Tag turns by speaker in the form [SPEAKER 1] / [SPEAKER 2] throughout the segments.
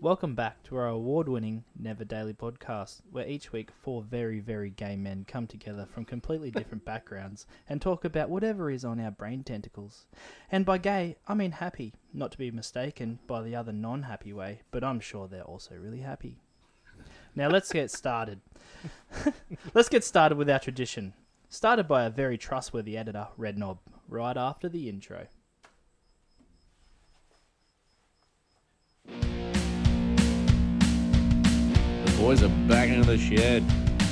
[SPEAKER 1] Welcome back to our award winning Never Daily podcast, where each week four very, very gay men come together from completely different backgrounds and talk about whatever is on our brain tentacles. And by gay, I mean happy, not to be mistaken by the other non happy way, but I'm sure they're also really happy. Now let's get started. let's get started with our tradition, started by a very trustworthy editor, Red Knob, right after the intro.
[SPEAKER 2] The boys are back in the shed.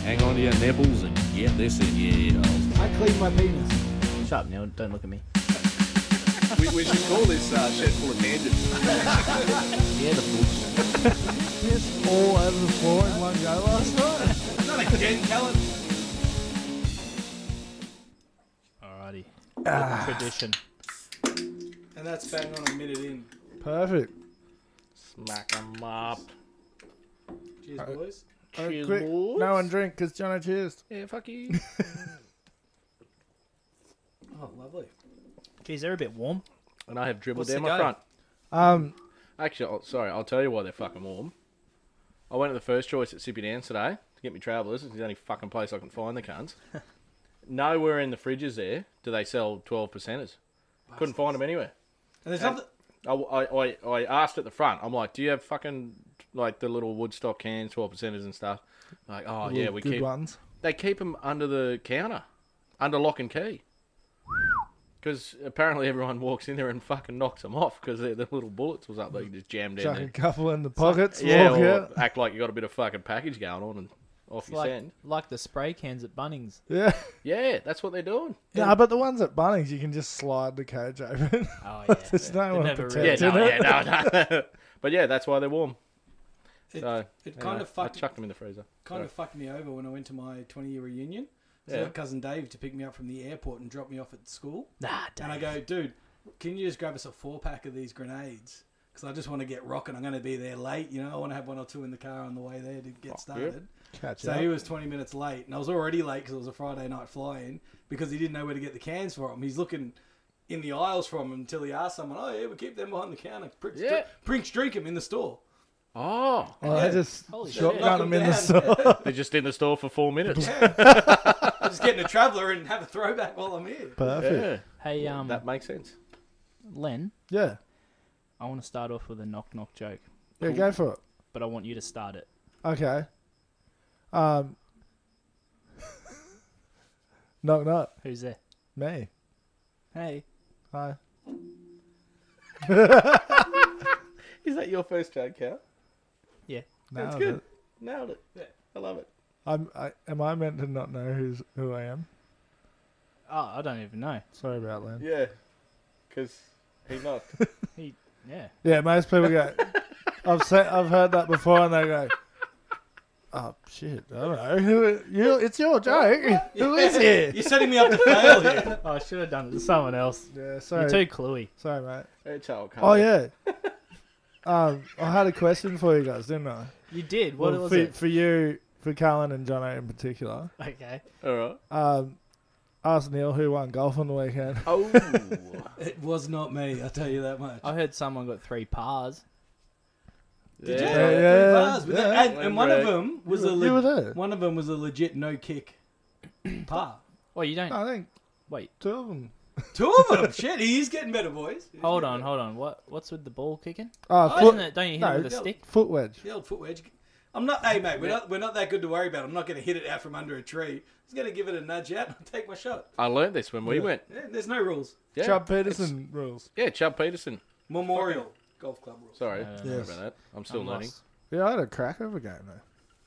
[SPEAKER 2] Hang on to your nipples and get this in your ear holes.
[SPEAKER 3] I clean my penis.
[SPEAKER 1] Shut up, Neil, don't look at me.
[SPEAKER 4] We, we should call this uh, shed full of tangents.
[SPEAKER 2] Yeah, the books.
[SPEAKER 3] Piss all over the floor in one go last night.
[SPEAKER 4] Not again, Kellen.
[SPEAKER 1] Alrighty. Ah. Tradition.
[SPEAKER 5] And that's bang on a minute in.
[SPEAKER 3] Perfect.
[SPEAKER 2] Smack 'em up.
[SPEAKER 5] Cheers,
[SPEAKER 1] Uh,
[SPEAKER 3] Alright.
[SPEAKER 5] boys.
[SPEAKER 3] Oh,
[SPEAKER 2] Cheers,
[SPEAKER 3] quick,
[SPEAKER 2] boys.
[SPEAKER 3] no one drink because Jono cheers.
[SPEAKER 2] Yeah, fuck you.
[SPEAKER 5] Oh, lovely.
[SPEAKER 1] Geez, they're a bit warm.
[SPEAKER 2] and I have dribbled
[SPEAKER 5] What's
[SPEAKER 2] down
[SPEAKER 5] the
[SPEAKER 2] my
[SPEAKER 5] go?
[SPEAKER 2] front.
[SPEAKER 3] Um,
[SPEAKER 2] Actually, I'll, sorry, I'll tell you why they're fucking warm. I went to the first choice at Sippy Downs today to get me travellers. It's the only fucking place I can find the cunts. Nowhere in the fridges there do they sell 12 percenters. Couldn't find them anywhere.
[SPEAKER 5] And there's nothing.
[SPEAKER 2] I, I, I- I asked at the front, I'm like, do you have fucking like the little Woodstock cans, 12 percenters and stuff? Like, oh, yeah, we
[SPEAKER 3] good
[SPEAKER 2] keep
[SPEAKER 3] ones.
[SPEAKER 2] they keep them under the counter, under lock and key. Because apparently everyone walks in there and fucking knocks them off because they're the little bullets was up there, you just jammed in
[SPEAKER 3] Chuck a
[SPEAKER 2] there.
[SPEAKER 3] couple in the pockets.
[SPEAKER 2] Yeah,
[SPEAKER 3] walk
[SPEAKER 2] or
[SPEAKER 3] out.
[SPEAKER 2] act like you got a bit of fucking package going on and off you
[SPEAKER 6] like,
[SPEAKER 2] send.
[SPEAKER 6] like the spray cans at Bunnings.
[SPEAKER 3] yeah.
[SPEAKER 2] Yeah, that's what they're doing.
[SPEAKER 3] No, but the ones at Bunnings, you can just slide the cage open.
[SPEAKER 6] Oh yeah.
[SPEAKER 3] There's no
[SPEAKER 6] They're
[SPEAKER 3] one
[SPEAKER 6] never
[SPEAKER 2] Yeah,
[SPEAKER 3] protecting
[SPEAKER 6] really-
[SPEAKER 2] no,
[SPEAKER 3] it.
[SPEAKER 2] yeah, no, no. but yeah, that's why they're warm.
[SPEAKER 5] It,
[SPEAKER 2] So
[SPEAKER 5] it
[SPEAKER 2] anyway,
[SPEAKER 5] kind of fucked.
[SPEAKER 2] I chucked them in the freezer.
[SPEAKER 5] kind
[SPEAKER 2] sorry.
[SPEAKER 5] of fucked me over when I went to my 20 year reunion. So
[SPEAKER 2] Yeah.
[SPEAKER 5] I got cousin Dave to pick me up from the airport and drop me off at school.
[SPEAKER 1] Nah,
[SPEAKER 5] And I go, dude, can you just grab us a four pack of these grenades? Because I just want to get rocking. I'm going to be there late. You know, I want to have one or two in the car on the way there to
[SPEAKER 2] yeah.
[SPEAKER 5] get started.
[SPEAKER 3] Catch
[SPEAKER 5] So
[SPEAKER 3] up.
[SPEAKER 5] he was 20 minutes late, and I was already late because it was a Friday night flying because he didn't know where to get the cans for him. He's looking in the aisles from him until he asked someone, Oh, yeah, we keep them behind the counter. Prince,
[SPEAKER 2] Yeah.
[SPEAKER 5] Prince drink them in the store.
[SPEAKER 2] Oh,
[SPEAKER 3] Oh, I
[SPEAKER 5] Yeah.
[SPEAKER 3] just
[SPEAKER 6] Holy shit.
[SPEAKER 3] shotgun
[SPEAKER 5] Knock
[SPEAKER 3] them
[SPEAKER 5] 'em
[SPEAKER 3] in the
[SPEAKER 5] down.
[SPEAKER 3] store.
[SPEAKER 2] they're just in the store for four minutes.
[SPEAKER 5] I'm just getting a traveller and have a throwback while I'm here.
[SPEAKER 3] Perfect.
[SPEAKER 2] Yeah,
[SPEAKER 1] Hey, um,
[SPEAKER 2] that makes sense.
[SPEAKER 1] Len,
[SPEAKER 3] Yeah.
[SPEAKER 1] I want to start off with a knock knock joke,
[SPEAKER 3] Yeah, go for it.
[SPEAKER 1] but I want you to start it.
[SPEAKER 3] Okay. Um, knock, knock.
[SPEAKER 1] Who's there?
[SPEAKER 3] Me.
[SPEAKER 1] Hey.
[SPEAKER 3] Hi.
[SPEAKER 2] Is that your first joke, Cal?
[SPEAKER 1] Yeah.
[SPEAKER 3] No,
[SPEAKER 2] That's
[SPEAKER 3] I
[SPEAKER 2] good.
[SPEAKER 3] don't-
[SPEAKER 2] Nailed it. Yeah, I love it.
[SPEAKER 3] I'm, I, am I meant to not know who's who I am?
[SPEAKER 1] Oh, I don't even know.
[SPEAKER 3] Sorry about that.
[SPEAKER 2] Yeah, because he knocked.
[SPEAKER 1] He, yeah.
[SPEAKER 3] Yeah, most people go. I've said, I've heard that before, and they go, "Oh shit, I don't know who you. It's your joke. who is here?"
[SPEAKER 5] You're setting me up to fail here.
[SPEAKER 1] Oh, I should have done it to someone else.
[SPEAKER 3] Yeah,
[SPEAKER 1] You're
[SPEAKER 3] sorry,
[SPEAKER 1] too cluey.
[SPEAKER 3] sorry, mate.
[SPEAKER 2] it's all
[SPEAKER 3] Oh yeah. Um, I had a question for you guys, didn't I?
[SPEAKER 1] You did. What
[SPEAKER 3] Well,
[SPEAKER 1] was
[SPEAKER 3] for,
[SPEAKER 1] it?
[SPEAKER 3] for you, for Carlin and Jono in particular.
[SPEAKER 1] Okay.
[SPEAKER 2] All right.
[SPEAKER 3] Um, ask Neil who won golf on the weekend.
[SPEAKER 2] Oh.
[SPEAKER 5] It was not me, I'll tell you that much.
[SPEAKER 6] I heard someone got three pars.
[SPEAKER 5] Did you?
[SPEAKER 3] Yeah,
[SPEAKER 5] Three
[SPEAKER 3] yeah,
[SPEAKER 5] bars with that.
[SPEAKER 3] yeah.
[SPEAKER 5] And, and one of
[SPEAKER 2] Great.
[SPEAKER 5] them was
[SPEAKER 3] You
[SPEAKER 5] a
[SPEAKER 3] were- you were there.
[SPEAKER 5] one of them was a legit no kick par.
[SPEAKER 6] Well, you don't.
[SPEAKER 3] I think
[SPEAKER 6] Wait.
[SPEAKER 3] two of them.
[SPEAKER 5] Two of them. Shit, he's getting better, boys. He's
[SPEAKER 6] Hold
[SPEAKER 5] getting
[SPEAKER 6] on,
[SPEAKER 5] better.
[SPEAKER 6] hold on. What? What's with the ball kicking?
[SPEAKER 3] Oh,
[SPEAKER 6] Oh,
[SPEAKER 3] foot,
[SPEAKER 6] isn't it? Don't you hit
[SPEAKER 3] no.
[SPEAKER 6] it with a stick?
[SPEAKER 3] foot wedge.
[SPEAKER 5] The old foot wedge. I'm not. Hey, mate, we're not. We're not that good to worry about. I'm not going to hit it out from under a tree. I'm just going to give it a nudge out and take my shot.
[SPEAKER 2] I learned this when we went.
[SPEAKER 5] Yeah, there's no rules.
[SPEAKER 2] Yeah.
[SPEAKER 3] Chubb Peterson rules.
[SPEAKER 2] Yeah, Chubb Peterson.
[SPEAKER 5] Memorial golf club rules.
[SPEAKER 2] Sorry. Sorry
[SPEAKER 3] Yes.
[SPEAKER 2] about that. I'm still
[SPEAKER 1] I'm
[SPEAKER 2] learning.
[SPEAKER 1] lost.
[SPEAKER 3] Yeah, I had a crack of a game though.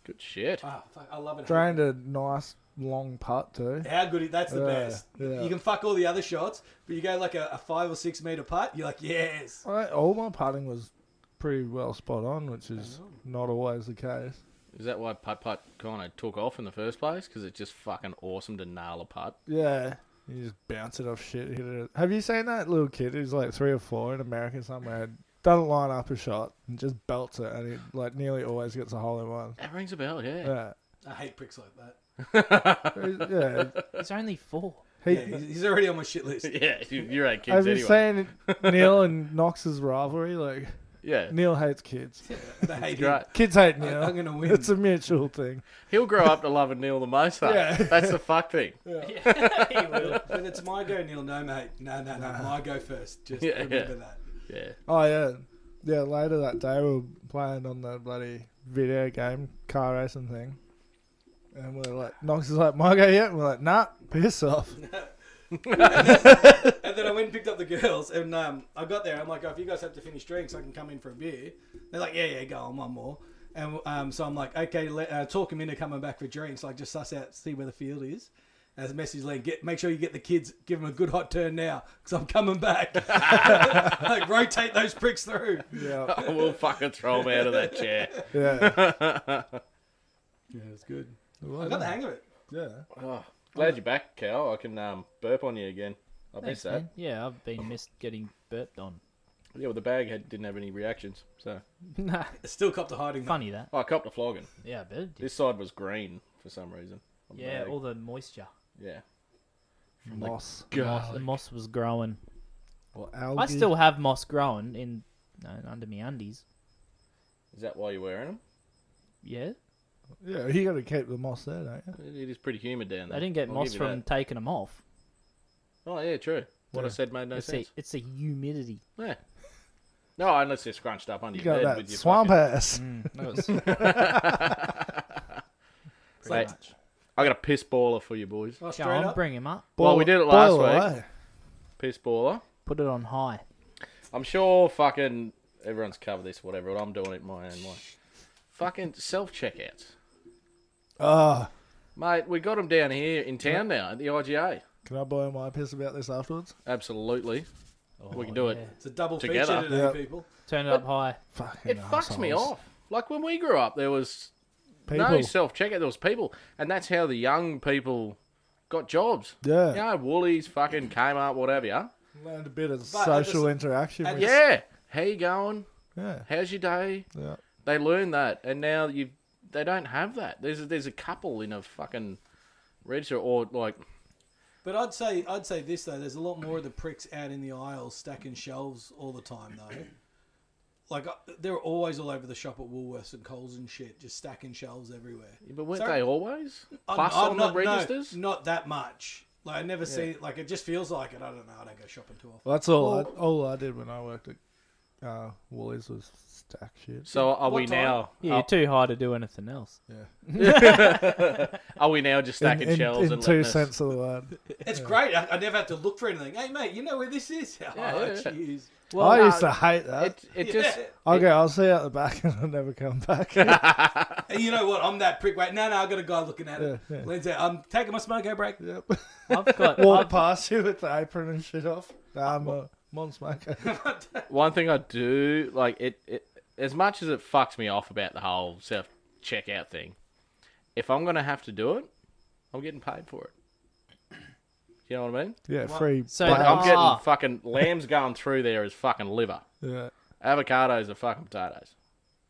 [SPEAKER 2] Good shit.
[SPEAKER 5] Oh, fuck, I love it.
[SPEAKER 3] Drained a nice long putt too.
[SPEAKER 5] How good! it- That's the
[SPEAKER 3] Yeah,
[SPEAKER 5] best.
[SPEAKER 3] yeah.
[SPEAKER 5] You can fuck all the other shots, but you go like a, a five or six meter putt. You're like, yes.
[SPEAKER 3] I, all my putting was pretty well spot on, which is
[SPEAKER 5] Oh.
[SPEAKER 3] not always the case.
[SPEAKER 2] Is that why putt putt kind of took off in the first place? Because it's just fucking awesome to nail a putt.
[SPEAKER 3] Yeah. You just bounce it off shit. Hit it. Have you seen that little kid who's like three or four in America somewhere? Doesn't line up a shot and just belts it, and he like nearly always gets a hole in one.
[SPEAKER 2] That rings a bell. Yeah.
[SPEAKER 3] Yeah,
[SPEAKER 5] I hate pricks like that.
[SPEAKER 3] He's- yeah.
[SPEAKER 1] There's only four.
[SPEAKER 3] He,
[SPEAKER 5] Yeah, he's, he's already on my shit list.
[SPEAKER 2] Yeah. you- You're eight kids
[SPEAKER 3] have you
[SPEAKER 2] anyway.
[SPEAKER 3] seen Neil and Knox's rivalry? Like,
[SPEAKER 2] Yeah.
[SPEAKER 3] Neil hates kids.
[SPEAKER 5] They hate
[SPEAKER 2] Great.
[SPEAKER 5] it.
[SPEAKER 3] Kids hate
[SPEAKER 5] I-
[SPEAKER 3] Neil.
[SPEAKER 5] I'm gonna win.
[SPEAKER 3] It's a mutual thing.
[SPEAKER 2] He'll grow up to love and Neil the most, though.
[SPEAKER 3] Yeah.
[SPEAKER 2] That's the fuck thing.
[SPEAKER 5] But it's my go, Neil. No, mate. No, no, no. My go first. Just
[SPEAKER 2] Yeah,
[SPEAKER 5] remember
[SPEAKER 2] yeah.
[SPEAKER 5] that.
[SPEAKER 2] Yeah.
[SPEAKER 3] Oh yeah, yeah. Later that day, we were playing on the bloody video game car racing thing, and we're like, Knox is like, "My go yet?" And we're like, "Nah, piss off."
[SPEAKER 5] And then I went and picked up the girls, and um, I got there. I'm like, oh, if you guys have to finish drinks, I can come in for a beer. They're like, yeah, yeah, go on, one more. And um, so I'm like, okay, let, uh, talk them into coming back for drinks. Like, just suss out, see where the field is. As a message, like, get make sure you get the kids, give them a good hot turn now, because I'm coming back. like, rotate those pricks through.
[SPEAKER 3] Yeah,
[SPEAKER 2] I will fucking throw him out of that chair.
[SPEAKER 3] yeah.
[SPEAKER 5] Yeah, it's good. I got the hang of it.
[SPEAKER 3] Yeah.
[SPEAKER 2] Oh, glad you're back, Cal. I can um, burp on you again. I
[SPEAKER 6] Thanks,
[SPEAKER 2] missed that.
[SPEAKER 6] man. Yeah, I've been missed getting burped on.
[SPEAKER 2] Yeah, well, the bag had, didn't have any reactions, so
[SPEAKER 6] nah,
[SPEAKER 5] Still copped a hiding.
[SPEAKER 6] funny that.
[SPEAKER 2] oh, I copped a flogging.
[SPEAKER 6] Yeah, I bet it did.
[SPEAKER 2] This side was green for some reason. on the
[SPEAKER 6] Yeah,
[SPEAKER 2] bag.
[SPEAKER 6] all the moisture.
[SPEAKER 2] yeah.
[SPEAKER 3] Moss.
[SPEAKER 6] Moss, the moss was growing.
[SPEAKER 3] Or
[SPEAKER 6] I
[SPEAKER 3] algae.
[SPEAKER 6] still have moss growing in no, under me undies.
[SPEAKER 2] Is that why you're wearing them?
[SPEAKER 6] Yeah,
[SPEAKER 3] Yeah, you got to keep the moss there, don't you?
[SPEAKER 2] It it is pretty humid down there.
[SPEAKER 6] I didn't get
[SPEAKER 2] I'll
[SPEAKER 6] moss
[SPEAKER 2] give you
[SPEAKER 6] from
[SPEAKER 2] that.
[SPEAKER 6] taking them off.
[SPEAKER 2] Oh yeah, true. What I
[SPEAKER 3] Yeah.
[SPEAKER 2] said made no
[SPEAKER 6] it's,
[SPEAKER 2] sense.
[SPEAKER 6] A, it's a humidity.
[SPEAKER 2] Yeah. No, unless they're scrunched up under
[SPEAKER 3] You
[SPEAKER 2] your
[SPEAKER 3] got
[SPEAKER 2] bed
[SPEAKER 3] that
[SPEAKER 2] with your
[SPEAKER 3] swamp
[SPEAKER 2] fucking- Mm.
[SPEAKER 3] ass.
[SPEAKER 2] Mate, I got a piss baller for you boys.
[SPEAKER 5] Oh, straight
[SPEAKER 6] Go on,
[SPEAKER 5] up.
[SPEAKER 6] bring him up.
[SPEAKER 2] Well, we did it last
[SPEAKER 3] boil
[SPEAKER 2] week.
[SPEAKER 3] away.
[SPEAKER 2] Piss baller.
[SPEAKER 6] Put it on high.
[SPEAKER 2] I'm sure fucking everyone's covered this, whatever, but I'm doing it my own way. Fucking self checkouts.
[SPEAKER 3] Oh,
[SPEAKER 2] Mate, we got them down here in town now at the IGA.
[SPEAKER 3] can I boil my piss about this afterwards?
[SPEAKER 2] Absolutely.
[SPEAKER 3] Oh,
[SPEAKER 2] we can do it.
[SPEAKER 5] It's a double
[SPEAKER 2] Together.
[SPEAKER 5] feature today,
[SPEAKER 3] Yeah.
[SPEAKER 5] people.
[SPEAKER 6] Oh, Turn it up high.
[SPEAKER 3] Fucking
[SPEAKER 2] It fucks me
[SPEAKER 3] assholes.
[SPEAKER 2] off. Like when we grew up, there was
[SPEAKER 3] People.
[SPEAKER 2] no self checkout, there was people. And that's how the young people got jobs.
[SPEAKER 3] Yeah.
[SPEAKER 2] You know, Woolies, fucking Kmart, whatever. yeah?
[SPEAKER 3] Learned a bit of
[SPEAKER 5] But I
[SPEAKER 3] social
[SPEAKER 5] just-
[SPEAKER 3] interaction.
[SPEAKER 5] and
[SPEAKER 3] with-
[SPEAKER 2] Yeah. How you going?
[SPEAKER 3] yeah,
[SPEAKER 2] How's your day?
[SPEAKER 3] yeah.
[SPEAKER 2] They learn that, and now you they don't have that. There's a, there's a couple in a fucking register, or like
[SPEAKER 5] But I'd say I'd say this though. There's a lot more of the pricks out in the aisles stacking shelves all the time though. Like I- they're always all over the shop at Woolworths and Coles and shit, just stacking shelves everywhere.
[SPEAKER 2] but weren't
[SPEAKER 5] Sorry?
[SPEAKER 2] they always
[SPEAKER 5] I'm-
[SPEAKER 2] plus
[SPEAKER 5] I'm
[SPEAKER 2] on
[SPEAKER 5] not-
[SPEAKER 2] the
[SPEAKER 5] no,
[SPEAKER 2] registers?
[SPEAKER 5] not that much. Like I never see. Like it just feels like it. I don't know. I don't go shopping too often.
[SPEAKER 3] Well, that's all. I, all I did when I worked at uh, Woolies was stack shit.
[SPEAKER 2] So are
[SPEAKER 5] What
[SPEAKER 2] we
[SPEAKER 5] time?
[SPEAKER 2] now?
[SPEAKER 6] Yeah, you're too high to do anything else.
[SPEAKER 2] Are we now just stacking
[SPEAKER 3] in, in,
[SPEAKER 2] shelves
[SPEAKER 3] in
[SPEAKER 2] and
[SPEAKER 3] two
[SPEAKER 2] letting us-
[SPEAKER 3] cents of the word.
[SPEAKER 5] It's great. I, I never have to look for anything. Hey mate, you know where this is? oh
[SPEAKER 2] yeah, yeah.
[SPEAKER 5] jeez.
[SPEAKER 3] I
[SPEAKER 2] no,
[SPEAKER 3] used to hate that.
[SPEAKER 2] It, it just
[SPEAKER 5] uh, Yeah.
[SPEAKER 3] I'll go. I'll see you out the back, and I'll never come back.
[SPEAKER 5] And you know what? I'm that prick. Wait, no, no. I got a guy looking at it.
[SPEAKER 3] Yeah, yeah.
[SPEAKER 5] Lindsay, I'm taking my smoke break.
[SPEAKER 3] yep.
[SPEAKER 6] I've got.
[SPEAKER 3] Walk
[SPEAKER 6] I've,
[SPEAKER 3] past you with the apron and shit off. Nah, I'm a mon smoker.
[SPEAKER 2] one thing I do like it, it. As much as it fucks me off about the whole self checkout thing, if I'm gonna have to do it, I'm getting paid for it. You know what I mean?
[SPEAKER 3] Yeah, free.
[SPEAKER 6] so
[SPEAKER 2] Like I'm
[SPEAKER 6] Ah.
[SPEAKER 2] getting fucking lambs going through there is fucking liver.
[SPEAKER 3] yeah.
[SPEAKER 2] Avocados are fucking potatoes.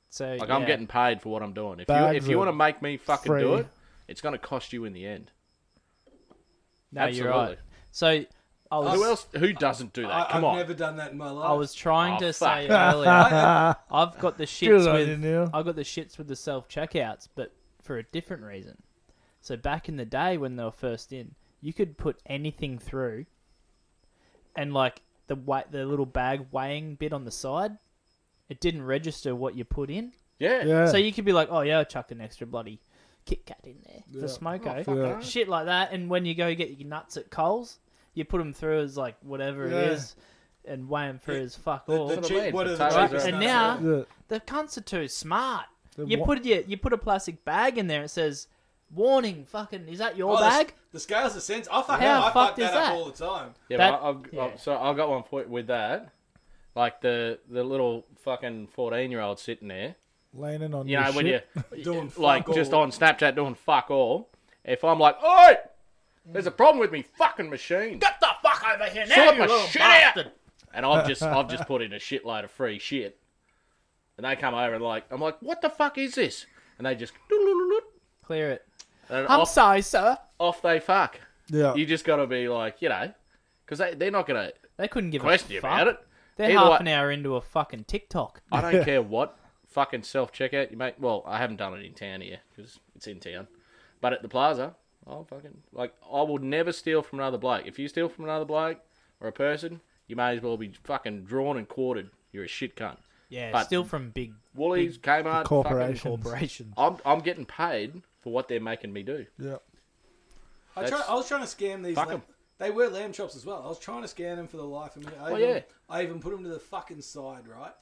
[SPEAKER 6] so
[SPEAKER 2] Like
[SPEAKER 6] yeah,
[SPEAKER 2] I'm getting paid for what I'm doing. If you
[SPEAKER 3] Bags
[SPEAKER 2] if you
[SPEAKER 3] are
[SPEAKER 2] want to make me fucking do
[SPEAKER 3] free.
[SPEAKER 2] it, it's gonna cost you in the end.
[SPEAKER 6] No, you're right. So I was.
[SPEAKER 2] Who else? Who doesn't do that?
[SPEAKER 5] I,
[SPEAKER 2] Come
[SPEAKER 5] I've
[SPEAKER 2] on.
[SPEAKER 5] never done that in my life.
[SPEAKER 6] I was trying
[SPEAKER 2] Oh,
[SPEAKER 6] to
[SPEAKER 2] fuck.
[SPEAKER 6] say earlier. I've got the
[SPEAKER 3] Good
[SPEAKER 6] shits
[SPEAKER 3] on you,
[SPEAKER 6] with.
[SPEAKER 3] Neil.
[SPEAKER 6] I got the shits with the self checkouts, but for a different reason. So back in the day when they were first in, you could put anything through, and like the wa- the little bag weighing bit on the side, it didn't register what you put in.
[SPEAKER 2] Yeah.
[SPEAKER 3] Yeah.
[SPEAKER 6] So you could be like, oh yeah, I chucked an extra bloody Kit Kat in there
[SPEAKER 3] Yeah.
[SPEAKER 6] for
[SPEAKER 3] Oh,
[SPEAKER 5] Oh,
[SPEAKER 6] smoko,
[SPEAKER 3] fuck Yeah.
[SPEAKER 6] shit like that. And when you go get your nuts at Coles, you put them through as like whatever
[SPEAKER 3] Yeah.
[SPEAKER 6] it is, and weigh them through
[SPEAKER 5] Yeah.
[SPEAKER 6] as fuck
[SPEAKER 5] the,
[SPEAKER 6] all.
[SPEAKER 5] the
[SPEAKER 2] Sort of
[SPEAKER 5] cheap.
[SPEAKER 2] made.
[SPEAKER 5] What are the
[SPEAKER 2] Potatoes
[SPEAKER 6] Right,
[SPEAKER 5] cheapest?
[SPEAKER 2] are-
[SPEAKER 6] and
[SPEAKER 5] nuts?
[SPEAKER 6] now
[SPEAKER 3] Yeah.
[SPEAKER 6] the cunts are too smart.
[SPEAKER 3] The
[SPEAKER 6] You
[SPEAKER 3] wa-
[SPEAKER 6] put your, you put a plastic bag in there. It says, "Warning, fucking, is that your
[SPEAKER 5] Oh, the-
[SPEAKER 6] bag?"
[SPEAKER 5] The scales of sense. I fuck,
[SPEAKER 6] How
[SPEAKER 5] I fuck
[SPEAKER 6] fucked
[SPEAKER 5] that
[SPEAKER 6] is
[SPEAKER 5] up
[SPEAKER 6] that?
[SPEAKER 5] all the time.
[SPEAKER 2] Yeah,
[SPEAKER 6] That-
[SPEAKER 2] but I've, I've-
[SPEAKER 6] yeah.
[SPEAKER 2] so I've got one point with that. Like the the little fucking fourteen year old sitting there.
[SPEAKER 3] Leaning on
[SPEAKER 2] You
[SPEAKER 3] your
[SPEAKER 2] know when
[SPEAKER 3] shit.
[SPEAKER 2] you
[SPEAKER 5] Doing fuck
[SPEAKER 2] like just
[SPEAKER 5] all.
[SPEAKER 2] on Snapchat doing fuck all. If I'm like, oi, there's a problem with me fucking machine.
[SPEAKER 6] Get the fuck over here now,
[SPEAKER 2] Sort my
[SPEAKER 6] you little
[SPEAKER 2] shit
[SPEAKER 6] bastard!
[SPEAKER 2] out. And I've just I've just put in a shitload of free shit. And they come over and like I'm like, what the fuck is this? And they just "Doot-doot-doot-doot,"
[SPEAKER 6] Clear it.
[SPEAKER 2] and
[SPEAKER 6] I'm
[SPEAKER 2] off,
[SPEAKER 6] sorry, sir.
[SPEAKER 2] off they fuck.
[SPEAKER 3] Yeah.
[SPEAKER 2] You just gotta be like, you know, because they they're not gonna
[SPEAKER 6] They couldn't give
[SPEAKER 2] question
[SPEAKER 6] a
[SPEAKER 2] you
[SPEAKER 6] fuck.
[SPEAKER 2] about it.
[SPEAKER 6] They're
[SPEAKER 2] Either
[SPEAKER 6] half
[SPEAKER 2] way-
[SPEAKER 6] an hour into a fucking TikTok.
[SPEAKER 2] I don't care what fucking self checkout you make. Well, I haven't done it in town here because it's in town, but at the plaza, I'll fucking like I will never steal from another bloke. If you steal from another bloke or a person, you may as well be fucking drawn and quartered. You're a shit cunt.
[SPEAKER 6] Yeah,
[SPEAKER 2] But-
[SPEAKER 6] still from big
[SPEAKER 2] Woolies, Kmart,
[SPEAKER 3] corporation.
[SPEAKER 2] fucking-
[SPEAKER 6] corporations.
[SPEAKER 2] I'm I'm getting paid for what they're making me do.
[SPEAKER 3] Yeah.
[SPEAKER 5] I, try,
[SPEAKER 2] That's-
[SPEAKER 5] I was trying to scam these.
[SPEAKER 2] Fuck
[SPEAKER 5] lamb-
[SPEAKER 2] 'em.
[SPEAKER 5] they were lamb chops as well. I was trying to scam them for the life of me. I
[SPEAKER 2] Oh,
[SPEAKER 5] even,
[SPEAKER 2] yeah.
[SPEAKER 5] I even put them to the fucking side, right?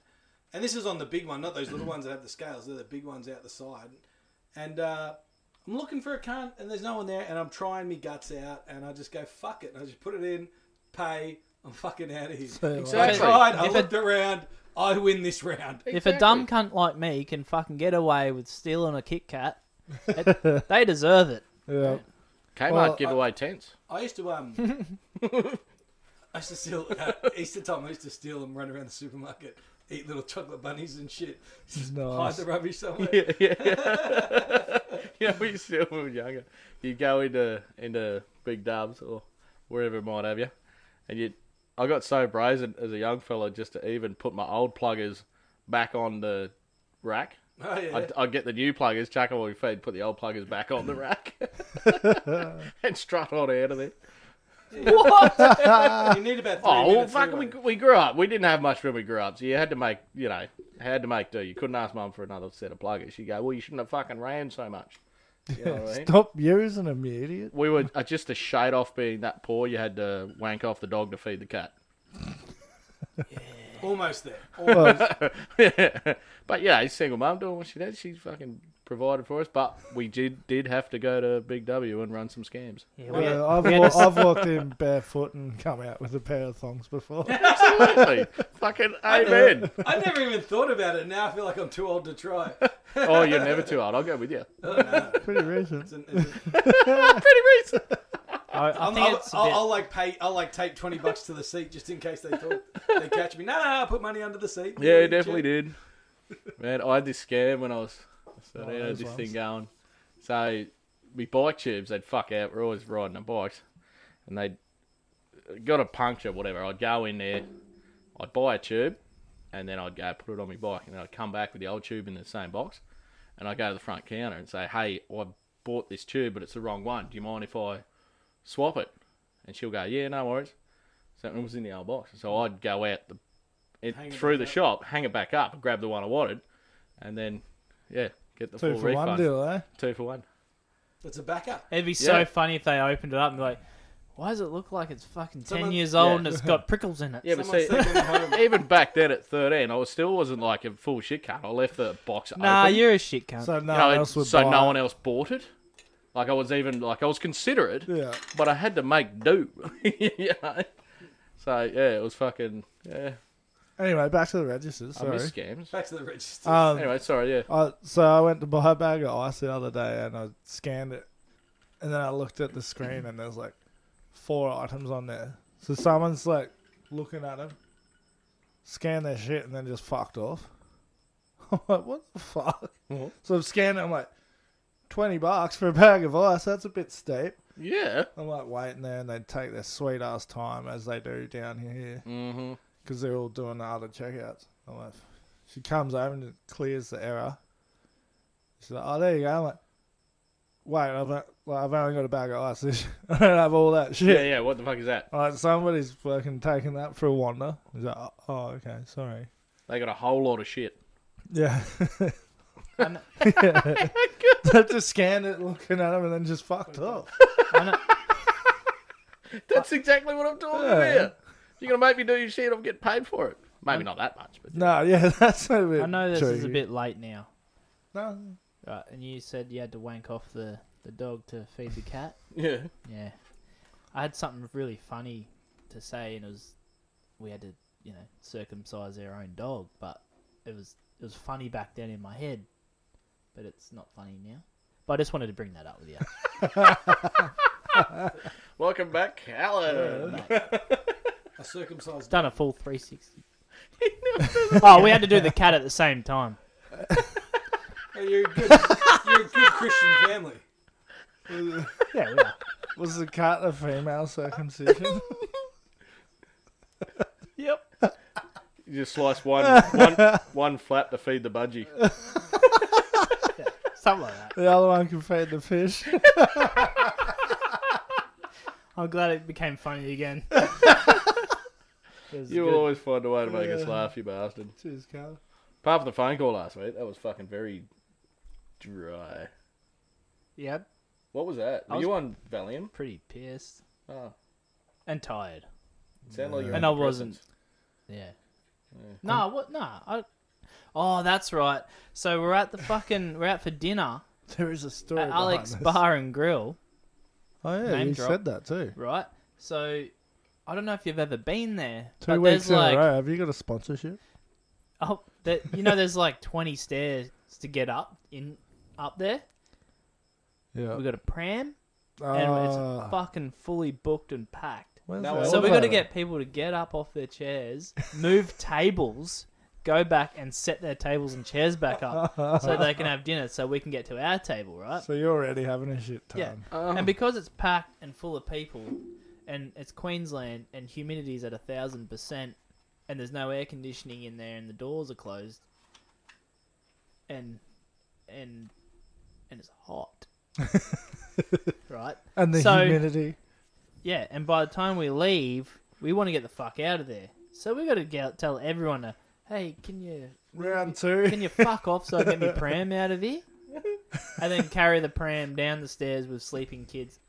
[SPEAKER 5] And this is on the big one, not those little ones that have the scales. They're the big ones out the side. And uh, I'm looking for a cunt, and there's no one there, and I'm trying me guts out, and I just go fuck it, and I just put it in, pay, I'm fucking out of here. I
[SPEAKER 2] Exactly.
[SPEAKER 5] tried. I
[SPEAKER 6] If it-
[SPEAKER 5] looked around. I win this round.
[SPEAKER 6] If a dumb cunt like me can fucking get away with stealing a Kit Kat, it- they deserve it.
[SPEAKER 3] Yeah.
[SPEAKER 2] Kmart
[SPEAKER 3] Well,
[SPEAKER 2] give away tents.
[SPEAKER 5] I used to um. I used to steal uh, Easter time. I used to steal and run around the supermarket, eat little chocolate bunnies and shit. Just
[SPEAKER 3] Nice.
[SPEAKER 5] hide the rubbish somewhere.
[SPEAKER 2] yeah, yeah. you know, we used to do when we were younger. You go into into Big Dubs or wherever it might have you, and you. I got so brazen as a young fella just to even put my old pluggers back on the rack.
[SPEAKER 5] Oh yeah.
[SPEAKER 2] I'd, I'd get the new pluggers, chuck them on your feet, put the old pluggers back on the rack, and strut on out of there.
[SPEAKER 5] you need about three
[SPEAKER 2] Oh well,
[SPEAKER 5] minutes.
[SPEAKER 2] fuck, we,
[SPEAKER 5] anyway.
[SPEAKER 2] we grew up. We didn't have much when we grew up, so you had to make you know had to make do. You couldn't ask mum for another set of pluggers. She go, well, you shouldn't have fucking ran so much. You know what I mean?
[SPEAKER 3] Stop using them, you idiot.
[SPEAKER 2] We were uh, just a shade off being that poor. You had to wank off the dog to feed the cat.
[SPEAKER 5] Almost there. Almost.
[SPEAKER 2] but yeah, he's single mum doing what she did. She fucking provided for us. But we did did have to go to Big W and run some scams.
[SPEAKER 6] Yeah,
[SPEAKER 3] Well,
[SPEAKER 6] we
[SPEAKER 2] uh,
[SPEAKER 6] had-
[SPEAKER 3] Uh, I've,
[SPEAKER 6] we had a
[SPEAKER 3] wa-
[SPEAKER 6] s-
[SPEAKER 3] I've walked in barefoot and come out with a pair of thongs before.
[SPEAKER 2] Absolutely, fucking amen.
[SPEAKER 5] I never even thought about it. Now I feel like I'm too old to try.
[SPEAKER 2] oh, you're never too old. I'll go with you.
[SPEAKER 3] Pretty recent.
[SPEAKER 5] It's an- it's an-
[SPEAKER 2] Pretty recent.
[SPEAKER 6] I, I
[SPEAKER 5] I'm-
[SPEAKER 6] think
[SPEAKER 5] I'll,
[SPEAKER 6] it's a
[SPEAKER 5] I'll,
[SPEAKER 6] bit,
[SPEAKER 5] I'll like pay. I'll like tape twenty bucks to the seat just in case they talk. They catch me. No, no, no. I put money under the seat.
[SPEAKER 2] Yeah,
[SPEAKER 5] check.
[SPEAKER 2] definitely did. Man, I had this scam when I was. So
[SPEAKER 3] Oh,
[SPEAKER 2] I had
[SPEAKER 3] those
[SPEAKER 2] this
[SPEAKER 3] ones.
[SPEAKER 2] thing going. So, we bike tubes, they'd fuck out. We're always riding on bikes. And they'd got a puncture, whatever. I'd go in there, I'd buy a tube, and then I'd go put it on my bike. And then I'd come back with the old tube in the same box. And I'd go to the front counter and say, hey, I bought this tube, but it's the wrong one. Do you mind if I swap it? And she'll go, yeah, no worries. So it was in the old box. So I'd go out the, it,
[SPEAKER 5] Hang it
[SPEAKER 2] through
[SPEAKER 5] back
[SPEAKER 2] the
[SPEAKER 5] up.
[SPEAKER 2] shop, hang it back up, grab the one I wanted, and then, yeah, get the
[SPEAKER 3] Two
[SPEAKER 2] full
[SPEAKER 3] for
[SPEAKER 2] refund.
[SPEAKER 3] one deal, eh?
[SPEAKER 2] Two for one.
[SPEAKER 5] It's a backup.
[SPEAKER 6] it'd be so
[SPEAKER 2] Yeah.
[SPEAKER 6] funny if they opened it up and be like, why does it look like it's fucking 10
[SPEAKER 5] Someone-
[SPEAKER 6] years old and
[SPEAKER 2] Yeah.
[SPEAKER 6] it's got prickles in it?
[SPEAKER 2] Yeah, but
[SPEAKER 5] Someone's
[SPEAKER 2] see,
[SPEAKER 5] taking it home.
[SPEAKER 2] even back then at 13, I was still wasn't like a full shit cunt. I left the box
[SPEAKER 6] Nah,
[SPEAKER 2] open.
[SPEAKER 6] you're a shit cunt.
[SPEAKER 3] So no
[SPEAKER 2] You know,
[SPEAKER 3] one else would
[SPEAKER 2] so
[SPEAKER 3] buy
[SPEAKER 2] no
[SPEAKER 3] it.
[SPEAKER 2] one else bought it. Like I was even like I was considerate,
[SPEAKER 3] Yeah.
[SPEAKER 2] but I had to make do. you know? So yeah, it was fucking yeah.
[SPEAKER 3] Anyway, back to the registers.
[SPEAKER 2] I
[SPEAKER 3] Sorry.
[SPEAKER 2] miss scams.
[SPEAKER 5] Back to the register.
[SPEAKER 6] Uh,
[SPEAKER 3] Um,
[SPEAKER 2] Anyway, sorry. Yeah,
[SPEAKER 3] I, so I went to buy a bag of ice the other day and I scanned it, and then I looked at the screen and there's like four items on there. So someone's like looking at them, scanned their shit, and then just fucked off. I'm like, what the fuck?
[SPEAKER 2] Mhm.
[SPEAKER 3] So I'm scanning. I'm like, twenty bucks for a bag of ice. That's a bit steep.
[SPEAKER 2] yeah.
[SPEAKER 3] I'm like waiting there, and they take their sweet ass time as they do down here
[SPEAKER 2] Mm-hmm.
[SPEAKER 3] because they're all doing the other checkouts. I'm like, she comes over and clears the error. She's like, oh, there you go. I'm like, wait, I've, like, I've only got a bag of ice. I don't have all that
[SPEAKER 2] Yeah,
[SPEAKER 3] shit.
[SPEAKER 2] yeah. What the fuck is that?
[SPEAKER 3] I'm Like, somebody's fucking taking that for a wander. He's like, oh, oh, okay, sorry.
[SPEAKER 2] They got a whole lot of shit.
[SPEAKER 3] Yeah. yeah. they just scanned it, looking at him, and then just fucked off.
[SPEAKER 6] I know-
[SPEAKER 2] That's exactly what I'm talking
[SPEAKER 3] Yeah.
[SPEAKER 2] about. You're gonna make me do your shit. I'm getting paid for it. Maybe
[SPEAKER 3] Um,
[SPEAKER 2] not that much, but
[SPEAKER 3] No, yeah, that's a bit.
[SPEAKER 6] I know this is a
[SPEAKER 3] tricky.
[SPEAKER 6] bit late now.
[SPEAKER 3] No,
[SPEAKER 6] Right, and you said you had to wank off the, the dog to feed the cat.
[SPEAKER 2] yeah.
[SPEAKER 6] Yeah. I had something really funny to say and it was we had to, you know, circumcise our own dog, but it was it was funny back then in my head. But it's not funny now. But I just wanted to bring that up with you.
[SPEAKER 2] Welcome back, Alan.
[SPEAKER 5] A circumcised.
[SPEAKER 6] Done a full 360. oh, we had to do the cat at the same time.
[SPEAKER 5] Oh, You're a good. You're a good Christian family.
[SPEAKER 6] Yeah, we are.
[SPEAKER 3] was the cat a female circumcision?
[SPEAKER 2] Yep. You just slice one, one, one flap to feed the budgie.
[SPEAKER 6] Something like that.
[SPEAKER 3] The other one can feed the fish.
[SPEAKER 6] I'm glad it became funny again.
[SPEAKER 2] You will always find a way to make us laugh, you bastard.
[SPEAKER 3] Cheers, Carl.
[SPEAKER 2] Apart from the phone call last week, that was fucking very dry.
[SPEAKER 6] yeah,
[SPEAKER 2] What was that? Were
[SPEAKER 6] I was-
[SPEAKER 2] you on Valium?
[SPEAKER 6] pretty pissed
[SPEAKER 2] Oh,
[SPEAKER 6] and tired.
[SPEAKER 2] sounded like you were
[SPEAKER 6] And
[SPEAKER 2] on
[SPEAKER 6] I wasn't.
[SPEAKER 2] antidepressants.
[SPEAKER 6] Yeah. Nah, what? Nah. I, oh, that's right. So we're at the fucking. We're out for dinner
[SPEAKER 3] There is a story.
[SPEAKER 6] at Uh, Alex
[SPEAKER 3] behind this.
[SPEAKER 6] Bar and Grill,
[SPEAKER 3] Oh yeah,
[SPEAKER 6] Name
[SPEAKER 3] you
[SPEAKER 6] drop.
[SPEAKER 3] said that too.
[SPEAKER 6] right? So I don't know if you've ever been there.
[SPEAKER 3] Two
[SPEAKER 6] but
[SPEAKER 3] weeks
[SPEAKER 6] there's
[SPEAKER 3] in
[SPEAKER 6] like,
[SPEAKER 3] a row. Have you got a sponsorship?
[SPEAKER 6] Oh, that you know, there's like 20 stairs to get up in up there.
[SPEAKER 3] Yeah.
[SPEAKER 6] We got a pram, and
[SPEAKER 3] Ah,
[SPEAKER 6] it's fucking fully booked and packed.
[SPEAKER 3] where's
[SPEAKER 2] No,
[SPEAKER 3] that
[SPEAKER 6] So we
[SPEAKER 3] elevator?
[SPEAKER 6] got to get people to get up off their chairs, move tables, go back and set their tables and chairs back up so they can have dinner so we can get to our table, right?
[SPEAKER 3] So you're already having a shit time.
[SPEAKER 6] Yeah. And because it's packed and full of people and it's Queensland and humidity's at a thousand percent and there's no air conditioning in there and the doors are closed and and and it's hot. right?
[SPEAKER 3] And the
[SPEAKER 6] So-
[SPEAKER 3] humidity.
[SPEAKER 6] Yeah, and by the time we leave, we want to get the fuck out of there. So we got to get, tell everyone to, hey, can you
[SPEAKER 3] Round two.
[SPEAKER 6] can you fuck off so I can get my pram out of here? And then carry the pram down the stairs with sleeping kids,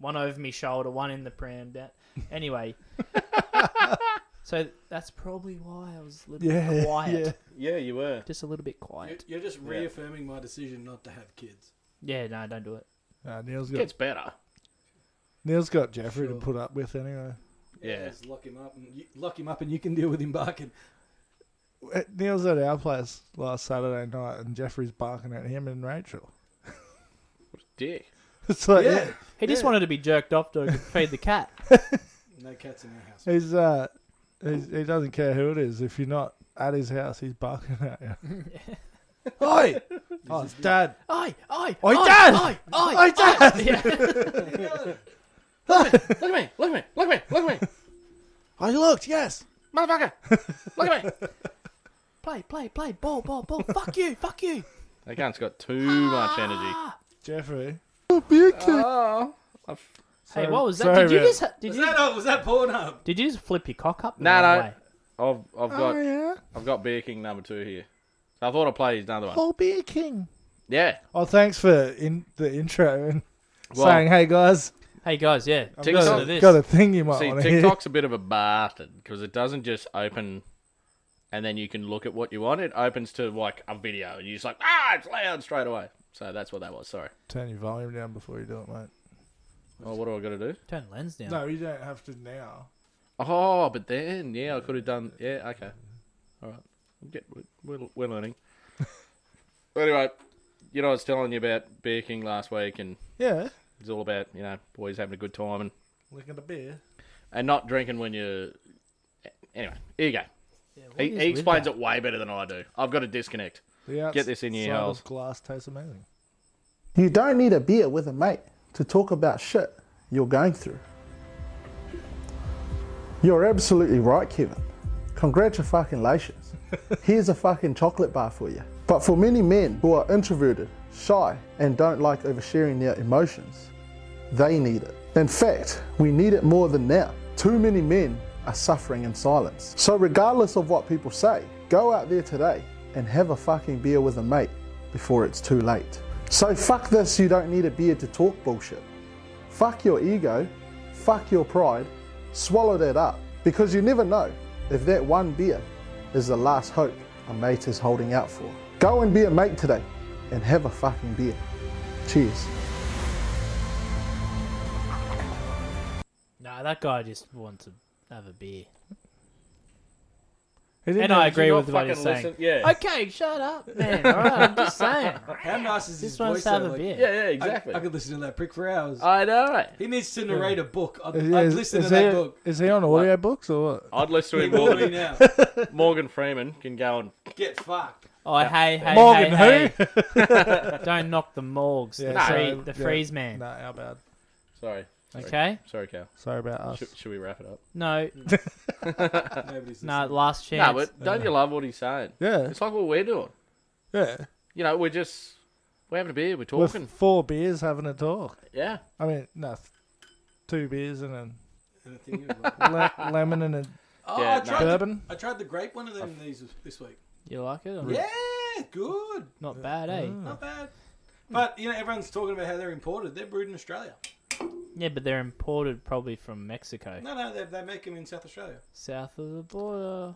[SPEAKER 6] one over me shoulder, one in the pram. Down. Anyway, so that's probably why I was a little
[SPEAKER 3] yeah.
[SPEAKER 6] bit quiet,
[SPEAKER 3] Yeah.
[SPEAKER 2] Yeah, you were.
[SPEAKER 6] just a little bit quiet.
[SPEAKER 5] You're just reaffirming my decision not to have kids.
[SPEAKER 6] Yeah, no, don't do it.
[SPEAKER 3] Ah, Neil's got
[SPEAKER 2] Gets better.
[SPEAKER 3] Neil's got Jeffrey
[SPEAKER 5] Sure.
[SPEAKER 3] to put up with anyway.
[SPEAKER 2] Yeah.
[SPEAKER 5] just lock him up and you, lock him up, and you can deal with him barking.
[SPEAKER 3] Uh, Neil's at our place last Saturday night, and Jeffrey's barking at him and Rachel.
[SPEAKER 2] Dick.
[SPEAKER 3] It's like yeah.
[SPEAKER 5] Yeah.
[SPEAKER 6] He just wanted to be jerked off to feed the cat.
[SPEAKER 5] No cats in our house.
[SPEAKER 3] He's uh, he's, he doesn't care who it is. If you're not at his house, he's barking at you. Oi! Oh, it's Dad.
[SPEAKER 6] Oi, oi,
[SPEAKER 3] Oi,
[SPEAKER 6] oi,
[SPEAKER 3] Dad!
[SPEAKER 6] oi, oi,
[SPEAKER 3] Oi, Dad!
[SPEAKER 6] Yeah.
[SPEAKER 2] Look at me. Look at me. Look at me. Look at me.
[SPEAKER 3] I looked. Yes.
[SPEAKER 2] Motherfucker. Look at me.
[SPEAKER 6] play, play, play, ball, ball, ball. Fuck you, fuck you.
[SPEAKER 2] That cunt's got too much energy.
[SPEAKER 3] Jeffrey.
[SPEAKER 2] Oh.
[SPEAKER 6] hey, what was that?
[SPEAKER 3] sorry,
[SPEAKER 6] Did you
[SPEAKER 3] man.
[SPEAKER 6] just ha- did
[SPEAKER 5] Was
[SPEAKER 6] you
[SPEAKER 5] that, oh, was that Pornhub?
[SPEAKER 6] did you just flip your cock up? the
[SPEAKER 2] No,
[SPEAKER 6] wrong
[SPEAKER 2] no.
[SPEAKER 6] way?
[SPEAKER 2] I've, I've got
[SPEAKER 3] Oh yeah.
[SPEAKER 2] I've got Beer King number two here. I thought I'd play another one.
[SPEAKER 3] I'll be a king.
[SPEAKER 2] Yeah.
[SPEAKER 3] Oh, thanks for in the intro and
[SPEAKER 2] Well-
[SPEAKER 3] saying, "Hey guys,
[SPEAKER 6] Hey guys, yeah,
[SPEAKER 2] Take
[SPEAKER 6] take
[SPEAKER 2] us
[SPEAKER 6] us
[SPEAKER 2] Listen
[SPEAKER 3] got
[SPEAKER 2] to
[SPEAKER 6] into
[SPEAKER 3] a,
[SPEAKER 6] this.
[SPEAKER 3] got a thing you might
[SPEAKER 2] See,
[SPEAKER 3] want to hear."
[SPEAKER 2] TikTok's a bit of a bastard because it doesn't just open and then you can look at what you want. It opens to like a video and you're just like, ah, it's loud straight away. So that's what that was. Sorry.
[SPEAKER 3] Turn your volume down before you do it, mate.
[SPEAKER 2] Oh, what do I got to do?
[SPEAKER 6] Turn the lens down.
[SPEAKER 3] No, you don't have to now.
[SPEAKER 2] Oh, but then, yeah, I could have done. Yeah, okay. All right. We'll get, we're, we're learning. anyway, you know, I was telling you about Beer King last week and
[SPEAKER 3] Yeah.
[SPEAKER 2] it's all about, you know, boys having a good time and,
[SPEAKER 3] Look at the beer.
[SPEAKER 2] and not drinking when you're. Anyway, here you go.
[SPEAKER 6] Yeah, what
[SPEAKER 2] He,
[SPEAKER 6] is
[SPEAKER 2] he
[SPEAKER 6] with
[SPEAKER 2] explains
[SPEAKER 6] that?
[SPEAKER 2] it way better than I do. I've got to disconnect.
[SPEAKER 3] The
[SPEAKER 2] Get this in your
[SPEAKER 3] outside of
[SPEAKER 2] house.
[SPEAKER 3] Glass tastes amazing.
[SPEAKER 7] You don't need a beer with a mate to talk about shit you're going through. You're absolutely right, Kevin. Congratulations. Here's a fucking chocolate bar for you. But for many men who are introverted, shy, and don't like oversharing their emotions, they need it. In fact, we need it more than now. Too many men are suffering in silence. So, regardless of what people say, go out there today and have a fucking beer with a mate before it's too late. So, fuck this, you don't need a beer to talk bullshit. Fuck your ego, fuck your pride, swallow that up because you never know if that one beer is the last hope a mate is holding out for. Go and be a mate today and have a fucking beer. Cheers.
[SPEAKER 6] No, that guy just wants to have a beer.
[SPEAKER 3] He didn't
[SPEAKER 6] And I
[SPEAKER 3] have-
[SPEAKER 6] agree
[SPEAKER 2] not
[SPEAKER 6] with what
[SPEAKER 2] fucking
[SPEAKER 6] he's saying.
[SPEAKER 2] listen- yeah.
[SPEAKER 6] Okay, shut up, man. All right, I'm just saying.
[SPEAKER 5] How nice is his
[SPEAKER 6] Just
[SPEAKER 5] voice?
[SPEAKER 6] wants to have
[SPEAKER 5] though?
[SPEAKER 6] a
[SPEAKER 5] Like,
[SPEAKER 6] beer. Uh,
[SPEAKER 2] Yeah, yeah,
[SPEAKER 5] I-
[SPEAKER 2] exactly.
[SPEAKER 5] I, could listen to that prick for hours.
[SPEAKER 2] I know.
[SPEAKER 5] he needs to narrate a book. I'd,
[SPEAKER 3] Is,
[SPEAKER 5] I'd
[SPEAKER 3] is-
[SPEAKER 5] listen to
[SPEAKER 3] is
[SPEAKER 5] that
[SPEAKER 3] he,
[SPEAKER 5] book.
[SPEAKER 3] Is he on audiobooks or what?
[SPEAKER 2] I'd listen to him.
[SPEAKER 5] Call me
[SPEAKER 2] Morgan,
[SPEAKER 5] now.
[SPEAKER 2] Morgan Freeman can go and.
[SPEAKER 5] Get fucked.
[SPEAKER 6] Oh, hey, hey,
[SPEAKER 3] Morgan
[SPEAKER 6] hey, hey. Don't knock the morgs.
[SPEAKER 3] Yeah,
[SPEAKER 6] the, free,
[SPEAKER 3] so-
[SPEAKER 6] the
[SPEAKER 3] yeah.
[SPEAKER 6] freeze man.
[SPEAKER 3] Nah, how bad.
[SPEAKER 2] Sorry,
[SPEAKER 6] Okay.
[SPEAKER 2] Sorry, Cal.
[SPEAKER 3] Sorry about us.
[SPEAKER 2] Should, should we wrap it up?
[SPEAKER 6] No,
[SPEAKER 5] Nobody's
[SPEAKER 6] no, last chance.
[SPEAKER 2] No, but don't you love what he's saying?
[SPEAKER 3] Yeah,
[SPEAKER 2] It's like what we're doing.
[SPEAKER 3] yeah.
[SPEAKER 2] You know, we're just we're having a beer, we're
[SPEAKER 3] With
[SPEAKER 2] talking.
[SPEAKER 3] four beers having a talk.
[SPEAKER 2] yeah,
[SPEAKER 3] I mean, no, th- two beers and
[SPEAKER 5] listening.
[SPEAKER 3] a le- lemon and a
[SPEAKER 5] oh,
[SPEAKER 2] Yeah,
[SPEAKER 5] I,
[SPEAKER 2] no.
[SPEAKER 5] tried the,
[SPEAKER 3] bourbon.
[SPEAKER 5] I tried the grape one of them these this week.
[SPEAKER 6] You like it? Or
[SPEAKER 5] Yeah, good.
[SPEAKER 6] Not bad, eh?
[SPEAKER 3] Mm.
[SPEAKER 2] Hmm.
[SPEAKER 5] Not bad. But, you know, everyone's talking about how they're imported. They're brewed in Australia.
[SPEAKER 6] Yeah, but they're imported probably from Mexico,
[SPEAKER 5] No, no, they, they make them in South Australia.
[SPEAKER 6] south of the border.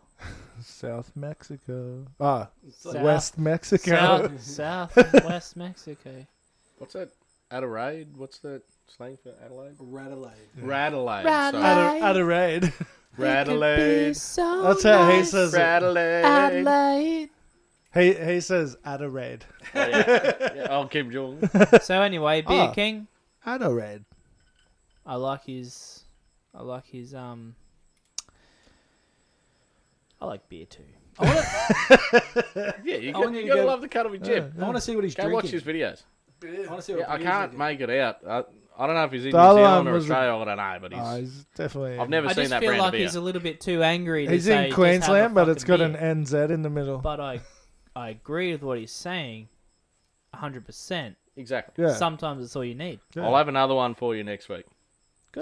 [SPEAKER 3] South Mexico. Ah,
[SPEAKER 5] It's like,
[SPEAKER 6] South-
[SPEAKER 3] West Mexico.
[SPEAKER 6] South, south, and west Mexico.
[SPEAKER 2] what's that? Adelaide? What's that slang for Adelaide?
[SPEAKER 5] Radelaide.
[SPEAKER 2] Radelaide.
[SPEAKER 6] Radelaide.
[SPEAKER 2] sorry.
[SPEAKER 3] At a raid.
[SPEAKER 2] Radelaide.
[SPEAKER 6] Oh,
[SPEAKER 3] That's how he says it.
[SPEAKER 2] Radelaide.
[SPEAKER 3] He, he says at a raid.
[SPEAKER 2] Oh, yeah. yeah. oh, Kim Jong.
[SPEAKER 6] So anyway, Beer
[SPEAKER 3] Ah.
[SPEAKER 6] King.
[SPEAKER 3] At a raid.
[SPEAKER 6] I like his. I like his. Um. I like beer too.
[SPEAKER 2] Yeah, you
[SPEAKER 5] I
[SPEAKER 2] got,
[SPEAKER 5] want
[SPEAKER 2] you
[SPEAKER 5] you to
[SPEAKER 2] gotta
[SPEAKER 5] go-
[SPEAKER 2] love the cut of his jib.
[SPEAKER 5] I want to see what he's
[SPEAKER 2] Hmm. Go watch
[SPEAKER 5] drinking.
[SPEAKER 2] his videos.
[SPEAKER 5] I want to see what
[SPEAKER 2] Yeah, I
[SPEAKER 5] beer he's
[SPEAKER 2] can't
[SPEAKER 5] drinking.
[SPEAKER 2] make it out. I, I don't know if he's in New
[SPEAKER 3] The other
[SPEAKER 2] Zealand
[SPEAKER 3] one
[SPEAKER 2] or
[SPEAKER 3] was a-
[SPEAKER 2] Australia. I don't know, but he's.
[SPEAKER 3] Oh, he's definitely.
[SPEAKER 2] I've never
[SPEAKER 6] I
[SPEAKER 2] seen
[SPEAKER 6] just
[SPEAKER 2] that
[SPEAKER 6] feel
[SPEAKER 2] brand
[SPEAKER 6] like
[SPEAKER 2] of beer.
[SPEAKER 6] he's a little bit too angry. To
[SPEAKER 3] He's
[SPEAKER 6] say,
[SPEAKER 3] in
[SPEAKER 6] "Just have a
[SPEAKER 3] Queensland, but it's got
[SPEAKER 6] fucking beer."
[SPEAKER 3] an NZ in the middle.
[SPEAKER 6] But I, I agree with what he's saying, hundred percent.
[SPEAKER 2] Exactly.
[SPEAKER 3] Yeah.
[SPEAKER 6] Sometimes it's all you need.
[SPEAKER 3] yeah.
[SPEAKER 2] I'll have another one for you next week.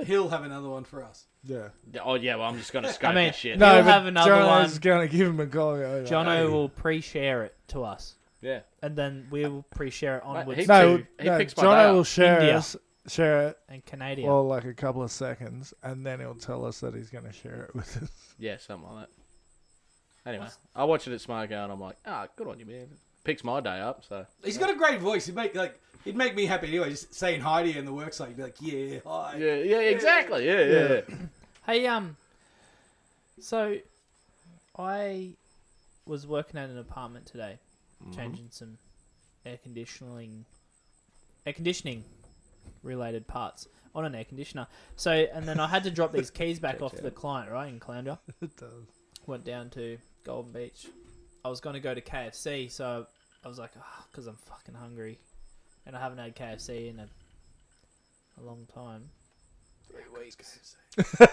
[SPEAKER 5] He'll have another one for us.
[SPEAKER 3] yeah.
[SPEAKER 2] Yeah, Oh yeah, well I'm just gonna scope
[SPEAKER 6] I mean,
[SPEAKER 2] this shit.
[SPEAKER 6] he'll
[SPEAKER 3] but
[SPEAKER 6] have another
[SPEAKER 3] Jono's
[SPEAKER 6] one.
[SPEAKER 3] gonna give him a call. Go,
[SPEAKER 6] Jono will pre-share it to us,
[SPEAKER 2] Yeah, like,
[SPEAKER 6] and then we will pre-share it onwards
[SPEAKER 2] he-
[SPEAKER 3] no,
[SPEAKER 2] He
[SPEAKER 3] no
[SPEAKER 2] picks my day
[SPEAKER 3] Jono
[SPEAKER 2] up.
[SPEAKER 3] will share
[SPEAKER 6] India.
[SPEAKER 3] us, share it
[SPEAKER 6] and Canadian.
[SPEAKER 3] for like a couple of seconds, and then he'll tell us that he's gonna share it with us.
[SPEAKER 2] yeah, something like that. Anyway, I watch it at Smargo and I'm like, ah, good on you, man. Picks my day up. So
[SPEAKER 5] He's got a great voice. He'd make like he'd make me happy anyway. Just saying hi to you in the work site, you'd be like, yeah, hi.
[SPEAKER 2] yeah, yeah, exactly. Yeah, yeah. yeah.
[SPEAKER 6] Hey, um, so I was working at an apartment today, changing some air conditioning, air conditioning related parts on an air conditioner. So, and then I had to drop these keys back off to the client, right, in Caloundra.
[SPEAKER 3] It does.
[SPEAKER 6] Went down to Golden Beach. I was going to go to KFC, so I was like, because I'm fucking hungry. And I haven't had KFC in a, a long time.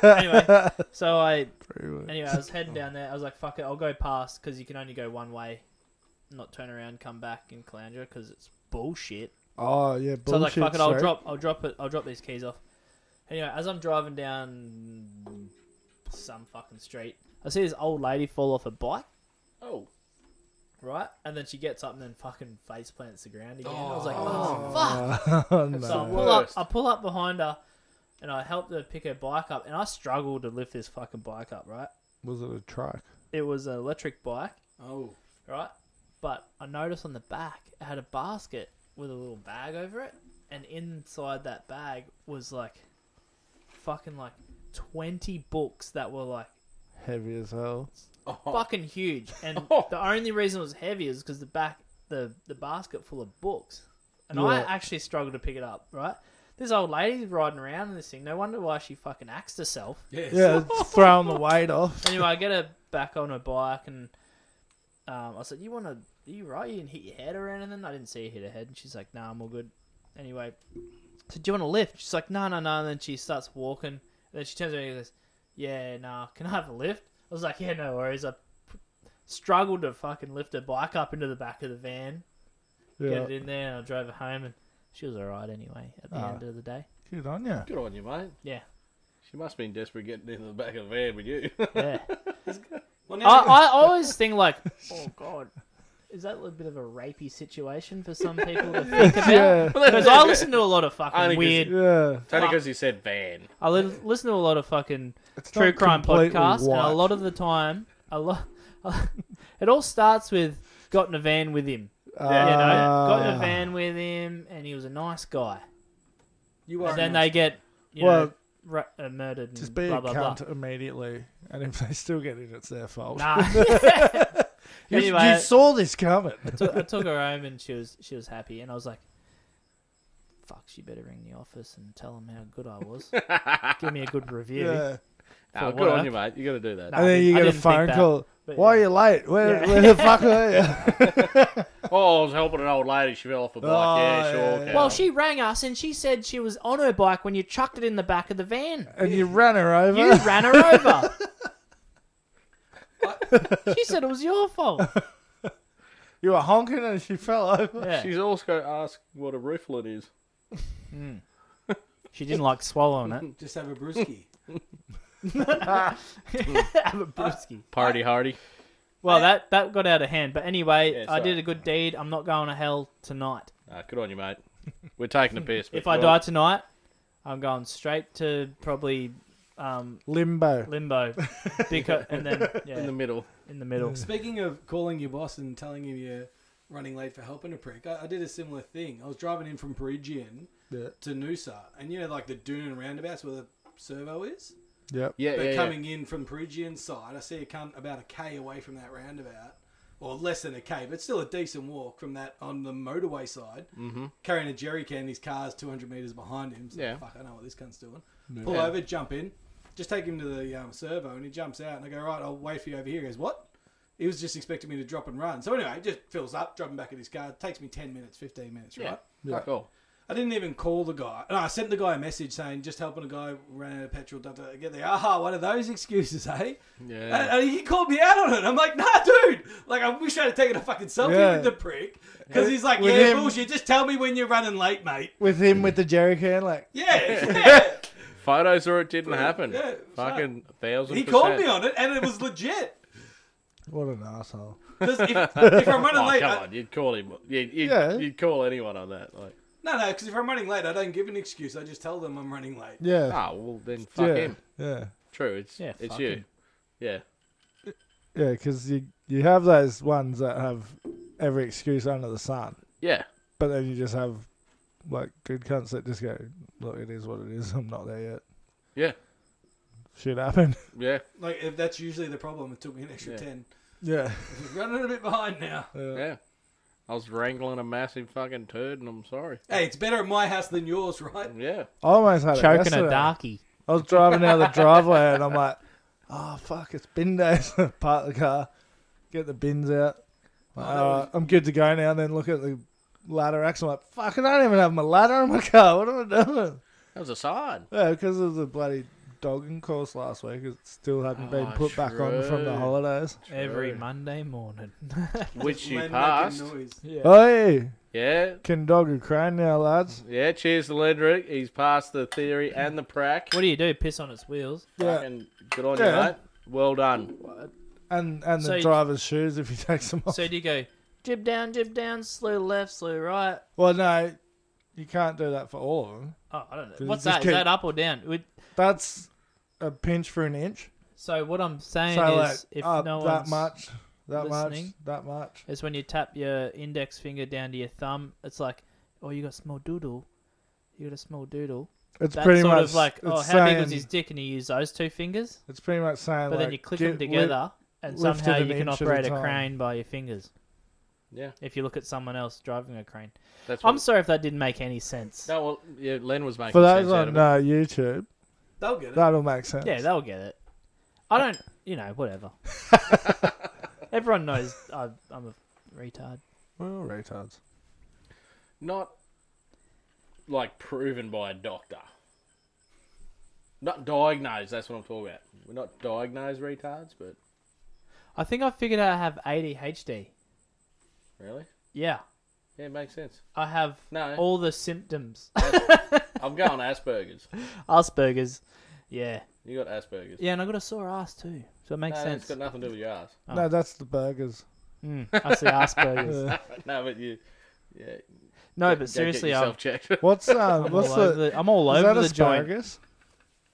[SPEAKER 6] anyway, so I
[SPEAKER 3] Pretty much.
[SPEAKER 6] Anyway, I was heading down there. I was like, "Fuck it, I'll go past because you can only go one way, not turn around, come back in Caloundra because it's bullshit."
[SPEAKER 3] Oh yeah, bullshit.
[SPEAKER 6] So I was like, "Fuck it, I'll
[SPEAKER 3] straight.
[SPEAKER 6] drop, I'll drop it, I'll drop these keys off." Anyway, as I'm driving down some fucking street, I see this old lady fall off a bike,
[SPEAKER 2] Oh,
[SPEAKER 6] right? And then she gets up and then fucking face plants the ground again. I was like, "Oh fuck!"
[SPEAKER 3] Oh, no.
[SPEAKER 6] So I pull up,
[SPEAKER 2] Worst.
[SPEAKER 6] I pull up behind her, and I help her pick her bike up, and I struggle to lift this fucking bike up, right?
[SPEAKER 3] Was it a truck?
[SPEAKER 6] It was an electric bike.
[SPEAKER 5] Oh,
[SPEAKER 6] right? But I noticed on the back it had a basket with a little bag over it, and inside that bag was like fucking like twenty books that were like
[SPEAKER 3] Heavy as hell.
[SPEAKER 6] fucking huge, and the only reason it was heavy is because the back the the basket full of books, and I
[SPEAKER 3] Yeah.
[SPEAKER 6] actually struggled to pick it up, right? This old lady's riding around in this thing. No wonder why she fucking axed herself.
[SPEAKER 5] yes.
[SPEAKER 3] Yeah, throwing the weight off.
[SPEAKER 6] Anyway, I get her back on her bike, and um, I said, "You want to? Are you right? You didn't hit your head or anything?" I didn't see her hit her head, and she's like, "Nah, I'm all good." Anyway, I said, "Do you want to lift?" She's like, "No, no, no." And then she starts walking, and then she turns around and goes, "Yeah, nah, can I have a lift?" I was like, "Yeah, no worries." I p- struggled to fucking lift her bike up into the back of the van,
[SPEAKER 3] Yeah.
[SPEAKER 6] get it in there, and I drove her home, and she was all right anyway. At the
[SPEAKER 3] Ah.
[SPEAKER 6] end of the day,
[SPEAKER 3] Good on you.
[SPEAKER 2] good on you, mate.
[SPEAKER 6] yeah,
[SPEAKER 2] She must have been desperate getting into the back of the van with you.
[SPEAKER 6] yeah.
[SPEAKER 5] Well,
[SPEAKER 6] I,
[SPEAKER 5] now
[SPEAKER 2] Ah.
[SPEAKER 6] I always think like, oh god, is that a bit of a rapey situation for some people to think about?
[SPEAKER 3] Yeah.
[SPEAKER 6] Because I listen to a lot of
[SPEAKER 2] Only
[SPEAKER 6] fucking
[SPEAKER 2] 'cause
[SPEAKER 6] weird.
[SPEAKER 3] Yeah.
[SPEAKER 2] It's only because he said van.
[SPEAKER 6] I li- listen to a lot of fucking
[SPEAKER 3] It's
[SPEAKER 6] true
[SPEAKER 3] not
[SPEAKER 6] crime
[SPEAKER 3] completely
[SPEAKER 6] podcasts, and
[SPEAKER 3] white.
[SPEAKER 6] a lot of the time, a lot, it all starts with got in a van with him.
[SPEAKER 3] Uh,
[SPEAKER 6] You know, got in a
[SPEAKER 3] Ah.
[SPEAKER 6] van with him, and he was a nice guy.
[SPEAKER 5] you are
[SPEAKER 6] And then they get, you know,
[SPEAKER 3] Well-
[SPEAKER 6] ra- uh, murdered and
[SPEAKER 3] Just be
[SPEAKER 6] blah
[SPEAKER 3] a
[SPEAKER 6] blah blah.
[SPEAKER 3] cunt immediately, and if they still get in, it's their fault.
[SPEAKER 6] Nah.
[SPEAKER 3] You,
[SPEAKER 6] anyway,
[SPEAKER 3] you saw this coming.
[SPEAKER 6] took, I took her home and she was she was happy and I was like, "Fuck, she better ring the office and tell them how good I was. Give me a good review."
[SPEAKER 3] Yeah.
[SPEAKER 2] Oh,
[SPEAKER 6] For
[SPEAKER 2] good on
[SPEAKER 6] work.
[SPEAKER 2] you, mate. You got to do that.
[SPEAKER 6] Nah. I
[SPEAKER 3] And then
[SPEAKER 6] didn't-
[SPEAKER 3] you
[SPEAKER 6] I
[SPEAKER 3] get a
[SPEAKER 6] didn't think
[SPEAKER 3] phone
[SPEAKER 6] that,
[SPEAKER 3] call.
[SPEAKER 6] but
[SPEAKER 3] Why are
[SPEAKER 6] yeah.
[SPEAKER 3] you late? Where,
[SPEAKER 6] Yeah.
[SPEAKER 3] where the fuck are you?
[SPEAKER 2] Oh, oh, I was helping an old lady. She fell off a bike.
[SPEAKER 3] Oh,
[SPEAKER 2] yeah, sure.
[SPEAKER 3] yeah, yeah.
[SPEAKER 2] okay.
[SPEAKER 6] Well, she rang us and she said she was on her bike when you chucked it in the back of the van.
[SPEAKER 3] And you ran her over.
[SPEAKER 6] You ran her over. she said it was your fault.
[SPEAKER 3] You were honking and she fell over.
[SPEAKER 6] Yeah.
[SPEAKER 2] She's also asked what a rooflet is.
[SPEAKER 6] She didn't like swallowing it.
[SPEAKER 5] Just have a brewski.
[SPEAKER 6] Have a brewski.
[SPEAKER 2] Party hardy.
[SPEAKER 6] Well, that that got out of hand. But anyway,
[SPEAKER 2] Yeah,
[SPEAKER 6] I
[SPEAKER 2] sorry.
[SPEAKER 6] did a good deed. I'm not going to hell tonight.
[SPEAKER 2] Ah, good on you, mate. We're taking a piss. but
[SPEAKER 6] If I
[SPEAKER 2] you're-
[SPEAKER 6] die tonight, I'm going straight to probably um,
[SPEAKER 3] Limbo.
[SPEAKER 6] limbo, because, and then yeah,
[SPEAKER 2] in the middle,
[SPEAKER 6] in the middle.
[SPEAKER 5] Speaking of calling your boss and telling him you're running late for helping a prick, I, I did a similar thing. I was driving in from Perigian
[SPEAKER 3] Yeah.
[SPEAKER 5] to Noosa, and you know, like the Doonan roundabouts where the servo is?
[SPEAKER 3] Yep.
[SPEAKER 2] yeah,
[SPEAKER 5] but
[SPEAKER 2] yeah, yeah.
[SPEAKER 5] coming in from Perigian side, I see a cunt about a K away from that roundabout, or less than a K, but still a decent walk from that on the motorway side, mm-hmm. carrying a jerry can. His car's 200 metres behind him. So,
[SPEAKER 2] Yeah.
[SPEAKER 5] fuck, I know what this cunt's doing. Pull over, jump in, just take him to the um, servo, and he jumps out, and I go, right, I'll wait for you over here. He goes, what? He was just expecting me to drop and run. So anyway, it just fills up, dropping back in his car. takes me 10 minutes, 15 minutes,
[SPEAKER 2] Yeah.
[SPEAKER 5] right?
[SPEAKER 2] Fuck all.
[SPEAKER 5] I didn't even call the guy. No, I sent the guy a message saying just helping a guy ran out of petrol. Da, da, get there. Aha, one of those excuses, eh?
[SPEAKER 2] Yeah.
[SPEAKER 5] And, and he called me out on it. I'm like, nah, dude. Like, I wish I'd have taken a fucking selfie
[SPEAKER 3] Yeah.
[SPEAKER 5] with the prick. Because he's like,
[SPEAKER 3] With
[SPEAKER 5] yeah,
[SPEAKER 3] him-
[SPEAKER 5] bullshit. Just tell me when you're running late, mate.
[SPEAKER 3] With him with the jerry can, like,
[SPEAKER 5] Yeah. yeah.
[SPEAKER 2] Photos or it didn't happen.
[SPEAKER 5] uh, yeah,
[SPEAKER 2] Fucking thousand.
[SPEAKER 5] he called
[SPEAKER 2] percent.
[SPEAKER 5] me on it, and it was legit.
[SPEAKER 3] what an asshole.
[SPEAKER 5] 'Cause if, if I'm running
[SPEAKER 2] Oh,
[SPEAKER 5] late,
[SPEAKER 2] come
[SPEAKER 5] I-
[SPEAKER 2] on, you'd call him. You'd, you'd,
[SPEAKER 3] Yeah.
[SPEAKER 2] you'd call anyone on that. Like,
[SPEAKER 5] no, no. Because if I'm running late, I don't give an excuse. I just tell them I'm running late.
[SPEAKER 3] Yeah.
[SPEAKER 2] ah, well then, fuck
[SPEAKER 3] yeah.
[SPEAKER 2] him.
[SPEAKER 3] Yeah.
[SPEAKER 2] True, it's
[SPEAKER 6] Yeah,
[SPEAKER 2] it's
[SPEAKER 6] fuck
[SPEAKER 2] you.
[SPEAKER 6] him.
[SPEAKER 2] Yeah,
[SPEAKER 3] Yeah, because you, you have those ones that have every excuse under the sun,
[SPEAKER 2] yeah,
[SPEAKER 3] but then you just have like good cunts that just go, look, it is what it is. I'm not there yet.
[SPEAKER 2] yeah,
[SPEAKER 3] Shit happened.
[SPEAKER 2] yeah,
[SPEAKER 5] Like, if that's usually the problem. It took me an extra
[SPEAKER 2] Yeah.
[SPEAKER 5] 10.
[SPEAKER 3] Yeah.
[SPEAKER 5] running a bit behind now.
[SPEAKER 2] yeah. I was wrangling a massive fucking turd, and I'm sorry.
[SPEAKER 5] Hey, it's better at my house than yours, right?
[SPEAKER 2] Yeah,
[SPEAKER 3] I almost had it
[SPEAKER 6] Choking
[SPEAKER 3] yesterday.
[SPEAKER 6] a darkie.
[SPEAKER 3] I was driving down the driveway and I'm like, oh, fuck, it's bin day. So I park the car, get the bins out. Like,
[SPEAKER 5] that
[SPEAKER 3] "Alright,
[SPEAKER 5] was-
[SPEAKER 3] I'm good to go now. And then look at the ladder racks. I'm like, fuck, I don't even have my ladder in my car. What am I doing?
[SPEAKER 2] that was a side.
[SPEAKER 3] Yeah, because of the bloody dogging course last week. It still hadn't been
[SPEAKER 2] Oh,
[SPEAKER 3] put back on from the
[SPEAKER 2] true.
[SPEAKER 3] holidays.
[SPEAKER 6] Every
[SPEAKER 2] True.
[SPEAKER 6] Monday morning.
[SPEAKER 2] which you
[SPEAKER 5] Man making
[SPEAKER 2] passed.
[SPEAKER 5] noise.
[SPEAKER 3] Oh.
[SPEAKER 6] yeah.
[SPEAKER 3] Hey,
[SPEAKER 2] Yeah,
[SPEAKER 3] can dog a crane now, lads.
[SPEAKER 2] yeah. Cheers to Ledrick. He's passed the theory and the prac.
[SPEAKER 6] What do you do? Piss on its wheels?
[SPEAKER 2] Mm.
[SPEAKER 3] Yeah,
[SPEAKER 2] Fucking good on you,
[SPEAKER 3] Yeah.
[SPEAKER 2] mate. Well done.
[SPEAKER 3] and and
[SPEAKER 6] So
[SPEAKER 3] the
[SPEAKER 6] you-
[SPEAKER 3] driver's shoes if he takes them off.
[SPEAKER 6] So do you go jib down, jib down, slew left, slew right?
[SPEAKER 3] well, no, you can't do that for all of them.
[SPEAKER 6] Oh, I don't know.
[SPEAKER 3] you
[SPEAKER 6] What's
[SPEAKER 3] just
[SPEAKER 6] that? Is
[SPEAKER 3] keep-
[SPEAKER 6] that up or down? Would-
[SPEAKER 3] That's a pinch for an inch.
[SPEAKER 6] So what I'm saying
[SPEAKER 3] So
[SPEAKER 6] is,
[SPEAKER 3] like
[SPEAKER 6] if
[SPEAKER 3] up
[SPEAKER 6] no
[SPEAKER 3] that
[SPEAKER 6] one's,
[SPEAKER 3] much, that
[SPEAKER 6] listening.
[SPEAKER 3] much, that much.
[SPEAKER 6] it's when you tap your index finger down to your thumb. It's like, oh, you got small doodle. You got a small doodle.
[SPEAKER 3] It's
[SPEAKER 6] That's
[SPEAKER 3] pretty
[SPEAKER 6] sort
[SPEAKER 3] much
[SPEAKER 6] of like, oh, how
[SPEAKER 3] it's
[SPEAKER 6] big was
[SPEAKER 3] saying-
[SPEAKER 6] his dick? And you use those two fingers,
[SPEAKER 3] It's pretty much saying.
[SPEAKER 6] but then
[SPEAKER 3] like,
[SPEAKER 6] you click
[SPEAKER 3] get
[SPEAKER 6] them together, and
[SPEAKER 3] lift it
[SPEAKER 6] somehow
[SPEAKER 3] an
[SPEAKER 6] you can
[SPEAKER 3] inch at a
[SPEAKER 6] operate a
[SPEAKER 3] time.
[SPEAKER 6] crane by your fingers.
[SPEAKER 2] Yeah,
[SPEAKER 6] If you look at someone else driving a crane,
[SPEAKER 2] that's. What,
[SPEAKER 6] I'm sorry if that didn't make any sense.
[SPEAKER 2] No, well, yeah, Len was making
[SPEAKER 3] Lit, for those
[SPEAKER 2] sense out of
[SPEAKER 3] on
[SPEAKER 2] it.
[SPEAKER 3] uh, YouTube,
[SPEAKER 5] They'll get it.
[SPEAKER 3] that'll make sense.
[SPEAKER 6] Yeah, they'll get it. I don't, you know, whatever. Everyone knows I, I'm a retard.
[SPEAKER 3] We're all retards.
[SPEAKER 2] Not like proven by a doctor. Not diagnosed. That's what I'm talking about. We're not diagnosed retards, but
[SPEAKER 6] I think I figured out I have ADHD.
[SPEAKER 2] really,
[SPEAKER 6] Yeah,
[SPEAKER 2] yeah, it makes sense.
[SPEAKER 6] I have
[SPEAKER 2] No.
[SPEAKER 6] all the symptoms.
[SPEAKER 2] I'm going Asperger's.
[SPEAKER 6] Asperger's. Yeah,
[SPEAKER 2] You got Asperger's.
[SPEAKER 6] yeah, and I got a sore ass too, so it makes
[SPEAKER 2] no,
[SPEAKER 6] sense.
[SPEAKER 2] It's got nothing to do with your ass.
[SPEAKER 6] Oh.
[SPEAKER 3] No, that's the burgers.
[SPEAKER 6] Mm, I see Asperger's.
[SPEAKER 2] no, but you. Yeah.
[SPEAKER 6] No,
[SPEAKER 2] go
[SPEAKER 6] but seriously,
[SPEAKER 2] get
[SPEAKER 6] I'm,
[SPEAKER 2] yourself checked.
[SPEAKER 3] What's um,
[SPEAKER 6] I'm
[SPEAKER 3] what's
[SPEAKER 6] all over
[SPEAKER 3] the?
[SPEAKER 6] the, I'm all
[SPEAKER 3] Is
[SPEAKER 6] over
[SPEAKER 3] that
[SPEAKER 6] the joint.
[SPEAKER 3] asparagus?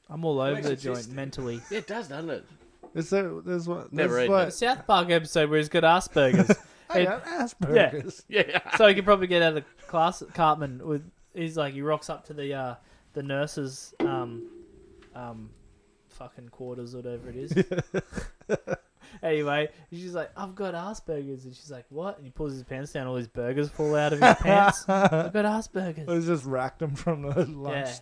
[SPEAKER 6] I'm all over
[SPEAKER 5] makes
[SPEAKER 6] the
[SPEAKER 5] it
[SPEAKER 6] joint
[SPEAKER 5] tasty.
[SPEAKER 6] mentally.
[SPEAKER 2] yeah, it does, doesn't it?
[SPEAKER 3] Is there? There's one. There's
[SPEAKER 2] Never eaten
[SPEAKER 3] like,
[SPEAKER 6] The South Park episode where he's got Asperger's,
[SPEAKER 3] I got Asperger's.
[SPEAKER 2] Yeah.
[SPEAKER 6] so he could probably get out of class. Cartman with he's like he rocks up to the uh, the nurses. Um, um, fucking quarters, or whatever it is. anyway, she's like, I've got Asperger's. And she's like, What? And he pulls his pants down, all his burgers fall out of his pants. I've got Asperger's.
[SPEAKER 3] It's just racked them from the lunch.
[SPEAKER 6] Yeah.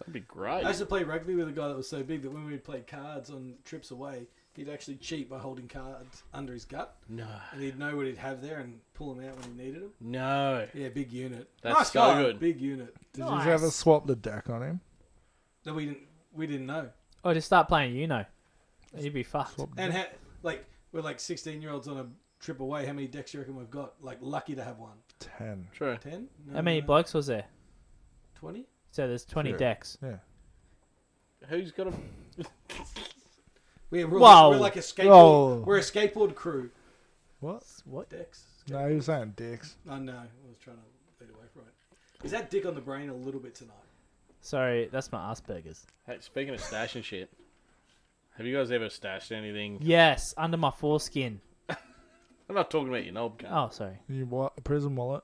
[SPEAKER 2] That'd be great.
[SPEAKER 5] I used to play rugby with a guy that was so big that when we'd play cards on trips away, He'd actually cheat by holding cards under his gut,
[SPEAKER 2] No.
[SPEAKER 5] and he'd know what he'd have there and pull them out when he needed them.
[SPEAKER 2] No.
[SPEAKER 5] Yeah, big unit.
[SPEAKER 2] That's
[SPEAKER 5] nice
[SPEAKER 2] so
[SPEAKER 5] guy.
[SPEAKER 2] good.
[SPEAKER 5] Big unit.
[SPEAKER 3] Did
[SPEAKER 6] Nice.
[SPEAKER 3] you ever swap the deck on him?
[SPEAKER 5] No, we didn't. We didn't know.
[SPEAKER 6] Oh, just start playing Uno. You'd be fucked.
[SPEAKER 3] Swap the
[SPEAKER 5] And
[SPEAKER 3] deck?
[SPEAKER 5] ha- like we're like sixteen year olds on a trip away. How many decks do you reckon we've got? Like lucky to have one.
[SPEAKER 3] ten.
[SPEAKER 2] True.
[SPEAKER 5] Ten?
[SPEAKER 6] How many blokes was there?
[SPEAKER 5] Twenty?
[SPEAKER 6] So there's 20
[SPEAKER 3] Sure.
[SPEAKER 6] decks.
[SPEAKER 3] Yeah.
[SPEAKER 2] Who's got a
[SPEAKER 5] We, we're,
[SPEAKER 6] Wow.
[SPEAKER 5] like, we're like a skateboard.
[SPEAKER 3] Whoa.
[SPEAKER 5] We're a skateboard crew.
[SPEAKER 3] What?
[SPEAKER 6] What?
[SPEAKER 5] Decks.
[SPEAKER 3] No, he was saying dicks.
[SPEAKER 5] Oh, I know. I was trying to lead away from it. Is that dick on the brain a little bit tonight?
[SPEAKER 6] Sorry, that's my Asperger's.
[SPEAKER 2] Hey, speaking of stashing shit, have you guys ever stashed anything?
[SPEAKER 6] Yes, under my foreskin.
[SPEAKER 2] I'm not talking about your knob gun.
[SPEAKER 6] Oh, sorry.
[SPEAKER 3] You what? A prison wallet?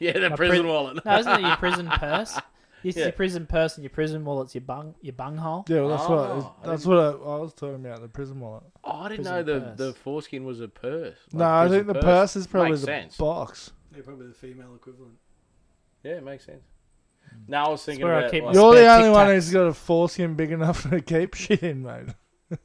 [SPEAKER 2] Yeah, the
[SPEAKER 6] My
[SPEAKER 2] prison
[SPEAKER 6] pri-
[SPEAKER 2] wallet.
[SPEAKER 6] No, isn't it your prison purse? It's
[SPEAKER 2] Yeah.
[SPEAKER 6] your prison purse and your prison wallet's your bung your bunghole.
[SPEAKER 3] Yeah, well, that's
[SPEAKER 2] Oh,
[SPEAKER 3] what
[SPEAKER 2] I
[SPEAKER 3] that's what I, I was talking about. The prison wallet.
[SPEAKER 2] Oh, I didn't
[SPEAKER 6] Prison
[SPEAKER 2] know the,
[SPEAKER 6] purse.
[SPEAKER 2] the foreskin was a purse. Like
[SPEAKER 3] no, I
[SPEAKER 2] prison
[SPEAKER 3] think the purse is probably
[SPEAKER 2] Makes
[SPEAKER 3] the
[SPEAKER 2] sense.
[SPEAKER 3] box.
[SPEAKER 5] They're probably the female equivalent.
[SPEAKER 2] Yeah, it makes sense. Now I was thinking
[SPEAKER 6] where I
[SPEAKER 2] about.
[SPEAKER 6] keep
[SPEAKER 2] like,
[SPEAKER 6] my-
[SPEAKER 3] You're the
[SPEAKER 6] spare
[SPEAKER 3] only one
[SPEAKER 6] tic-tac.
[SPEAKER 3] who's got a foreskin big enough to keep shit in, mate.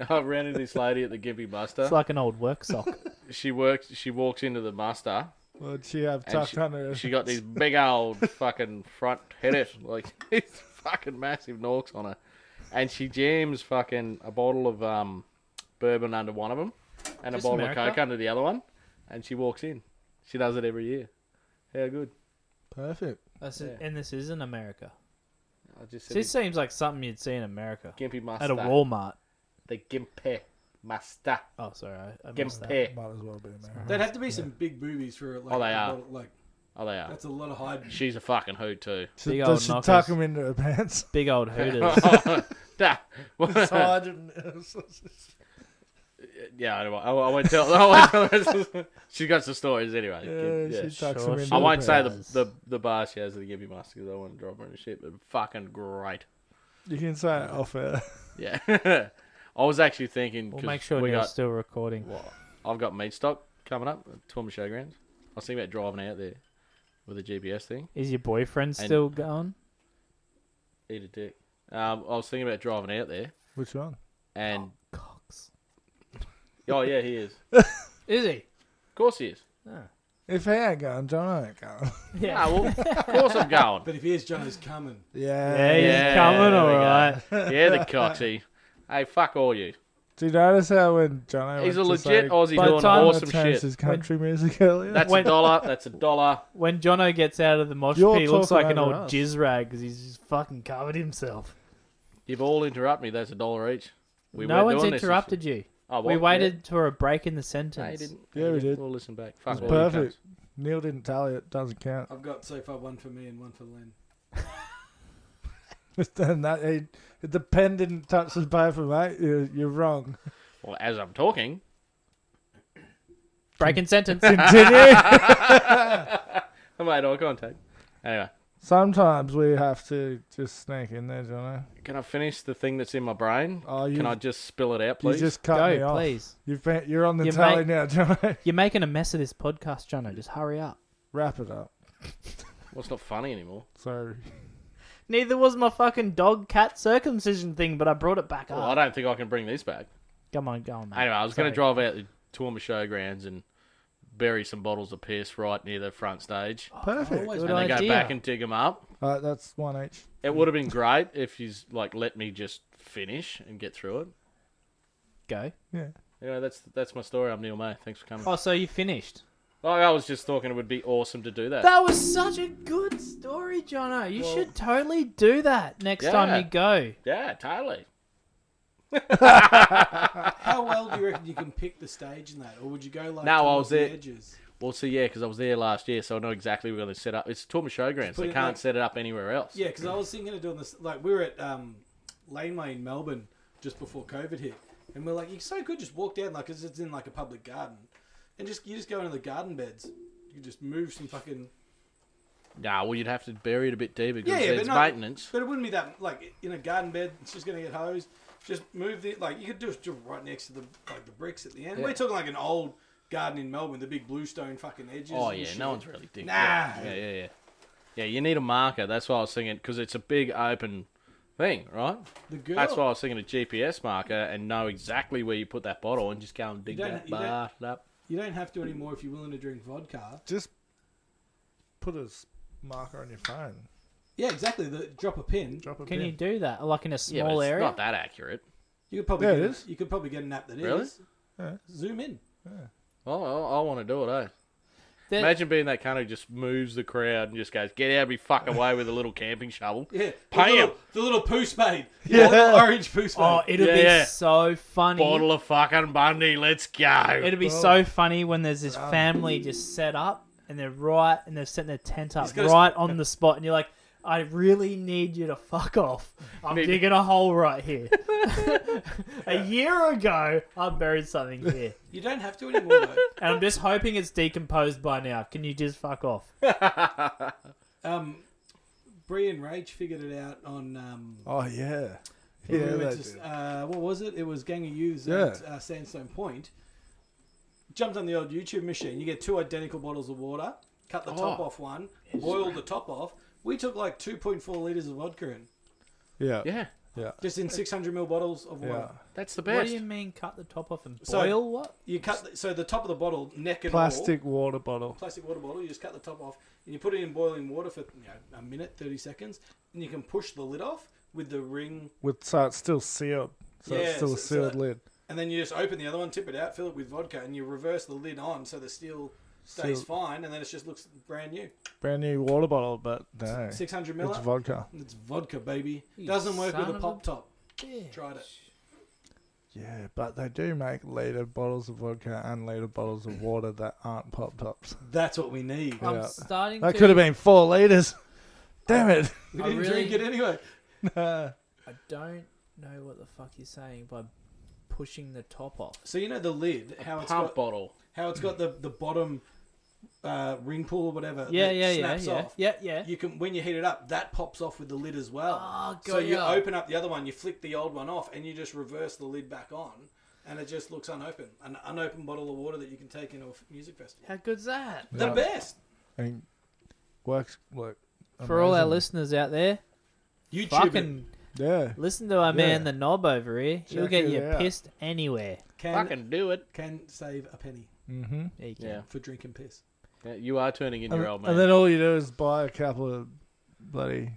[SPEAKER 2] I ran into this lady at the Gimpy Buster.
[SPEAKER 6] It's like an old work sock.
[SPEAKER 2] she works. She walks into the Buster.
[SPEAKER 3] What'd she have
[SPEAKER 2] And
[SPEAKER 3] tucked
[SPEAKER 2] she-
[SPEAKER 3] under her?
[SPEAKER 2] She got these big old fucking front headers, like these fucking massive norks on her, and she jams fucking a bottle of um, bourbon under one of them, and
[SPEAKER 6] Just
[SPEAKER 2] a bottle
[SPEAKER 6] America?
[SPEAKER 2] of coke under the other one, and she walks in. She does it every year. How good!
[SPEAKER 3] Perfect.
[SPEAKER 6] That's
[SPEAKER 2] it.
[SPEAKER 6] And this is in America.
[SPEAKER 2] I just said
[SPEAKER 6] This seems like something you'd see in America.
[SPEAKER 2] the gimpy master.
[SPEAKER 6] At a Walmart.
[SPEAKER 2] The gimpy master.
[SPEAKER 6] Oh, sorry. I, I missed that.
[SPEAKER 2] Gimpy.
[SPEAKER 3] Might as well be man.
[SPEAKER 5] There'd have to be some big boobies for like.
[SPEAKER 2] Oh, they
[SPEAKER 5] a
[SPEAKER 2] are.
[SPEAKER 5] lot of- like
[SPEAKER 2] Oh, they are.
[SPEAKER 5] that's a lot of hide.
[SPEAKER 2] She's a fucking hoot too.
[SPEAKER 3] She,
[SPEAKER 6] Big old
[SPEAKER 3] does she
[SPEAKER 6] knockers.
[SPEAKER 3] tuck them into her pants?
[SPEAKER 6] Big old hooters.
[SPEAKER 2] Oh, Da.
[SPEAKER 3] Side and-
[SPEAKER 2] yeah, I won't, I won't tell. I won't tell her. She's got some stories anyway. Gim-
[SPEAKER 3] yeah, she tucks
[SPEAKER 6] sure
[SPEAKER 3] them
[SPEAKER 6] she
[SPEAKER 3] into
[SPEAKER 2] I
[SPEAKER 3] her
[SPEAKER 2] won't say the,
[SPEAKER 6] Yes.
[SPEAKER 2] the the bar she has at the Gibby Master because I want to drop her in a shit, but fucking great.
[SPEAKER 3] You can say it off air.
[SPEAKER 2] Yeah. I was actually thinking.
[SPEAKER 6] We'll
[SPEAKER 2] 'cause
[SPEAKER 6] make sure
[SPEAKER 2] we
[SPEAKER 6] we are
[SPEAKER 2] got,
[SPEAKER 6] still recording.
[SPEAKER 2] I've got meat stock coming up at Toowoomba Showgrounds. I was thinking about driving out there with a GPS thing.
[SPEAKER 6] Is your boyfriend still gone?
[SPEAKER 2] Eat a dick. Um, I was thinking about driving out there
[SPEAKER 3] Which one?
[SPEAKER 2] and.
[SPEAKER 6] Cox.
[SPEAKER 2] Oh, yeah, he is.
[SPEAKER 6] Is he?
[SPEAKER 2] Of course he is.
[SPEAKER 3] If he ain't going, John ain't going.
[SPEAKER 6] Yeah.
[SPEAKER 2] Ah, well, of course I'm going.
[SPEAKER 5] But if he is John's coming,
[SPEAKER 3] Yeah.
[SPEAKER 6] Yeah, he's
[SPEAKER 2] Yeah,
[SPEAKER 6] coming,
[SPEAKER 2] there we
[SPEAKER 6] all
[SPEAKER 2] go.
[SPEAKER 6] right.
[SPEAKER 2] Yeah, the coxie. Hey, fuck all you.
[SPEAKER 3] Do you notice how when John
[SPEAKER 2] He's a legit Aussie
[SPEAKER 6] By the
[SPEAKER 2] doing
[SPEAKER 6] time-
[SPEAKER 2] awesome shit.
[SPEAKER 3] his country music earlier.
[SPEAKER 2] That's a
[SPEAKER 6] When-
[SPEAKER 2] dollar. That's a dollar.
[SPEAKER 6] When Jono gets out of the mosh
[SPEAKER 3] You're
[SPEAKER 6] pit, he looks
[SPEAKER 3] talking
[SPEAKER 6] like an
[SPEAKER 3] over
[SPEAKER 6] old
[SPEAKER 3] us.
[SPEAKER 6] jizz rag because he's just fucking covered himself.
[SPEAKER 2] You've all interrupted me. That's a dollar each. We
[SPEAKER 6] no
[SPEAKER 2] weren't
[SPEAKER 6] one's
[SPEAKER 2] doing this this-
[SPEAKER 6] interrupted you.
[SPEAKER 2] Oh,
[SPEAKER 6] We
[SPEAKER 2] what?
[SPEAKER 6] waited for a break in the
[SPEAKER 2] Yeah. No, you
[SPEAKER 6] sentence.
[SPEAKER 2] didn't.
[SPEAKER 3] Yeah,
[SPEAKER 2] You
[SPEAKER 3] we did.
[SPEAKER 2] We'll listen back. Fuck
[SPEAKER 3] It's
[SPEAKER 2] all you
[SPEAKER 3] perfect.
[SPEAKER 2] cunts.
[SPEAKER 3] Neil didn't tally it. Doesn't count.
[SPEAKER 5] I've got so far one for me and one for Len.
[SPEAKER 3] and that he, the pen didn't touch the paper, mate. You're, you're wrong.
[SPEAKER 2] Well, as I'm talking,
[SPEAKER 6] break in sentence.
[SPEAKER 3] Continue.
[SPEAKER 6] Oh,
[SPEAKER 2] I made eye contact. Anyway,
[SPEAKER 3] Sometimes we have to just sneak in there, Johnny.
[SPEAKER 2] can I finish the thing that's in my brain?
[SPEAKER 3] Oh, you,
[SPEAKER 2] Can I just spill it out,
[SPEAKER 3] you
[SPEAKER 2] please?
[SPEAKER 3] just cut me
[SPEAKER 6] Go,
[SPEAKER 3] off.
[SPEAKER 6] please.
[SPEAKER 3] You've been, you're on the
[SPEAKER 6] You
[SPEAKER 3] tally
[SPEAKER 6] make-
[SPEAKER 3] now, Johnny.
[SPEAKER 6] You're making a mess of this podcast, Jono. Just hurry up.
[SPEAKER 3] Wrap it up.
[SPEAKER 2] Well, it's not funny anymore.
[SPEAKER 3] Sorry.
[SPEAKER 6] Neither was my fucking dog cat circumcision thing, but I brought it back
[SPEAKER 2] Well,
[SPEAKER 6] up.
[SPEAKER 2] I don't think I can bring these back.
[SPEAKER 6] Come on, go on, mate.
[SPEAKER 2] Anyway, I was going to
[SPEAKER 6] Sorry.
[SPEAKER 2] drive out to Toowoomba Showgrounds and bury some bottles of piss right near the front
[SPEAKER 6] Oh,
[SPEAKER 2] stage,
[SPEAKER 3] Perfect.
[SPEAKER 5] Always
[SPEAKER 6] Good
[SPEAKER 2] and then go
[SPEAKER 6] idea.
[SPEAKER 2] back and dig them up.
[SPEAKER 3] All right, that's one each.
[SPEAKER 2] It would have been great if you like let me just finish and get through it.
[SPEAKER 6] Go.
[SPEAKER 3] Yeah.
[SPEAKER 2] Anyway, that's that's my story. I'm Neil May. Thanks for coming.
[SPEAKER 6] Oh, so you finished.
[SPEAKER 2] Like, I was just talking, it would be awesome to do that.
[SPEAKER 6] That was such a good story, Jono. You should totally do that next
[SPEAKER 2] Yeah.
[SPEAKER 6] time you go.
[SPEAKER 2] Yeah, totally.
[SPEAKER 5] How well do you reckon you can pick the stage in that, or would you go like
[SPEAKER 2] No, I
[SPEAKER 5] towards
[SPEAKER 2] was
[SPEAKER 5] the
[SPEAKER 2] there.
[SPEAKER 5] edges?
[SPEAKER 2] Well, see, yeah, because I was there last year, so I know exactly where they set up. It's Toowoomba Showgrounds.
[SPEAKER 5] put
[SPEAKER 2] They
[SPEAKER 5] it
[SPEAKER 2] can't
[SPEAKER 5] like-
[SPEAKER 2] set it up anywhere else.
[SPEAKER 5] Yeah, because I was thinking of doing this. Like we were at um, Laneway in Melbourne just before COVID hit, and we're like, you so good just walk down like 'cause it's in like a public garden, and just you just go into the garden beds. You just move some fucking.
[SPEAKER 2] Nah, well, you'd have to bury it a bit deeper because
[SPEAKER 5] Yeah, yeah,
[SPEAKER 2] there's
[SPEAKER 5] but no-
[SPEAKER 2] maintenance.
[SPEAKER 5] But it wouldn't be that like in a garden bed. It's just gonna get hosed. Just move the like you could do it just right next to the like the bricks at the end. We're talking like an old garden in Melbourne, the big bluestone fucking edges.
[SPEAKER 2] Oh,
[SPEAKER 5] and
[SPEAKER 2] yeah,
[SPEAKER 5] shit.
[SPEAKER 2] no one's really digging.
[SPEAKER 5] Nah.
[SPEAKER 2] Yeah, yeah, yeah. Yeah, you need a marker. That's why I was thinking, because it's a big open thing, right?
[SPEAKER 5] The girl.
[SPEAKER 2] That's why I was thinking a GPS marker and know exactly where you put that bottle and just go and dig
[SPEAKER 5] You don't-
[SPEAKER 2] that
[SPEAKER 5] you don't-
[SPEAKER 2] bar up.
[SPEAKER 5] You don't have to anymore if you're willing to drink vodka.
[SPEAKER 3] Just put a s- marker on your phone.
[SPEAKER 5] Yeah, exactly. The drop a pin.
[SPEAKER 3] Drop a
[SPEAKER 6] Can
[SPEAKER 3] pin.
[SPEAKER 6] you do that? Like in a
[SPEAKER 2] Yeah, but
[SPEAKER 6] small
[SPEAKER 2] it's
[SPEAKER 6] area?
[SPEAKER 2] not that accurate.
[SPEAKER 5] You could probably
[SPEAKER 3] Yeah,
[SPEAKER 5] get,
[SPEAKER 3] it
[SPEAKER 5] an-
[SPEAKER 3] is.
[SPEAKER 5] You could probably get an app that is.
[SPEAKER 2] Really?
[SPEAKER 3] Yeah.
[SPEAKER 5] Zoom in.
[SPEAKER 2] Oh, I, I want to do it, eh?
[SPEAKER 6] There-
[SPEAKER 2] Imagine being that cunt who just moves the crowd and just goes, "Get out of me fucking way!" with a little camping shovel.
[SPEAKER 5] Yeah.
[SPEAKER 2] Pay 'em.
[SPEAKER 5] the little, the little poo spade. Yeah. The little orange poo spade.
[SPEAKER 6] oh, it'll be
[SPEAKER 2] Yeah, yeah.
[SPEAKER 6] so funny.
[SPEAKER 2] Bottle of fucking Bundy, let's go.
[SPEAKER 6] It'll be so funny when there's this family just set up and they're right and they're setting their tent up
[SPEAKER 5] gotta-
[SPEAKER 6] right on the spot, and you're like, I really need you to fuck off. I'm
[SPEAKER 2] Need-
[SPEAKER 6] digging a hole right here. a year ago, I buried something here,
[SPEAKER 5] you don't have to anymore though.
[SPEAKER 6] and I'm just hoping it's decomposed by now. Can you just fuck off?
[SPEAKER 5] Um, Bree and Rage figured it out on. Um,
[SPEAKER 3] Oh yeah, yeah,
[SPEAKER 5] when we
[SPEAKER 3] they
[SPEAKER 5] went to, s-
[SPEAKER 3] do.
[SPEAKER 5] uh, what was it? It was Gang of Youths at
[SPEAKER 3] Yeah.
[SPEAKER 5] uh, Sandstone Point. Jumped on the old YouTube machine. You get two identical bottles of water, cut the top
[SPEAKER 2] Oh.
[SPEAKER 5] off one, boil the top off. We took like 2.4 litres of vodka in,
[SPEAKER 3] yeah,
[SPEAKER 2] Yeah,
[SPEAKER 3] yeah,
[SPEAKER 5] just in 600 ml bottles of water.
[SPEAKER 3] yeah.
[SPEAKER 2] that's the
[SPEAKER 6] What
[SPEAKER 2] best.
[SPEAKER 6] do you mean, cut the top off and boil?
[SPEAKER 5] So-
[SPEAKER 6] what?
[SPEAKER 5] You cut the, so the top of the bottle, neck and all,
[SPEAKER 3] Plastic water bottle.
[SPEAKER 5] plastic water bottle. You just cut the top off and you put it in boiling water for you know, a minute, 30 seconds, and you can push the lid off with the ring
[SPEAKER 3] with so it's still sealed. So
[SPEAKER 5] Yeah,
[SPEAKER 3] it's still
[SPEAKER 5] so-
[SPEAKER 3] a
[SPEAKER 5] so
[SPEAKER 3] sealed
[SPEAKER 5] that-
[SPEAKER 3] lid.
[SPEAKER 5] And then you just open the other one, tip it out, fill it with vodka, and you reverse the lid on so the steel stays
[SPEAKER 3] Seal-
[SPEAKER 5] fine, and then it just looks brand new.
[SPEAKER 3] Brand new water bottle, but no, it's
[SPEAKER 5] 600 ml. It's,
[SPEAKER 3] vodka.
[SPEAKER 5] vodka, baby.
[SPEAKER 6] You
[SPEAKER 5] Doesn't work with
[SPEAKER 6] son
[SPEAKER 5] a
[SPEAKER 6] of
[SPEAKER 5] pop top. Tried it.
[SPEAKER 3] Yeah, but they do make liter bottles of vodka and liter bottles of water that aren't pop tops.
[SPEAKER 5] That's what we need.
[SPEAKER 3] Yeah.
[SPEAKER 6] I'm starting
[SPEAKER 3] That
[SPEAKER 6] to.
[SPEAKER 3] could have been four liters. Damn it!
[SPEAKER 5] We
[SPEAKER 6] I
[SPEAKER 5] didn't
[SPEAKER 6] really-
[SPEAKER 5] drink it anyway.
[SPEAKER 6] I don't know what the fuck you're saying by pushing the top off.
[SPEAKER 5] So you know the lid, how
[SPEAKER 2] Pump
[SPEAKER 5] it's got
[SPEAKER 2] bottle.
[SPEAKER 5] how it's got the the bottom uh, ring pull or whatever.
[SPEAKER 6] Yeah,
[SPEAKER 5] that
[SPEAKER 6] yeah, yeah,
[SPEAKER 5] snaps
[SPEAKER 6] yeah,
[SPEAKER 5] off.
[SPEAKER 6] yeah, yeah.
[SPEAKER 5] You can when you heat it up, that pops off with the lid as well.
[SPEAKER 6] Ah,
[SPEAKER 5] so
[SPEAKER 6] got
[SPEAKER 5] you
[SPEAKER 6] ya.
[SPEAKER 5] open up the other one, you flick the old one off, and you just reverse the lid back on, and it just looks unopened. An unopened bottle of water that you can take into a f- music festival.
[SPEAKER 6] How good's that?
[SPEAKER 5] The
[SPEAKER 3] Yeah.
[SPEAKER 5] best.
[SPEAKER 3] And works like
[SPEAKER 6] For all our
[SPEAKER 3] amazing.
[SPEAKER 6] listeners out there,
[SPEAKER 5] YouTube. it.
[SPEAKER 6] fucking
[SPEAKER 3] Yeah,
[SPEAKER 6] listen to our man the
[SPEAKER 3] Yeah.
[SPEAKER 6] knob over here. He'll
[SPEAKER 3] Check
[SPEAKER 6] get
[SPEAKER 3] it
[SPEAKER 6] you
[SPEAKER 3] out.
[SPEAKER 6] pissed anywhere.
[SPEAKER 5] can
[SPEAKER 2] Fucking do it.
[SPEAKER 5] can save a penny
[SPEAKER 3] mm-hmm.
[SPEAKER 6] There you go.
[SPEAKER 2] Yeah.
[SPEAKER 5] for drinking piss.
[SPEAKER 2] Yeah, You are turning in
[SPEAKER 3] And,
[SPEAKER 2] your old man.
[SPEAKER 3] and then all you do is buy a couple of bloody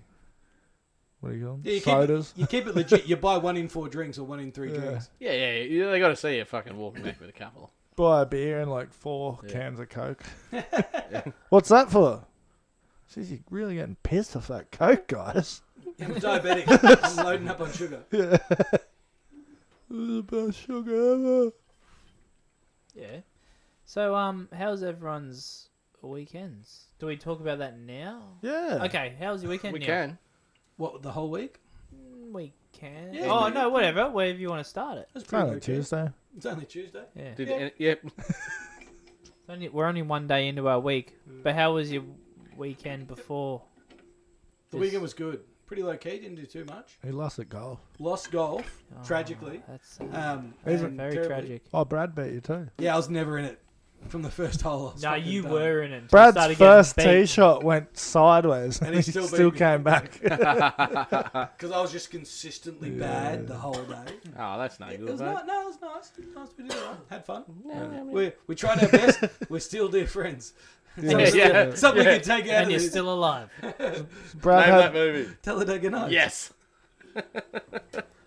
[SPEAKER 3] what do you call them?
[SPEAKER 5] Yeah, you keep, it,
[SPEAKER 3] Sodas.
[SPEAKER 5] you keep it legit. You buy one in four drinks or one in three
[SPEAKER 3] Yeah.
[SPEAKER 5] drinks.
[SPEAKER 2] yeah, yeah, yeah, they got to see you fucking walking back with a couple.
[SPEAKER 3] Buy a beer and like four
[SPEAKER 2] Yeah.
[SPEAKER 3] cans of Coke. What's that for? Jeez, you're really getting pissed off that Coke, guys.
[SPEAKER 5] I'm diabetic. I'm loading up on sugar.
[SPEAKER 3] the best sugar ever.
[SPEAKER 6] Yeah. So um, how's everyone's weekends? Do we talk about that now?
[SPEAKER 3] Yeah.
[SPEAKER 6] Okay, how's your weekend?
[SPEAKER 2] We
[SPEAKER 6] now?
[SPEAKER 2] can.
[SPEAKER 5] What the whole week?
[SPEAKER 6] We can.
[SPEAKER 5] Yeah,
[SPEAKER 6] oh
[SPEAKER 5] we-
[SPEAKER 6] no, whatever. Wherever you want to start it.
[SPEAKER 5] That's
[SPEAKER 3] It's kind
[SPEAKER 5] pretty
[SPEAKER 3] of
[SPEAKER 5] okay.
[SPEAKER 3] Tuesday.
[SPEAKER 5] It's only Tuesday.
[SPEAKER 6] Yeah.
[SPEAKER 2] Did
[SPEAKER 5] Yeah.
[SPEAKER 2] any- yep.
[SPEAKER 6] It's only- we're only one day into our week. But how was your weekend before?
[SPEAKER 5] The
[SPEAKER 6] this?
[SPEAKER 5] weekend was good. Pretty low key. Didn't do too much.
[SPEAKER 3] He lost at golf.
[SPEAKER 5] Lost golf
[SPEAKER 6] Oh,
[SPEAKER 5] tragically.
[SPEAKER 6] That's
[SPEAKER 5] Um,
[SPEAKER 3] Isn't-
[SPEAKER 5] and
[SPEAKER 6] very
[SPEAKER 5] terribly.
[SPEAKER 6] tragic.
[SPEAKER 3] Oh, Brad beat you too.
[SPEAKER 5] Yeah, I was never in it from the first hole. I was
[SPEAKER 6] No,
[SPEAKER 5] fucking
[SPEAKER 6] you
[SPEAKER 5] done.
[SPEAKER 6] were in it.
[SPEAKER 3] Brad's
[SPEAKER 6] Started
[SPEAKER 3] first
[SPEAKER 6] getting beat.
[SPEAKER 3] tee shot went sideways, and, he still,
[SPEAKER 5] beat me.
[SPEAKER 3] came back.
[SPEAKER 5] because I was just consistently bad the whole day.
[SPEAKER 2] Oh, that's no
[SPEAKER 5] It
[SPEAKER 2] good,
[SPEAKER 5] was
[SPEAKER 2] mate.
[SPEAKER 5] not, no, it was nice. It was nice. We did all right. Had fun. We we tried our best. We're still dear friends.
[SPEAKER 2] Yeah, yeah.
[SPEAKER 5] Something
[SPEAKER 2] Yeah.
[SPEAKER 5] we can take out
[SPEAKER 6] And
[SPEAKER 5] of
[SPEAKER 6] you're
[SPEAKER 5] this.
[SPEAKER 6] still alive.
[SPEAKER 3] Brad
[SPEAKER 2] Name that
[SPEAKER 3] had
[SPEAKER 2] movie.
[SPEAKER 5] Tell her to good night.
[SPEAKER 2] Yes.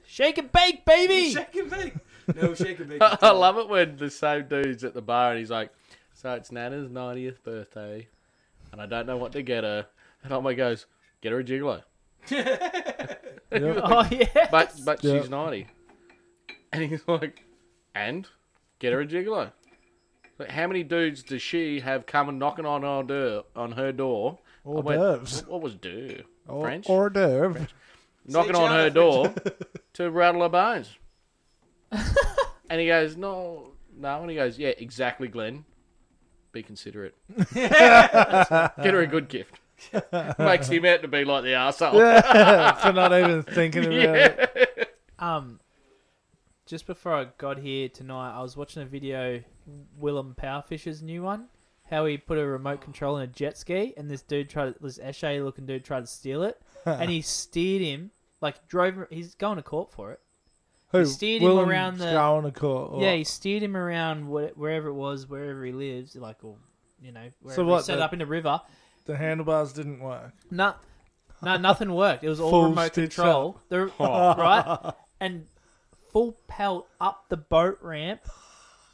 [SPEAKER 6] Shake and bake, baby.
[SPEAKER 5] Shake and bake. No, shake and bake.
[SPEAKER 2] I love it when the same dude's at the bar and he's like, "So it's Nana's 90th birthday, and I don't know what to get her." And Oma goes, "Get her a gigolo,
[SPEAKER 6] Oh yeah.
[SPEAKER 2] but but
[SPEAKER 3] Yeah.
[SPEAKER 2] she's 90." And he's like, "And get her a gigolo." Like, how many dudes does she have coming knocking on her door? On her door? I
[SPEAKER 3] hors
[SPEAKER 2] went,
[SPEAKER 3] d'oeuvres.
[SPEAKER 2] What was do?
[SPEAKER 3] Or,
[SPEAKER 2] French?
[SPEAKER 3] hors d'oeuvre.
[SPEAKER 2] knocking
[SPEAKER 5] Snitch
[SPEAKER 2] on
[SPEAKER 5] out
[SPEAKER 2] her
[SPEAKER 5] of
[SPEAKER 2] door to rattle her bones. and he goes, No, no. And he goes, Yeah, exactly, Glenn. Be considerate. Get her a good gift. Makes him out to be like the arsehole.
[SPEAKER 3] for not even thinking about it.
[SPEAKER 6] Um, just before I got here tonight, I was watching a video, Willem Powerfish's new one, how he put a remote control in a jet ski, and this dude tried, to- this Eshe looking dude tried to steal it, and he steered him. like, Like drove. He's going to court for it.
[SPEAKER 3] Who?
[SPEAKER 6] steered him
[SPEAKER 3] Willem
[SPEAKER 6] around the-
[SPEAKER 3] Scarron to court. or-
[SPEAKER 6] Yeah, he steered him around wh- wherever it was, wherever he lives, like or you know, wherever
[SPEAKER 3] what,
[SPEAKER 6] he set
[SPEAKER 3] the-
[SPEAKER 6] up in the river.
[SPEAKER 3] the handlebars didn't work.
[SPEAKER 6] No, no, nothing worked. It was all
[SPEAKER 3] Full
[SPEAKER 6] remote
[SPEAKER 3] stitch Oh.
[SPEAKER 6] control. The, right, and full pelt up the boat ramp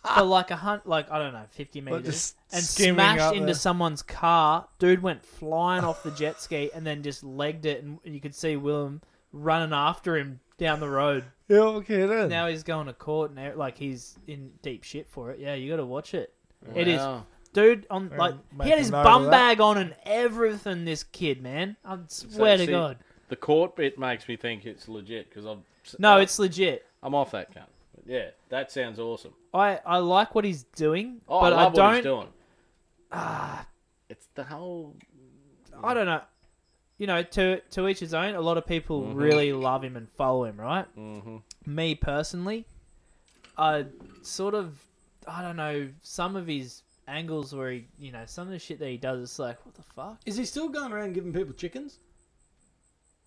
[SPEAKER 6] for like a hunt, like I don't know, fifty meters,
[SPEAKER 3] just
[SPEAKER 6] and
[SPEAKER 3] skimming
[SPEAKER 6] smashed
[SPEAKER 3] up
[SPEAKER 6] into
[SPEAKER 3] there.
[SPEAKER 6] someone's car. Dude went flying off the jet ski and then just legged it, and you could see Willem running after him down the road.
[SPEAKER 3] You're kidding.
[SPEAKER 6] Now he's going to court and e- like he's in deep shit for it. Yeah, you got to watch it. It is,
[SPEAKER 2] Wow.
[SPEAKER 6] dude. On
[SPEAKER 3] We're
[SPEAKER 6] like
[SPEAKER 3] gonna
[SPEAKER 6] he had
[SPEAKER 3] make
[SPEAKER 6] his
[SPEAKER 3] a note of
[SPEAKER 6] bum
[SPEAKER 3] that.
[SPEAKER 6] bag on and everything. This kid, man, I swear to
[SPEAKER 2] see-
[SPEAKER 6] God.
[SPEAKER 2] The court bit makes me think it's legit because I'm
[SPEAKER 6] No, it's legit.
[SPEAKER 2] I'm off that cunt. But yeah, that sounds awesome.
[SPEAKER 6] I, I like what he's doing,
[SPEAKER 2] Oh,
[SPEAKER 6] but
[SPEAKER 2] I
[SPEAKER 6] I,
[SPEAKER 2] love what he's
[SPEAKER 6] don't. Ah.
[SPEAKER 2] doing. it's the whole
[SPEAKER 6] I don't know. You know, to to each his own. A lot of people
[SPEAKER 2] Mm-hmm.
[SPEAKER 6] really love him and follow him, right? Mm-hmm. Me personally, I sort of I don't know some of his angles where he you know some of the shit that he does. It's like what the fuck.
[SPEAKER 5] Is he still going around giving people chickens?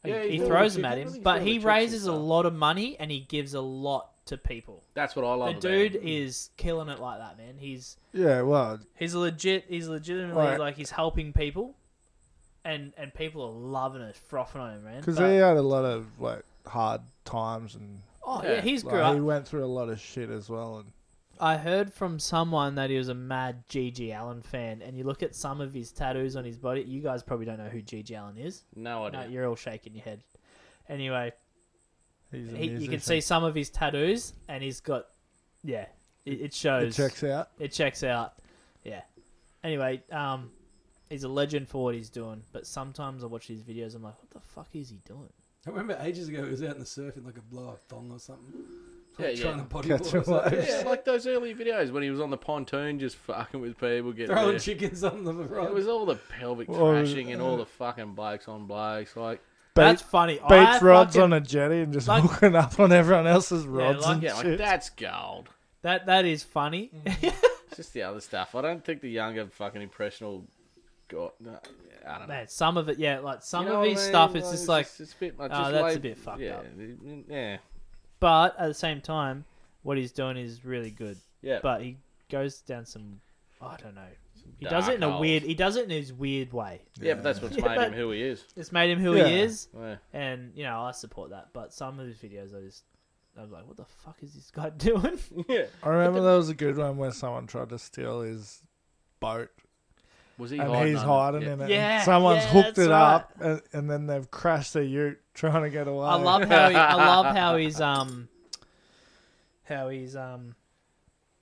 [SPEAKER 6] He-
[SPEAKER 2] Yeah,
[SPEAKER 6] he,
[SPEAKER 2] he threw
[SPEAKER 6] throws
[SPEAKER 2] the
[SPEAKER 6] them at
[SPEAKER 2] chicken- I
[SPEAKER 6] him,
[SPEAKER 2] think he
[SPEAKER 6] but
[SPEAKER 2] threw the
[SPEAKER 6] he
[SPEAKER 2] chicks
[SPEAKER 6] raaises a
[SPEAKER 2] and stuff.
[SPEAKER 6] lot of money and he gives a lot to people.
[SPEAKER 2] That's what I love.
[SPEAKER 6] The dude is killing it like that, man. He's
[SPEAKER 3] Yeah, well,
[SPEAKER 6] He's legit. He's legitimately
[SPEAKER 3] Right.
[SPEAKER 6] like he's helping people, and and people are loving it, frothing on him, man.
[SPEAKER 3] because
[SPEAKER 6] But-
[SPEAKER 3] he had a lot of like hard times and
[SPEAKER 6] oh yeah,
[SPEAKER 2] Yeah.
[SPEAKER 6] he's grew
[SPEAKER 3] like, he
[SPEAKER 6] up.
[SPEAKER 3] went through a lot of shit as well. And
[SPEAKER 6] I heard from someone that he was a mad GG Allen fan, and you look at some of his tattoos on his body. You guys probably don't know who GG Allen is.
[SPEAKER 2] no
[SPEAKER 6] No,
[SPEAKER 2] idea.
[SPEAKER 6] you're all shaking your head. Anyway,
[SPEAKER 3] he's a
[SPEAKER 6] he, you
[SPEAKER 3] musician.
[SPEAKER 6] can see some of his tattoos, and he's got yeah, it, it
[SPEAKER 3] it
[SPEAKER 6] shows.
[SPEAKER 3] checks out.
[SPEAKER 6] It checks out. Yeah. Anyway, um, he's a legend for what he's doing, but sometimes I watch these videos, I'm like, what the fuck is he doing?
[SPEAKER 5] I remember ages ago he was out in the surf in like a blow up thong or something.
[SPEAKER 2] Yeah,
[SPEAKER 5] Like
[SPEAKER 2] yeah.
[SPEAKER 5] trying to bodyboard.
[SPEAKER 3] Catch
[SPEAKER 5] or
[SPEAKER 3] a
[SPEAKER 5] something.
[SPEAKER 3] wave.
[SPEAKER 2] It's
[SPEAKER 5] Yeah,
[SPEAKER 2] like those early videos when he was on the pontoon just fucking with people getting
[SPEAKER 5] throwing
[SPEAKER 2] there.
[SPEAKER 5] chickens on the road.
[SPEAKER 2] It was all the pelvic
[SPEAKER 3] Well,
[SPEAKER 2] thrashing and all the fucking blokes on blokes. Like,
[SPEAKER 6] That's
[SPEAKER 3] Beach,
[SPEAKER 6] funny. I
[SPEAKER 3] beach rods
[SPEAKER 6] fucking-
[SPEAKER 3] on a jetty and just
[SPEAKER 6] Like-
[SPEAKER 3] hooking up on everyone else's rods
[SPEAKER 6] like-
[SPEAKER 3] and
[SPEAKER 2] yeah, like
[SPEAKER 3] shit.
[SPEAKER 2] that's gold.
[SPEAKER 6] That that is funny.
[SPEAKER 2] Mm. It's just the other stuff. I don't think the younger fucking impressionable got. No, I don't know.
[SPEAKER 6] Man, some of it, yeah, like some
[SPEAKER 2] You know
[SPEAKER 6] of
[SPEAKER 2] what I
[SPEAKER 6] his
[SPEAKER 2] mean?
[SPEAKER 6] stuff, it's just like.
[SPEAKER 2] it's a bit much.
[SPEAKER 6] "Oh,
[SPEAKER 2] Just
[SPEAKER 6] that's
[SPEAKER 2] way-
[SPEAKER 6] a bit fucked
[SPEAKER 2] yeah,
[SPEAKER 6] up."
[SPEAKER 2] Yeah,
[SPEAKER 6] But at the same time, what he's doing is really good.
[SPEAKER 2] yeah.
[SPEAKER 6] But he goes down some, I don't know. He does it
[SPEAKER 2] dark
[SPEAKER 6] in a
[SPEAKER 2] holes.
[SPEAKER 6] weird. He does it in his weird way.
[SPEAKER 2] yeah, but that's what's
[SPEAKER 6] Yeah,
[SPEAKER 2] made
[SPEAKER 6] but-
[SPEAKER 2] him who he is.
[SPEAKER 6] It's made him who
[SPEAKER 3] Yeah.
[SPEAKER 6] he is,
[SPEAKER 2] Yeah.
[SPEAKER 6] and you know I support that. But some of his videos, I just, I was like, what the fuck is this guy doing?
[SPEAKER 2] yeah.
[SPEAKER 3] I remember there was a good one where someone tried to steal his boat
[SPEAKER 2] Was he
[SPEAKER 3] and
[SPEAKER 2] hiding
[SPEAKER 3] he's
[SPEAKER 2] under-
[SPEAKER 3] hiding
[SPEAKER 2] yeah.
[SPEAKER 3] in it.
[SPEAKER 6] Yeah,
[SPEAKER 3] and someone's
[SPEAKER 6] yeah,
[SPEAKER 3] hooked
[SPEAKER 6] that's
[SPEAKER 3] it
[SPEAKER 6] right.
[SPEAKER 3] up and, and then they've crashed their ute trying to get away.
[SPEAKER 6] I love how he, I love how he's um how he's um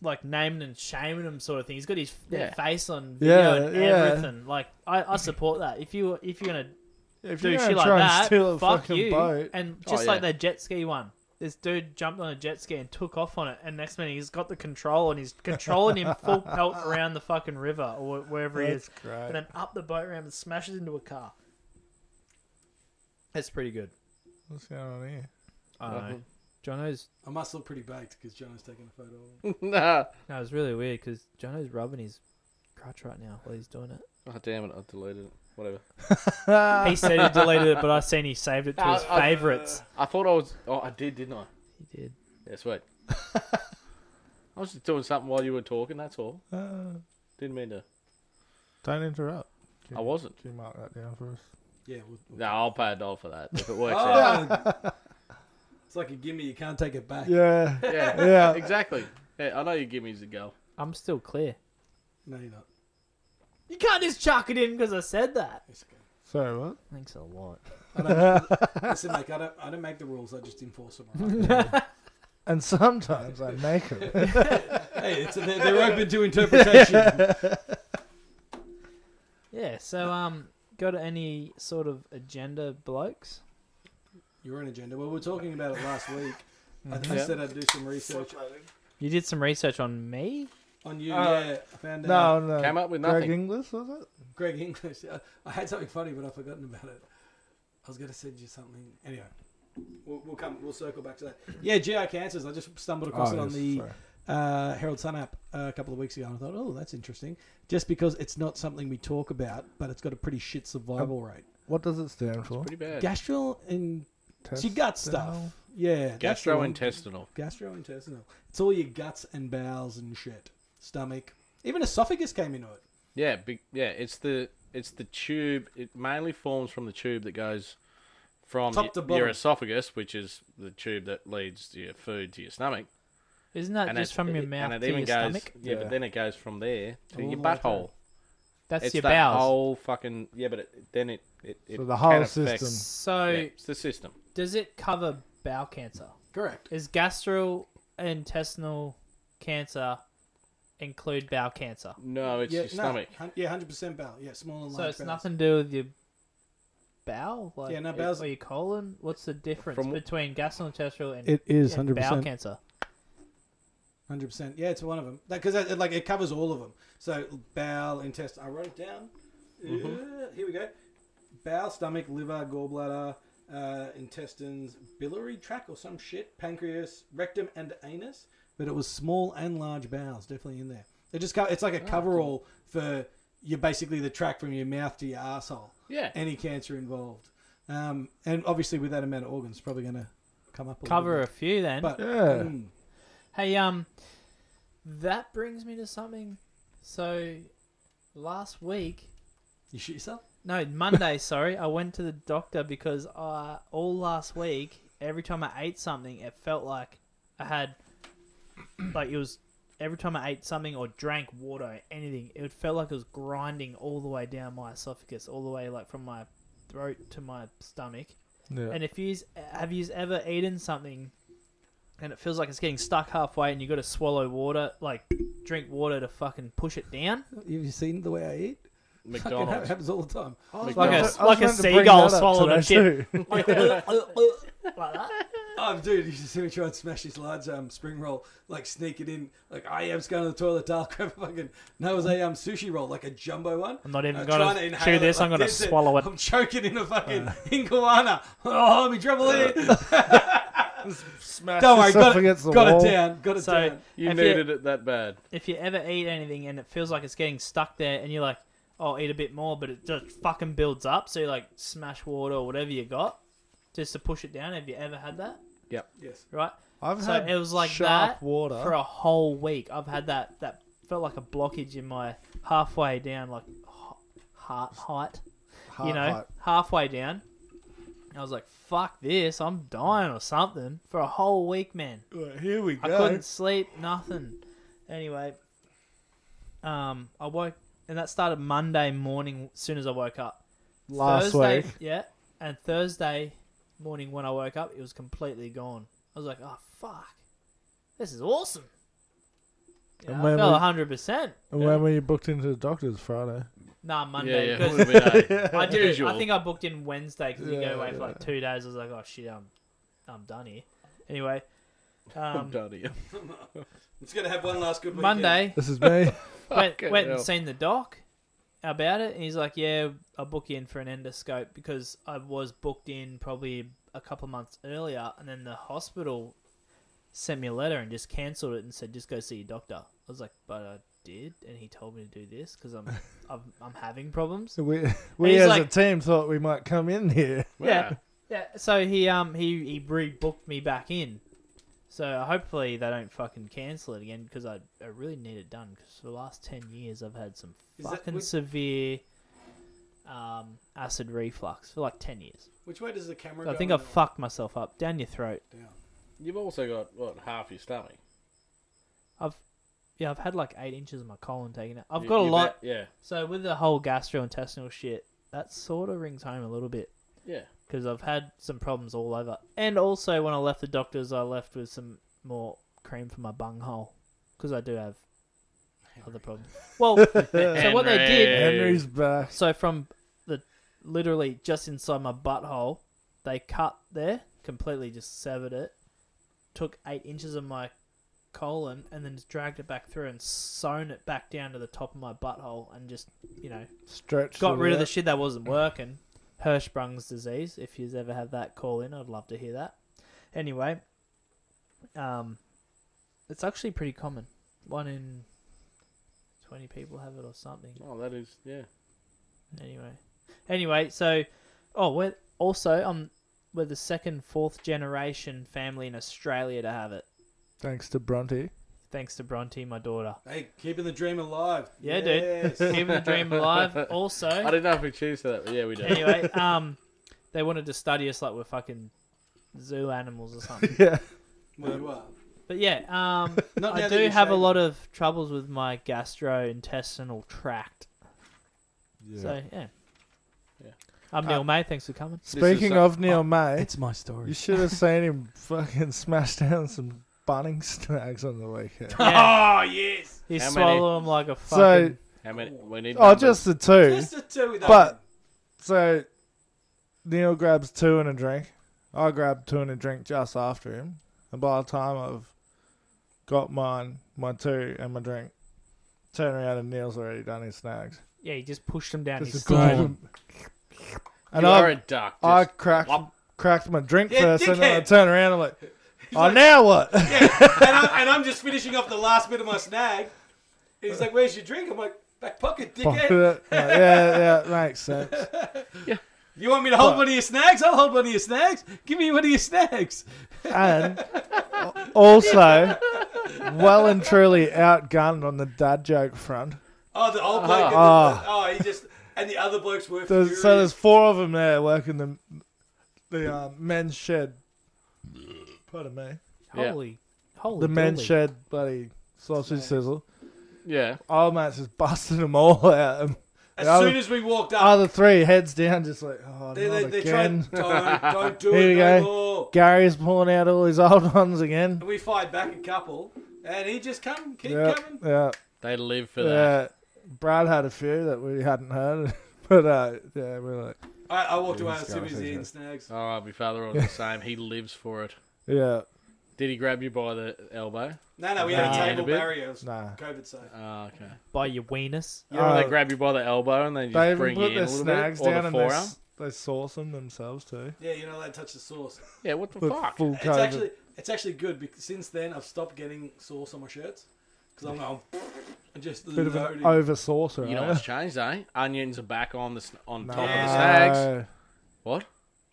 [SPEAKER 6] like naming and shaming him sort of thing. He's got his
[SPEAKER 2] Yeah.
[SPEAKER 6] face on video
[SPEAKER 3] Yeah,
[SPEAKER 6] and
[SPEAKER 3] yeah.
[SPEAKER 6] everything. Like I, I support that. If you if you're gonna
[SPEAKER 3] if
[SPEAKER 6] do
[SPEAKER 3] you're
[SPEAKER 6] shit
[SPEAKER 3] gonna
[SPEAKER 6] like
[SPEAKER 3] try
[SPEAKER 6] that,
[SPEAKER 3] and steal a
[SPEAKER 6] fuck
[SPEAKER 3] fucking
[SPEAKER 6] you.
[SPEAKER 3] boat,
[SPEAKER 6] And
[SPEAKER 2] Oh,
[SPEAKER 6] just
[SPEAKER 2] yeah.
[SPEAKER 6] like the jet ski one. This dude jumped on a jet ski and took off on it, and next minute he's got the control and he's controlling him full pelt around the fucking river or wh- wherever he
[SPEAKER 3] that's
[SPEAKER 6] is,
[SPEAKER 3] great.
[SPEAKER 6] and then up the boat ramp and smashes into a car. That's pretty good.
[SPEAKER 3] What's going on here?
[SPEAKER 6] I don't know. Jono's
[SPEAKER 5] I must look pretty baked because John is taking a photo. of it.
[SPEAKER 2] nah.
[SPEAKER 6] No, it's really weird because Jono's rubbing his crotch right now while he's doing it.
[SPEAKER 2] Oh damn it! I deleted it. Whatever.
[SPEAKER 6] He said he deleted it, but I seen he saved it to his
[SPEAKER 2] Uh, uh,
[SPEAKER 6] favourites.
[SPEAKER 2] I thought I was. Oh, I did, didn't I?
[SPEAKER 6] He did.
[SPEAKER 2] Yeah, sweet. I was just doing something while you were talking. That's all.
[SPEAKER 3] Uh,
[SPEAKER 2] Didn't mean to.
[SPEAKER 3] don't interrupt.
[SPEAKER 2] I wasn't.
[SPEAKER 3] Can you mark that down for us?
[SPEAKER 5] Yeah. We'll, we'll-
[SPEAKER 2] No, I'll pay a dollar for that if it works out.
[SPEAKER 5] Oh! it's like a gimme. You can't take it back.
[SPEAKER 3] Yeah,
[SPEAKER 2] Yeah,
[SPEAKER 3] yeah.
[SPEAKER 2] exactly. Yeah, I know you give me the go.
[SPEAKER 6] I'm still clear.
[SPEAKER 5] No, you're not.
[SPEAKER 6] You can't just chuck it in because I said that.
[SPEAKER 5] It's okay.
[SPEAKER 3] Sorry, what?
[SPEAKER 6] Thanks a lot.
[SPEAKER 5] Listen, mate. I don't. I don't make the rules. I just enforce them. all right?
[SPEAKER 3] And sometimes I make it.
[SPEAKER 5] hey, it's, they're, they're open to interpretation.
[SPEAKER 6] Yeah. So um, got any sort of agenda, blokes?
[SPEAKER 5] You're an agenda. Well, we were talking about it last week. I, I
[SPEAKER 2] Yeah.
[SPEAKER 5] said I'd do some research
[SPEAKER 6] You did some research on me.
[SPEAKER 5] on you.
[SPEAKER 3] Uh,
[SPEAKER 5] yeah, I found out.
[SPEAKER 3] no, no.
[SPEAKER 2] Came up with
[SPEAKER 3] Uh, Greg
[SPEAKER 2] nothing.
[SPEAKER 3] Inglis was it?
[SPEAKER 5] Greg English. I, I had something funny, but I've forgotten about it. I was going to send you something. Anyway, we'll, we'll come. We'll circle back to that. Yeah, GI cancers. I just stumbled across it on
[SPEAKER 3] Oh, yes,
[SPEAKER 5] the
[SPEAKER 3] sorry.
[SPEAKER 5] uh, Herald Sun app uh, a couple of weeks ago, and I thought, oh, that's interesting. Just because it's not something we talk
[SPEAKER 6] Oh,
[SPEAKER 5] about, but it's got a pretty shit survival rate.
[SPEAKER 3] What does it stand for?
[SPEAKER 2] Pretty bad.
[SPEAKER 5] Gastrointestinal It's your gut stuff.
[SPEAKER 3] Intestinal?
[SPEAKER 5] Yeah. that's the one.
[SPEAKER 2] Gastrointestinal.
[SPEAKER 5] Gastrointestinal. It's all your guts and bowels and shit. Stomach. Even esophagus came into it.
[SPEAKER 2] Yeah, big, yeah. It's the it's the tube. It mainly forms from the tube that goes from
[SPEAKER 5] Top
[SPEAKER 2] y-
[SPEAKER 5] to bottom.
[SPEAKER 2] your esophagus, which is the tube that leads your food to your stomach.
[SPEAKER 6] Isn't that
[SPEAKER 2] it's-
[SPEAKER 6] just from your
[SPEAKER 2] it-
[SPEAKER 6] mouth
[SPEAKER 2] and
[SPEAKER 6] to
[SPEAKER 2] it
[SPEAKER 6] your
[SPEAKER 2] even goes,
[SPEAKER 6] stomach?
[SPEAKER 2] Yeah,
[SPEAKER 3] Yeah.
[SPEAKER 2] but then it goes from there to
[SPEAKER 6] All
[SPEAKER 2] your
[SPEAKER 6] the way
[SPEAKER 2] butthole.
[SPEAKER 6] That's
[SPEAKER 2] it's
[SPEAKER 6] your
[SPEAKER 2] that
[SPEAKER 6] bowels.
[SPEAKER 2] whole fucking yeah, but it, then it it, it
[SPEAKER 3] So the
[SPEAKER 2] can
[SPEAKER 3] whole
[SPEAKER 2] affect-
[SPEAKER 3] system.
[SPEAKER 6] So
[SPEAKER 2] yeah, it's the system.
[SPEAKER 6] does it cover bowel cancer?
[SPEAKER 5] Correct.
[SPEAKER 6] Is gastrointestinal cancer include bowel cancer?
[SPEAKER 2] No, it's
[SPEAKER 5] yeah,
[SPEAKER 2] your
[SPEAKER 5] no,
[SPEAKER 2] stomach.
[SPEAKER 5] hun- yeah, hundred percent bowel. Yeah, small and large.
[SPEAKER 6] So it's
[SPEAKER 5] bowels.
[SPEAKER 6] nothing to do with your bowel, like eh,
[SPEAKER 5] Yeah, no, bowels-
[SPEAKER 6] or your colon. What's the difference
[SPEAKER 2] From-
[SPEAKER 6] between gastrointestinal and
[SPEAKER 3] It is
[SPEAKER 6] and
[SPEAKER 3] hundred
[SPEAKER 6] bowel
[SPEAKER 3] percent.
[SPEAKER 6] cancer?
[SPEAKER 5] Hundred percent. Yeah, it's one of them. Because it, like it covers all of them. So bowel, intestine. I wrote it down.
[SPEAKER 6] Mm-hmm.
[SPEAKER 5] Uh, here we go. Bowel, stomach, liver, gallbladder, uh, intestines, biliary tract or some shit, pancreas, rectum, and anus. But it was small and large bowels definitely in there. It just co- it's like a
[SPEAKER 6] Ah,
[SPEAKER 5] coverall for you're basically the tract from your mouth to your asshole.
[SPEAKER 2] Yeah.
[SPEAKER 5] Any cancer involved, um, and obviously with that amount of organs, probably going to come up a little
[SPEAKER 6] Cover
[SPEAKER 5] bit.
[SPEAKER 6] a few then.
[SPEAKER 5] But
[SPEAKER 3] Yeah.
[SPEAKER 5] mm,
[SPEAKER 6] Hey, um, that brings me to something. So, last week,
[SPEAKER 5] you shit yourself.
[SPEAKER 6] no, Monday, sorry, I went to the doctor because I, all last week, every time I ate something, it felt like I had, like it was, every time I ate something or drank water or anything, it felt like it was grinding all the way down my esophagus, all the way like from my throat to my stomach.
[SPEAKER 3] Yeah.
[SPEAKER 6] And if you have you ever eaten something and it feels like it's getting stuck halfway and you got to swallow water, like drink water to fucking push it down?
[SPEAKER 5] Have you seen the way I eat? Fucking hell, it
[SPEAKER 2] McDonald's.
[SPEAKER 5] happens all the time.
[SPEAKER 6] Like a,
[SPEAKER 2] McDonald's.
[SPEAKER 3] I was
[SPEAKER 6] like a
[SPEAKER 3] meant to bring
[SPEAKER 6] seagull
[SPEAKER 3] that up
[SPEAKER 6] swallowed a
[SPEAKER 3] today
[SPEAKER 6] shit.
[SPEAKER 3] too.
[SPEAKER 6] like that.
[SPEAKER 5] Oh, dude, you should see me try and smash this large um, spring roll, like sneak it in. Like, I am just going to the toilet, I'll grab a fucking. No, it was a um, sushi roll, like a jumbo one.
[SPEAKER 6] I'm not even
[SPEAKER 5] I'm
[SPEAKER 6] gonna
[SPEAKER 5] Uh, trying to
[SPEAKER 6] chew
[SPEAKER 5] inhale
[SPEAKER 6] this,
[SPEAKER 5] it
[SPEAKER 6] I'm
[SPEAKER 5] like
[SPEAKER 6] gonna
[SPEAKER 5] and
[SPEAKER 6] swallow it. Uh.
[SPEAKER 5] I'm choking in a fucking iguana. Oh, I'm in trouble here.
[SPEAKER 3] Smash
[SPEAKER 5] Don't worry,
[SPEAKER 3] yourself
[SPEAKER 5] got,
[SPEAKER 3] against the
[SPEAKER 5] it, got
[SPEAKER 3] wall.
[SPEAKER 5] it down. Got it
[SPEAKER 6] So-
[SPEAKER 5] down.
[SPEAKER 2] You
[SPEAKER 6] If you-
[SPEAKER 2] needed it that bad.
[SPEAKER 6] If you ever eat anything and it feels like it's getting stuck there and you're like, oh, eat a bit more, but it just fucking builds up, so you like smash water or whatever you got just to push it down. Have you ever had that?
[SPEAKER 5] Yes.
[SPEAKER 6] Right?
[SPEAKER 3] I've
[SPEAKER 6] So
[SPEAKER 3] had
[SPEAKER 6] it was like
[SPEAKER 3] sharp
[SPEAKER 6] that
[SPEAKER 3] water.
[SPEAKER 6] for a whole week. I've had that that felt like a blockage in my halfway down, like h- heart height,
[SPEAKER 3] Heart
[SPEAKER 6] you know,
[SPEAKER 3] height.
[SPEAKER 6] halfway down. I was like, "Fuck this! I'm dying or something." For a whole week, man,
[SPEAKER 3] Well, here we
[SPEAKER 6] I
[SPEAKER 3] go.
[SPEAKER 6] couldn't sleep, nothing. Anyway, um, I woke, and that started Monday morning. As soon as I woke up,
[SPEAKER 3] Last
[SPEAKER 6] Thursday,
[SPEAKER 3] week.
[SPEAKER 6] Yeah, and Thursday morning when I woke up, it was completely gone. I was like, "Oh fuck, this is awesome." Yeah,
[SPEAKER 3] And
[SPEAKER 6] I
[SPEAKER 3] when
[SPEAKER 6] felt
[SPEAKER 3] we-
[SPEAKER 6] hundred percent.
[SPEAKER 3] And when were you booked into the doctor's Friday?
[SPEAKER 6] Nah,
[SPEAKER 2] Yeah,
[SPEAKER 6] Monday.
[SPEAKER 2] yeah.
[SPEAKER 6] because
[SPEAKER 2] would've been a-
[SPEAKER 6] I did.
[SPEAKER 2] Usual.
[SPEAKER 6] I think I booked in Wednesday because you
[SPEAKER 3] Yeah,
[SPEAKER 6] go away for like
[SPEAKER 3] yeah.
[SPEAKER 6] two days. I was like, "Oh shit, I'm, I'm done here." Anyway,
[SPEAKER 2] I'm
[SPEAKER 6] um,
[SPEAKER 2] done here.
[SPEAKER 5] It's going to have one last good weekend.
[SPEAKER 6] Monday
[SPEAKER 3] This is me.
[SPEAKER 6] went,
[SPEAKER 2] Fucking
[SPEAKER 6] went and
[SPEAKER 2] hell.
[SPEAKER 6] seen the doc about it, and he's like, "Yeah, I'll book you in for an endoscope because I was booked in probably a couple months earlier, and then the hospital sent me a letter and just cancelled it and said just go see your doctor." I was like, "But I did," and he told me to do this because I'm, I'm I'm having problems.
[SPEAKER 3] So we we
[SPEAKER 6] he's
[SPEAKER 3] as a
[SPEAKER 6] like-
[SPEAKER 3] team thought we might come in here.
[SPEAKER 6] Yeah. Yeah, so he um he he rebooked me back in. So hopefully they don't fucking cancel it again because I, I really need it done because for the last ten years I've had some
[SPEAKER 5] Is that
[SPEAKER 6] fucking
[SPEAKER 5] with-
[SPEAKER 6] severe um acid reflux for like ten years.
[SPEAKER 5] Which way does the camera
[SPEAKER 6] So I
[SPEAKER 5] go
[SPEAKER 6] think
[SPEAKER 5] on
[SPEAKER 6] I've
[SPEAKER 5] that one?
[SPEAKER 6] fucked myself up down your throat.
[SPEAKER 2] You've also got what half your stomach.
[SPEAKER 6] I've yeah I've had like eight inches of my colon taken out. I've
[SPEAKER 2] You-
[SPEAKER 6] got a
[SPEAKER 2] you
[SPEAKER 6] lot.
[SPEAKER 2] bet- yeah,
[SPEAKER 6] So with the whole gastrointestinal shit, that sort of rings home a little bit.
[SPEAKER 2] yeah.
[SPEAKER 6] because I've had some problems all over. And also, when I left the doctors, I left with some more cream for my bung hole because I do have other problems. Well, so what they did,
[SPEAKER 3] Henry's back.
[SPEAKER 6] so from the literally just inside my butthole, they cut there, completely just severed it, took eight inches of my colon, and then just dragged it back through and sewn it back down to the top of my butthole, and just you know
[SPEAKER 3] Stretched.
[SPEAKER 6] got
[SPEAKER 3] it
[SPEAKER 6] rid of the
[SPEAKER 3] out.
[SPEAKER 6] shit that wasn't working. Hirschsprung's disease. If you've ever had that, call in. I'd love to hear that. Anyway, um, it's actually pretty common. One in twenty people have it or something.
[SPEAKER 2] Oh, that is yeah.
[SPEAKER 6] Anyway, anyway, so oh, well, also I'm we're the second, fourth generation family in Australia to have it.
[SPEAKER 3] Thanks to Bronte.
[SPEAKER 6] Thanks to Bronte, my daughter.
[SPEAKER 5] Hey, keeping the dream alive.
[SPEAKER 6] Yeah, dude.
[SPEAKER 5] Yes.
[SPEAKER 6] Keeping the dream alive. Also,
[SPEAKER 2] I didn't know if we choose for that, but yeah, we do.
[SPEAKER 6] anyway, um, they wanted to study us like we're fucking zoo animals or something.
[SPEAKER 3] Yeah.
[SPEAKER 5] well, you are.
[SPEAKER 6] But yeah, um,
[SPEAKER 5] Not
[SPEAKER 6] I
[SPEAKER 5] now that
[SPEAKER 6] do
[SPEAKER 5] you
[SPEAKER 6] have
[SPEAKER 5] say
[SPEAKER 6] a lot of troubles with my gastrointestinal tract. So yeah.
[SPEAKER 2] Yeah.
[SPEAKER 6] I'm Neil May. Thanks for coming.
[SPEAKER 2] This is
[SPEAKER 3] Speaking
[SPEAKER 2] so-
[SPEAKER 3] of Neil May,
[SPEAKER 5] It's my
[SPEAKER 3] you
[SPEAKER 5] story.
[SPEAKER 3] should have seen him fucking smash down some bunning snags on the weekend.
[SPEAKER 6] Yeah,
[SPEAKER 5] Oh, yes.
[SPEAKER 6] you
[SPEAKER 2] How many-
[SPEAKER 6] swallow them like a
[SPEAKER 3] So-
[SPEAKER 6] fucking.
[SPEAKER 2] How many? We need.
[SPEAKER 3] Oh,
[SPEAKER 2] numbers.
[SPEAKER 3] just the two.
[SPEAKER 5] Just the two of them.
[SPEAKER 3] But so Neil grabs two and a drink. I grabbed two and a drink just after him. And by the time I've got mine, my two and my drink, turn around and Neil's already done his snags.
[SPEAKER 6] yeah, you just pushed them down
[SPEAKER 3] Just
[SPEAKER 6] his
[SPEAKER 3] a couple of
[SPEAKER 6] throat.
[SPEAKER 3] them. And
[SPEAKER 2] you are a
[SPEAKER 3] I,
[SPEAKER 2] duck.
[SPEAKER 3] I
[SPEAKER 2] Just,
[SPEAKER 3] cracked
[SPEAKER 2] Wop.
[SPEAKER 3] cracked my drink
[SPEAKER 5] Yeah,
[SPEAKER 3] first, and then I
[SPEAKER 5] dickhead.
[SPEAKER 3] turn around and I'm like, oh,
[SPEAKER 5] like-
[SPEAKER 3] now what?
[SPEAKER 5] and, I'm, and I'm just finishing off the last bit of my snag. And he's like, "Where's your drink?" I'm like, "Back pocket,
[SPEAKER 3] Fuck
[SPEAKER 5] dickhead.
[SPEAKER 3] it. yeah, yeah, it makes sense.
[SPEAKER 5] You want me to hold
[SPEAKER 3] What?
[SPEAKER 5] one of your snags? I'll hold one of your snags. Give me one of your snags."
[SPEAKER 3] and also well and truly outgunned on the dad joke front.
[SPEAKER 5] Oh, the old bloke. and the-
[SPEAKER 3] Ah.
[SPEAKER 5] oh, he just and the other blokes were
[SPEAKER 3] There's,
[SPEAKER 5] furious.
[SPEAKER 3] so there's four of them there working the the uh, men's shed. Pardon me.
[SPEAKER 2] Yeah.
[SPEAKER 6] Holy, holy.
[SPEAKER 3] The men's
[SPEAKER 6] dooly.
[SPEAKER 3] shed bloody sausage sizzle.
[SPEAKER 2] yeah.
[SPEAKER 3] Old mate's just busting them all out. And
[SPEAKER 5] as
[SPEAKER 3] the other,
[SPEAKER 5] soon as we walked up,
[SPEAKER 3] other three heads down, just like oh,
[SPEAKER 5] they, they,
[SPEAKER 3] not
[SPEAKER 5] they
[SPEAKER 3] again.
[SPEAKER 5] tried. Don't, don't do
[SPEAKER 3] Here
[SPEAKER 5] it
[SPEAKER 3] we
[SPEAKER 5] no
[SPEAKER 3] go.
[SPEAKER 5] more.
[SPEAKER 3] Gary's pulling out all his old ones again.
[SPEAKER 5] And we fired back a couple, and he just come, keep
[SPEAKER 3] Yeah,
[SPEAKER 5] coming.
[SPEAKER 3] yeah.
[SPEAKER 2] They live for that.
[SPEAKER 3] Yeah, Brad had a few that we hadn't heard, but uh, yeah, we are like,
[SPEAKER 5] I, I walked away
[SPEAKER 3] He's
[SPEAKER 5] as soon
[SPEAKER 3] got
[SPEAKER 5] as he's
[SPEAKER 3] it,
[SPEAKER 5] eating
[SPEAKER 3] isn't
[SPEAKER 5] snags.
[SPEAKER 2] Oh, my father was the same. He lives for it.
[SPEAKER 3] yeah,
[SPEAKER 2] Did he grab you by the elbow?
[SPEAKER 5] No, no, we had
[SPEAKER 6] Nah.
[SPEAKER 5] a
[SPEAKER 2] In a
[SPEAKER 5] table
[SPEAKER 2] bit.
[SPEAKER 5] barrier. It was
[SPEAKER 3] nah.
[SPEAKER 5] COVID safe.
[SPEAKER 2] Oh, okay.
[SPEAKER 6] by your weenus.
[SPEAKER 2] You know when
[SPEAKER 3] Uh,
[SPEAKER 2] they grab you by the elbow and they just
[SPEAKER 3] They even
[SPEAKER 2] bring
[SPEAKER 3] put
[SPEAKER 2] you in
[SPEAKER 3] their
[SPEAKER 2] a little bit,
[SPEAKER 3] snags
[SPEAKER 2] or
[SPEAKER 3] down
[SPEAKER 2] the
[SPEAKER 3] and they,
[SPEAKER 2] forearm.
[SPEAKER 3] s- they sauce them themselves too.
[SPEAKER 5] Yeah, you're not allowed to touch the sauce.
[SPEAKER 2] Yeah, what the
[SPEAKER 3] With
[SPEAKER 2] fuck?
[SPEAKER 3] full
[SPEAKER 5] It's
[SPEAKER 3] COVID.
[SPEAKER 5] actually it's actually good because since then I've stopped getting sauce on my shirts because I'm going and just
[SPEAKER 3] bit of
[SPEAKER 5] loading.
[SPEAKER 3] an over saucer.
[SPEAKER 2] You know what's changed, eh? Onions are back on the sn- on top of the
[SPEAKER 5] Yeah.
[SPEAKER 2] snags. What?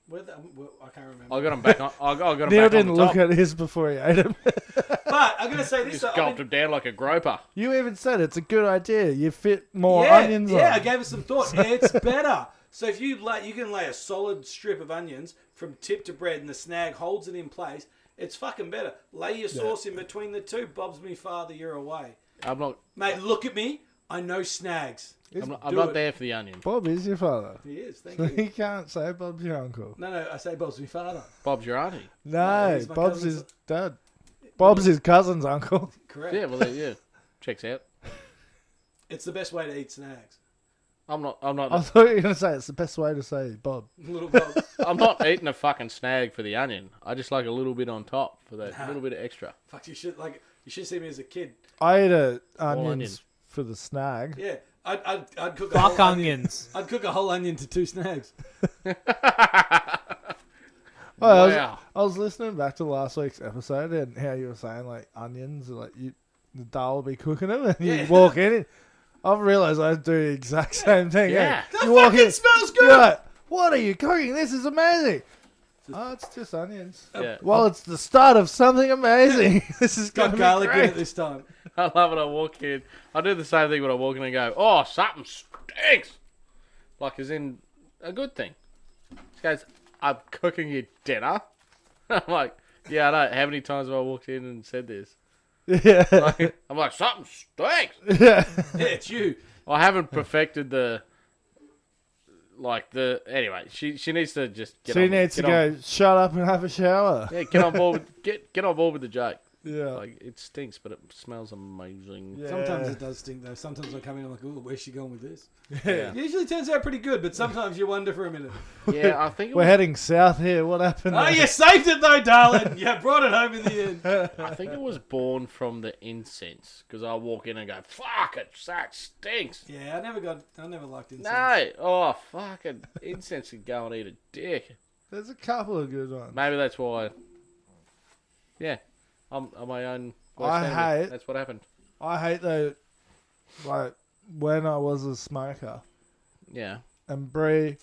[SPEAKER 5] Where the, where- I can't remember.
[SPEAKER 2] I got them back on. I got, I got 'em
[SPEAKER 3] Neil
[SPEAKER 2] back
[SPEAKER 3] didn't
[SPEAKER 2] on the
[SPEAKER 3] look
[SPEAKER 2] top.
[SPEAKER 3] at his before he ate him.
[SPEAKER 5] but I'm gonna say this.
[SPEAKER 2] Just
[SPEAKER 5] though, I've
[SPEAKER 2] gulped
[SPEAKER 5] been-
[SPEAKER 2] them down like a groper.
[SPEAKER 3] you even said it's a good idea. You fit more
[SPEAKER 5] yeah,
[SPEAKER 3] onions
[SPEAKER 5] yeah.
[SPEAKER 3] on.
[SPEAKER 5] I gave it some thought. it's better. So if you lay, you can lay a solid strip of onions from tip to bread, and the snag holds it in place. It's fucking better. Lay your sauce in between the two. Bob's me father, you're away,
[SPEAKER 2] I'm not.
[SPEAKER 5] mate. Look at me. I know snags.
[SPEAKER 2] I'm not,
[SPEAKER 5] do
[SPEAKER 2] I'm not
[SPEAKER 5] it.
[SPEAKER 2] there for the onion.
[SPEAKER 3] Bob is your father.
[SPEAKER 5] He is. Thank
[SPEAKER 3] He
[SPEAKER 5] you.
[SPEAKER 3] can't say Bob's your uncle.
[SPEAKER 5] No, no. I say Bob's me father.
[SPEAKER 2] Bob's your auntie.
[SPEAKER 3] No,
[SPEAKER 5] he's my
[SPEAKER 3] Bob's
[SPEAKER 5] cousin's-
[SPEAKER 3] his dad. Bob's his cousin's uncle.
[SPEAKER 5] Correct.
[SPEAKER 2] Yeah, well, there- yeah. Checks out.
[SPEAKER 5] It's the best way to eat snags.
[SPEAKER 2] I'm not. I'm not.
[SPEAKER 3] I thought you were gonna say it's the best way to say Bob.
[SPEAKER 5] Little Bob.
[SPEAKER 2] I'm not eating a fucking snag for the onion. I just like a little bit on top for that little bit of extra.
[SPEAKER 5] Fuck, you should like you should see me as a kid.
[SPEAKER 3] I ate a
[SPEAKER 2] onion.
[SPEAKER 3] onions for the snag.
[SPEAKER 5] Yeah, I'd, I'd, I'd cook a
[SPEAKER 6] Fuck
[SPEAKER 5] whole onion.
[SPEAKER 6] onions.
[SPEAKER 5] I'd cook a whole onion to two snags.
[SPEAKER 3] Well, I was-
[SPEAKER 2] Wow.
[SPEAKER 3] I was listening back to last week's episode and how you were saying like onions, like you, the dal will be cooking them, and you
[SPEAKER 5] Yeah.
[SPEAKER 3] walk in. And I've realised I do the exact same thing.
[SPEAKER 2] Yeah.
[SPEAKER 3] eh? you walk in,
[SPEAKER 5] smells
[SPEAKER 3] you're like, what are you cooking? This is amazing. Oh, it's just onions.
[SPEAKER 2] Yeah.
[SPEAKER 3] Well, it's the start of something amazing. this is
[SPEAKER 5] Got
[SPEAKER 3] going
[SPEAKER 5] garlic in
[SPEAKER 3] great.
[SPEAKER 5] it this time.
[SPEAKER 2] I love it. I walk in. I do the same thing when I walk in and go, oh, something stinks. Like, as in a good thing. She goes, I'm cooking you dinner. I'm like, yeah, I know. How many times have I walked in and said this?
[SPEAKER 3] Yeah,
[SPEAKER 2] I'm like, something stinks.
[SPEAKER 3] yeah.
[SPEAKER 5] Yeah, it's you.
[SPEAKER 2] I haven't perfected the. Like the anyway, she she needs to just get
[SPEAKER 3] She
[SPEAKER 2] on,
[SPEAKER 3] needs to
[SPEAKER 2] get
[SPEAKER 3] go.
[SPEAKER 2] on-
[SPEAKER 3] Shut up and have a shower.
[SPEAKER 2] yeah, get on board. With, get get on board with the joke.
[SPEAKER 3] Yeah,
[SPEAKER 2] Like it stinks, but it smells amazing.
[SPEAKER 3] yeah.
[SPEAKER 5] Sometimes it does stink though. Sometimes I come in, I'm like, oh, where's she going with this?
[SPEAKER 2] Yeah,
[SPEAKER 5] usually turns out pretty good, but sometimes you wonder for a minute.
[SPEAKER 2] yeah I think it
[SPEAKER 3] We're
[SPEAKER 2] was,
[SPEAKER 3] heading south here. What happened?
[SPEAKER 5] Oh,
[SPEAKER 3] there?
[SPEAKER 5] you saved it though, darling. You brought it home in the end.
[SPEAKER 2] I think it was born from the incense because I walk in and go, "Fuck it, that stinks."
[SPEAKER 5] Yeah, I never got. I never liked incense.
[SPEAKER 2] No, oh fucking incense could go and eat a dick.
[SPEAKER 3] There's a couple of good ones.
[SPEAKER 2] Maybe that's why. Yeah, I'm, I'm my own.
[SPEAKER 3] I
[SPEAKER 2] bystander.
[SPEAKER 3] hate-
[SPEAKER 2] That's what happened.
[SPEAKER 3] I hate though, like when I was a smoker,
[SPEAKER 2] Yeah,
[SPEAKER 3] and Brie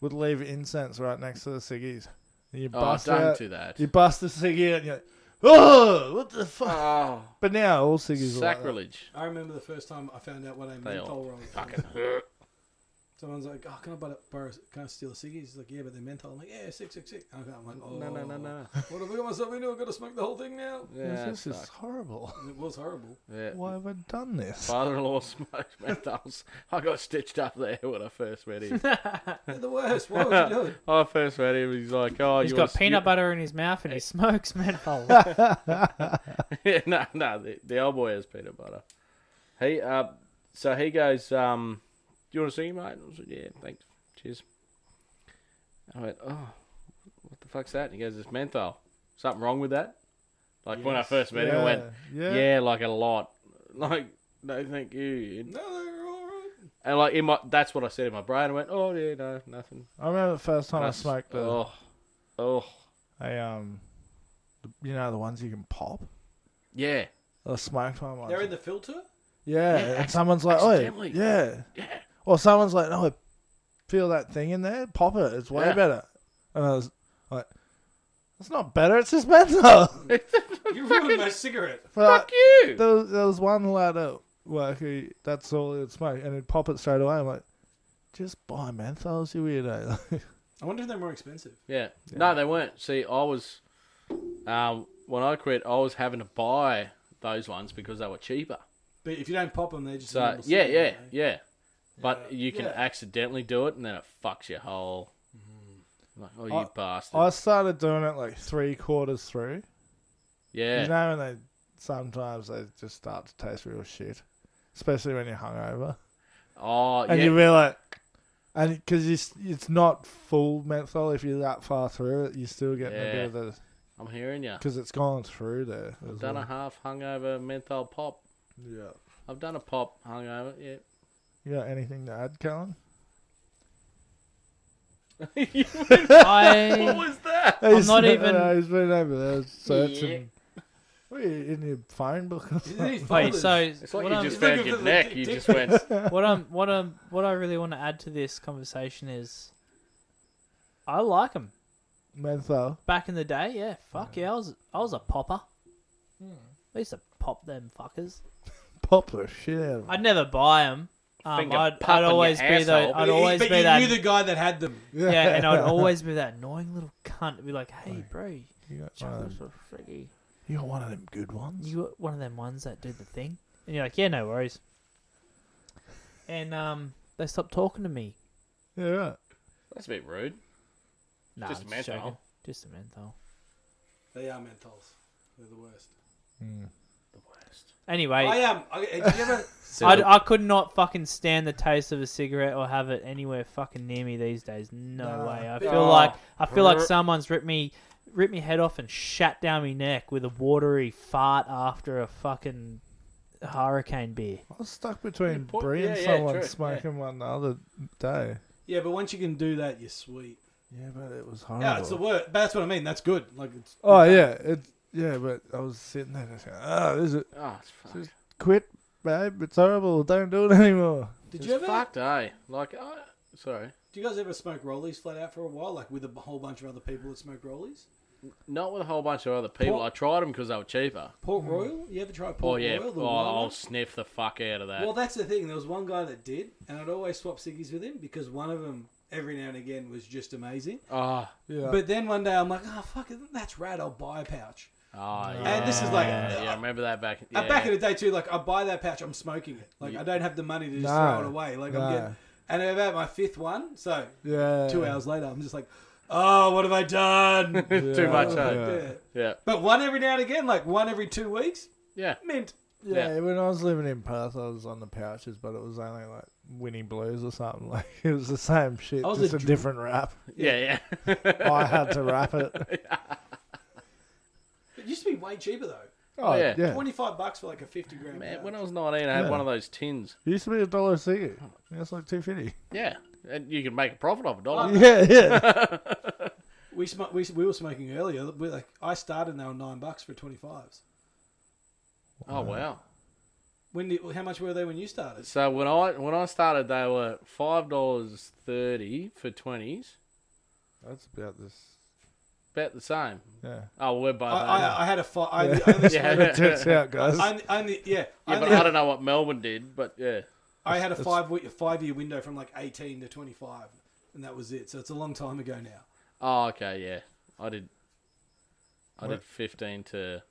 [SPEAKER 3] would leave incense right next to the ciggies, And you
[SPEAKER 2] Oh,
[SPEAKER 3] bust
[SPEAKER 2] don't
[SPEAKER 3] out,
[SPEAKER 2] do that.
[SPEAKER 3] you bust a ciggy out and you're like, oh, what the fuck?
[SPEAKER 2] Oh,
[SPEAKER 3] But now all ciggies are like that.
[SPEAKER 2] sacrilege.
[SPEAKER 5] I remember the first time I found out what a
[SPEAKER 2] They
[SPEAKER 5] menthol
[SPEAKER 2] all
[SPEAKER 5] roll is.
[SPEAKER 2] Fucking.
[SPEAKER 5] Someone's like, "Oh, can I borrow, borrow can I steal a ciggy?" He's like, "Yeah, but they're menthol." I'm like, "Yeah, six, six, six." And I'm like, "Oh,
[SPEAKER 2] No, no, no, no.
[SPEAKER 5] What have I got myself into? I've got to smoke the whole thing now."
[SPEAKER 2] Yeah,
[SPEAKER 3] this is
[SPEAKER 2] fuck.
[SPEAKER 3] horrible.
[SPEAKER 5] And it was horrible.
[SPEAKER 2] yeah.
[SPEAKER 3] Why have I done this?
[SPEAKER 2] Father-in-law smoked menthols. I got stitched up there when I first met him.
[SPEAKER 5] They're the worst. Why would you do it?
[SPEAKER 2] I first met him. He's like, oh,
[SPEAKER 6] He's
[SPEAKER 2] you
[SPEAKER 6] got
[SPEAKER 2] wanna-
[SPEAKER 6] peanut
[SPEAKER 2] you-
[SPEAKER 6] butter in his mouth and he smokes menthol.
[SPEAKER 2] yeah, no, no, the, the old boy has peanut butter. He, uh, so he goes, um, do you want to see, mate? And I was like, yeah, thanks, cheers. I went, oh, what the fuck's that? And he goes, it's menthol. Something wrong with that? Like when I first met him, I went, yeah. like a lot. Like, no, thank you. And,
[SPEAKER 5] No, they're all right.
[SPEAKER 2] and like in my, that's what I said in my brain. I went, oh yeah, no, nothing.
[SPEAKER 3] I remember the first time
[SPEAKER 2] That's-
[SPEAKER 3] I smoked a,
[SPEAKER 2] Oh, oh,
[SPEAKER 3] a um, you know the ones you can pop.
[SPEAKER 2] yeah.
[SPEAKER 3] I smoked one. once.
[SPEAKER 5] They're in the filter.
[SPEAKER 2] Yeah,
[SPEAKER 3] Yeah, and
[SPEAKER 2] acc-
[SPEAKER 3] someone's like, "Oh,
[SPEAKER 2] accidentally.
[SPEAKER 3] yeah,"
[SPEAKER 2] Yeah.
[SPEAKER 3] or someone's like, "Oh, feel that thing in there? Pop it. It's way
[SPEAKER 2] Yeah.
[SPEAKER 3] better." And I was like, "It's not better. It's just menthol."
[SPEAKER 5] You ruined my cigarette.
[SPEAKER 3] But
[SPEAKER 2] Fuck you.
[SPEAKER 3] there was, there was one lad at work who that's all he'd smoke, and he'd pop it straight away. I'm like, "Just buy menthols, you weirdo."
[SPEAKER 5] I wonder if they're more expensive.
[SPEAKER 2] Yeah. No, they weren't. See, I was um, when I quit, I was having to buy those ones because they were cheaper.
[SPEAKER 5] But if you don't pop them, they're just
[SPEAKER 2] So
[SPEAKER 5] normal
[SPEAKER 2] yeah, yeah,
[SPEAKER 5] cigarette, eh?
[SPEAKER 2] yeah. But you can
[SPEAKER 5] Yeah.
[SPEAKER 2] accidentally do it, and then it fucks your whole. Like, oh, you
[SPEAKER 3] I-
[SPEAKER 2] bastard!
[SPEAKER 3] I started doing it like three quarters through.
[SPEAKER 2] yeah,
[SPEAKER 3] You know, and they sometimes they just start to taste real shit, especially when you're hungover.
[SPEAKER 2] oh,
[SPEAKER 3] and
[SPEAKER 2] yeah.
[SPEAKER 3] you feel like, and because it's it's not full menthol. If you're that far through it, you're still getting a bit
[SPEAKER 2] Yeah.
[SPEAKER 3] of the
[SPEAKER 2] I'm hearing you.
[SPEAKER 3] because it's gone through there. as
[SPEAKER 2] I've done
[SPEAKER 3] well.
[SPEAKER 2] a half hungover menthol pop.
[SPEAKER 3] yeah.
[SPEAKER 2] I've done a pop hungover. Yeah.
[SPEAKER 3] You got anything to add, Callum?
[SPEAKER 6] I
[SPEAKER 2] What was that?
[SPEAKER 3] I'm
[SPEAKER 6] not even-
[SPEAKER 3] he's been over there searching. What are you, in your phone book? or
[SPEAKER 5] You
[SPEAKER 3] something?
[SPEAKER 5] need
[SPEAKER 6] wait.
[SPEAKER 5] folders.
[SPEAKER 6] So
[SPEAKER 2] It's like
[SPEAKER 6] what
[SPEAKER 2] you
[SPEAKER 6] I'm,
[SPEAKER 2] just
[SPEAKER 5] Look
[SPEAKER 2] found
[SPEAKER 5] at
[SPEAKER 2] your
[SPEAKER 5] the
[SPEAKER 2] neck.
[SPEAKER 5] dick
[SPEAKER 2] You just went.
[SPEAKER 6] what I'm what I'm what I really want to add to this conversation is, I like them.
[SPEAKER 3] Menthol.
[SPEAKER 6] Back in the day, yeah, fuck yeah, I was I was a popper. I used to pop them fuckers.
[SPEAKER 3] Pop the shit out of it.
[SPEAKER 6] I'd never buy them. Um,
[SPEAKER 2] Finger
[SPEAKER 6] I'd,
[SPEAKER 2] pop on
[SPEAKER 6] I'd
[SPEAKER 2] your
[SPEAKER 6] always be though.
[SPEAKER 2] asshole.
[SPEAKER 6] I'd
[SPEAKER 5] But you-
[SPEAKER 6] always
[SPEAKER 5] but
[SPEAKER 6] be
[SPEAKER 5] you
[SPEAKER 6] that.
[SPEAKER 5] knew the guy that had them.
[SPEAKER 6] yeah, and I'd always be that annoying little cunt to be like, "Hey, bro,
[SPEAKER 3] You got, one of
[SPEAKER 6] chocolates
[SPEAKER 3] them,
[SPEAKER 6] are free.
[SPEAKER 3] you got one of them good ones.
[SPEAKER 6] You got one of them ones that do the thing?" And you're like, "Yeah, no worries." And um, they stopped talking to me.
[SPEAKER 3] yeah, right.
[SPEAKER 2] That's a bit rude.
[SPEAKER 6] Nah,
[SPEAKER 2] Just
[SPEAKER 6] I'm
[SPEAKER 2] a menthol.
[SPEAKER 6] joking. Just a menthol.
[SPEAKER 5] They are menthols. They're the worst.
[SPEAKER 2] The worst.
[SPEAKER 6] Anyway,
[SPEAKER 5] I
[SPEAKER 6] I,
[SPEAKER 5] am. I, have you ever?
[SPEAKER 6] I could not fucking stand the taste of a cigarette or have it anywhere fucking near me these days. No
[SPEAKER 3] Nah.
[SPEAKER 6] way. I
[SPEAKER 5] Big-
[SPEAKER 6] feel like I feel like someone's ripped me ripped me head off and shat down my neck with a watery fart after a fucking hurricane beer.
[SPEAKER 3] I was stuck between
[SPEAKER 2] Good point.
[SPEAKER 3] Brie and
[SPEAKER 2] Yeah, yeah,
[SPEAKER 3] someone
[SPEAKER 2] true, yeah.
[SPEAKER 3] smoking one the other day.
[SPEAKER 5] yeah, but once you can do that, you're sweet.
[SPEAKER 3] Yeah, but it was horrible.
[SPEAKER 5] Yeah, it's the worst. But that's what I mean. That's good. Like it's.
[SPEAKER 3] Oh yeah, it yeah, but I was sitting there just going, oh, this is
[SPEAKER 2] Oh, it's fucked.
[SPEAKER 3] Just- quit, babe. It's horrible. Don't do it anymore.
[SPEAKER 5] Did
[SPEAKER 2] It's
[SPEAKER 5] you ever?
[SPEAKER 2] fucked, eh? Like, I sorry.
[SPEAKER 5] Do you guys ever smoke rollies flat out for a while, like with a whole bunch of other people that smoke rollies?
[SPEAKER 2] Not with a whole bunch of other people. I tried them because they were cheaper.
[SPEAKER 5] Port
[SPEAKER 3] Hmm.
[SPEAKER 5] Royal. You ever try
[SPEAKER 2] Oh
[SPEAKER 5] Port
[SPEAKER 2] yeah,
[SPEAKER 5] Royal? the
[SPEAKER 2] oh,
[SPEAKER 5] wild one?
[SPEAKER 2] I'll sniff the fuck out of that.
[SPEAKER 5] Well, that's the thing. There was one guy that did, and I'd always swap ciggies with him because one of them every now and again was just amazing.
[SPEAKER 2] Ah,
[SPEAKER 3] Yeah,
[SPEAKER 5] But then one day I'm like, oh fuck, it, that's rad. I'll buy a pouch.
[SPEAKER 2] ah, yeah.
[SPEAKER 5] And this is like,
[SPEAKER 2] yeah, yeah, I remember that back. Yeah.
[SPEAKER 5] And back in the day too, like I buy that pouch, I'm smoking it. Like I don't have the money to just
[SPEAKER 3] No.
[SPEAKER 5] throw it away. Like
[SPEAKER 3] No.
[SPEAKER 5] I'm getting, and I've had my fifth one, so
[SPEAKER 3] yeah.
[SPEAKER 5] two hours later, I'm just like, oh, what have I done? Oh,
[SPEAKER 2] Too much, eh?
[SPEAKER 3] Yeah.
[SPEAKER 5] Yeah.
[SPEAKER 2] Yeah,
[SPEAKER 5] But one every now and again, like one every two weeks,
[SPEAKER 2] yeah.
[SPEAKER 5] mint.
[SPEAKER 3] yeah.
[SPEAKER 2] Yeah.
[SPEAKER 3] When I was living in Perth, I was on the pouches, but it was only like Winnie Blues or something. Like it was the same shit,
[SPEAKER 5] I was
[SPEAKER 3] just a,
[SPEAKER 5] a dr-
[SPEAKER 3] different wrap.
[SPEAKER 2] Yeah, yeah.
[SPEAKER 3] I had to wrap it.
[SPEAKER 5] It used to be way cheaper though.
[SPEAKER 3] Oh
[SPEAKER 2] yeah.
[SPEAKER 3] yeah,
[SPEAKER 5] Twenty five bucks for like a fifty gram.
[SPEAKER 2] Man,
[SPEAKER 5] pouch.
[SPEAKER 2] when I was 19, I had
[SPEAKER 3] Yeah.
[SPEAKER 2] one of those tins.
[SPEAKER 3] It used to be a dollar a cig. Now it's like two fifty.
[SPEAKER 2] Yeah, and you could make a profit off a dollar.
[SPEAKER 5] Uh,
[SPEAKER 3] Yeah, yeah.
[SPEAKER 5] we, sm- we we were smoking earlier, we like I started and they were nine bucks for twenty fives.
[SPEAKER 2] Oh wow.
[SPEAKER 5] When did, how much were they when you started?
[SPEAKER 2] So when I when I started, they were five dollars thirty for twenties.
[SPEAKER 3] That's about this.
[SPEAKER 2] About the same.
[SPEAKER 3] Yeah.
[SPEAKER 2] Oh, well, we're both.
[SPEAKER 5] I, I, I had a fight. I, I only,
[SPEAKER 2] Yeah.
[SPEAKER 3] It checks out, guys.
[SPEAKER 5] I only- I only- yeah, I,
[SPEAKER 2] yeah,
[SPEAKER 5] only
[SPEAKER 2] but I
[SPEAKER 5] had,
[SPEAKER 2] don't know what Melbourne did, but yeah.
[SPEAKER 5] I had a five we- five year window from like eighteen to twenty five, and that was it. So it's a long time ago now.
[SPEAKER 2] Oh, okay, yeah. I did. I did fifteen to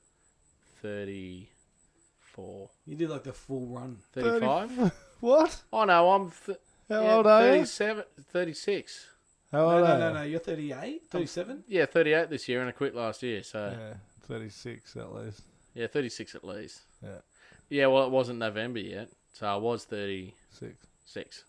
[SPEAKER 2] thirty-four,
[SPEAKER 5] You did like the full run.
[SPEAKER 2] thirty-five.
[SPEAKER 3] what?
[SPEAKER 2] Oh no, I'm th-
[SPEAKER 3] How
[SPEAKER 2] yeah,
[SPEAKER 3] old are you?
[SPEAKER 2] 37, 36.
[SPEAKER 3] How
[SPEAKER 5] No,
[SPEAKER 3] old
[SPEAKER 5] no,
[SPEAKER 3] are
[SPEAKER 5] no,
[SPEAKER 3] you?
[SPEAKER 5] no. You're 38, 37.
[SPEAKER 2] Yeah, thirty-eight this year, and I quit last year. So
[SPEAKER 3] Yeah, 36 at least.
[SPEAKER 2] yeah, thirty-six at least.
[SPEAKER 3] Yeah.
[SPEAKER 2] Yeah. Well, it wasn't November yet, so I was thirty-six.
[SPEAKER 3] Six.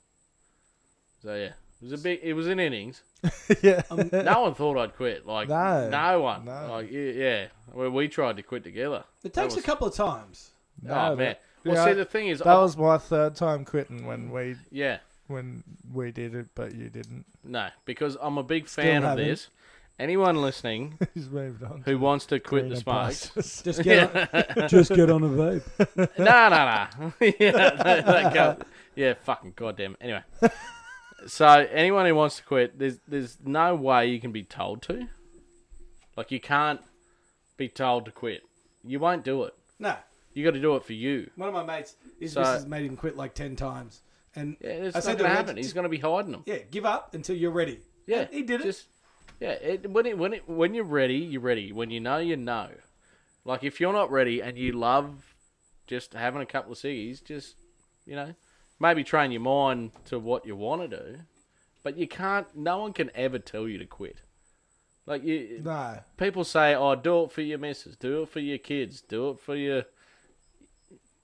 [SPEAKER 2] So yeah, it was a big. It was in innings.
[SPEAKER 3] yeah.
[SPEAKER 5] Um,
[SPEAKER 2] No one thought I'd quit. Like
[SPEAKER 3] No,
[SPEAKER 2] no, one.
[SPEAKER 3] no.
[SPEAKER 2] Like yeah, yeah. Well, we tried to quit together.
[SPEAKER 5] It takes
[SPEAKER 2] was-
[SPEAKER 5] a couple of times.
[SPEAKER 2] oh
[SPEAKER 3] No,
[SPEAKER 2] man.
[SPEAKER 3] that-
[SPEAKER 2] Well,
[SPEAKER 3] yeah,
[SPEAKER 2] see, the thing is,
[SPEAKER 3] that
[SPEAKER 2] I,
[SPEAKER 3] was my third time quitting when we
[SPEAKER 2] yeah.
[SPEAKER 3] when we did it, but you didn't.
[SPEAKER 2] No, because I'm a big fan of
[SPEAKER 3] haven't.
[SPEAKER 2] this. Anyone listening
[SPEAKER 3] He's moved on.
[SPEAKER 2] who wants to quit
[SPEAKER 3] Greener
[SPEAKER 2] the smoke,
[SPEAKER 3] pastures.
[SPEAKER 5] Just get
[SPEAKER 8] Just get on a vape.
[SPEAKER 2] no, no, no. yeah, that, that go- yeah, fucking goddamn. it. Anyway, so anyone who wants to quit, there's there's no way you can be told to. Like you can't be told to quit. You won't do it.
[SPEAKER 5] no.
[SPEAKER 2] You got to do it for you.
[SPEAKER 5] One of my mates, his
[SPEAKER 2] So-
[SPEAKER 5] missus made him quit like 10 times. And
[SPEAKER 2] Yeah, it's
[SPEAKER 5] I
[SPEAKER 2] not going
[SPEAKER 5] said
[SPEAKER 2] to
[SPEAKER 5] him,
[SPEAKER 2] happen. He's
[SPEAKER 5] "Just-
[SPEAKER 2] going to be hiding them.
[SPEAKER 5] Yeah, give up until you're ready.
[SPEAKER 2] Yeah,
[SPEAKER 5] And he did it.
[SPEAKER 2] Just yeah, it, when it, when it, when you're ready, you're ready. When you know, you know. Like if you're not ready and you love just having a couple of ciggies, just you know, maybe train your mind to what you want to do, but you can't. No one can ever tell you to quit. Like you,
[SPEAKER 3] no.
[SPEAKER 2] people say, "Oh, do it for your missus, do it for your kids, do it for your."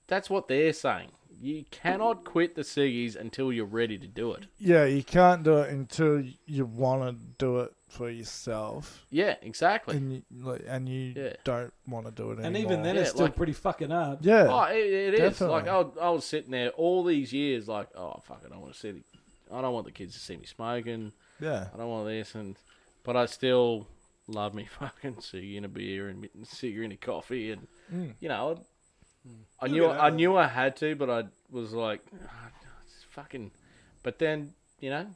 [SPEAKER 2] That's what they're saying. You cannot quit the ciggies until you're ready to do it.
[SPEAKER 3] Yeah, you can't do it until you want to do it for yourself,
[SPEAKER 2] Yeah, exactly.
[SPEAKER 3] and you, like, and you
[SPEAKER 2] Yeah.
[SPEAKER 3] don't want to do it anymore.
[SPEAKER 5] And even then,
[SPEAKER 2] Yeah,
[SPEAKER 5] it's still
[SPEAKER 2] like-
[SPEAKER 5] pretty fucking hard.
[SPEAKER 3] yeah,
[SPEAKER 2] Oh, it, it is.
[SPEAKER 3] Definitely.
[SPEAKER 2] Like I, was- I was sitting there all these years, like, oh fuck, I don't want to see, the, I don't want the kids to see me smoking.
[SPEAKER 3] yeah,
[SPEAKER 2] I don't want this, and but I still love me fucking ciggy and a beer and ciggy and a coffee, and you know, I, I knew
[SPEAKER 5] Mm. You'll get
[SPEAKER 2] I
[SPEAKER 5] over
[SPEAKER 2] knew I had to, but I was like, "Ah, it's fucking. But then you know,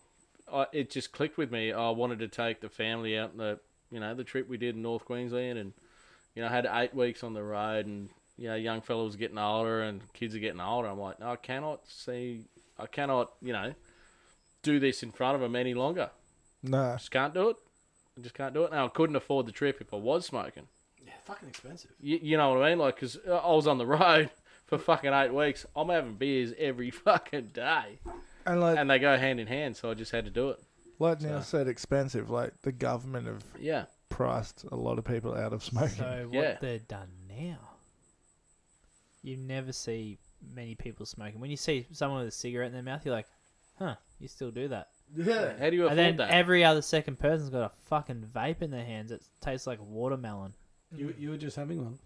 [SPEAKER 2] I, it just clicked with me. I wanted to take the family out on the you know the trip we did in North Queensland, and you know I had eight weeks on the road, and you know young fellows getting older and kids are getting older. I'm like, no, I cannot see, I cannot you know do this in front of them any longer.
[SPEAKER 3] no,
[SPEAKER 2] I just can't do it. I just can't do it. Now I couldn't afford the trip if I was smoking.
[SPEAKER 5] Yeah, fucking expensive.
[SPEAKER 2] You, you know what I mean? Like, cause uh, I was on the road for fucking eight weeks. I'm having beers every fucking day,
[SPEAKER 3] and like
[SPEAKER 2] and they go hand in hand. So I just had to do it.
[SPEAKER 3] like Neil said, expensive. Like the government have
[SPEAKER 2] Yeah,
[SPEAKER 3] priced a lot of people out of smoking.
[SPEAKER 6] So what
[SPEAKER 2] Yeah.
[SPEAKER 6] they're done now, you never see many people smoking. When you see someone with a cigarette in their mouth, you're like, "Huh, you still do that?"
[SPEAKER 3] yeah,
[SPEAKER 2] how do you
[SPEAKER 6] and
[SPEAKER 2] afford
[SPEAKER 6] then
[SPEAKER 2] that?
[SPEAKER 6] every other second person's got a fucking vape in their hands. It tastes like watermelon.
[SPEAKER 5] You, you were just having one.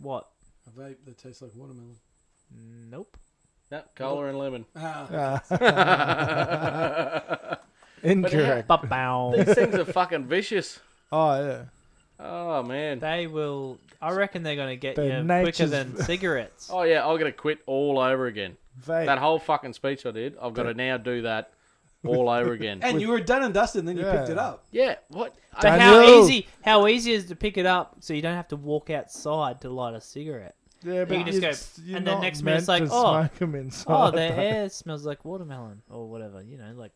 [SPEAKER 6] What?
[SPEAKER 5] A vape that tastes like watermelon.
[SPEAKER 6] Nope.
[SPEAKER 2] no, cola and lemon.
[SPEAKER 5] Ah,
[SPEAKER 3] Uh, incorrect.
[SPEAKER 6] Ba-bow.
[SPEAKER 2] These things are fucking vicious.
[SPEAKER 3] Oh yeah,
[SPEAKER 2] Oh man.
[SPEAKER 6] they will. I reckon they're gonna get
[SPEAKER 3] They're
[SPEAKER 6] you quicker
[SPEAKER 3] nature's-
[SPEAKER 6] than cigarettes.
[SPEAKER 2] Oh yeah, I'll get to quit all over again.
[SPEAKER 3] vape.
[SPEAKER 2] That whole fucking speech I did, I've got to now do that all over again.
[SPEAKER 5] and you were done and dusted, and then you
[SPEAKER 3] Yeah.
[SPEAKER 5] picked it up.
[SPEAKER 2] Yeah, what?
[SPEAKER 6] But
[SPEAKER 2] I-
[SPEAKER 6] how
[SPEAKER 3] Daniel.
[SPEAKER 6] easy? How easy is to pick it up so you don't have to walk outside to light a cigarette?
[SPEAKER 3] yeah, but
[SPEAKER 6] can just go,
[SPEAKER 3] it's- you're
[SPEAKER 6] and then
[SPEAKER 3] not
[SPEAKER 6] next minute it's
[SPEAKER 3] meant
[SPEAKER 6] like,
[SPEAKER 3] to
[SPEAKER 6] oh,
[SPEAKER 3] smoke 'em inside.
[SPEAKER 6] Oh, their
[SPEAKER 3] though.
[SPEAKER 6] hair smells like watermelon or whatever. You know, like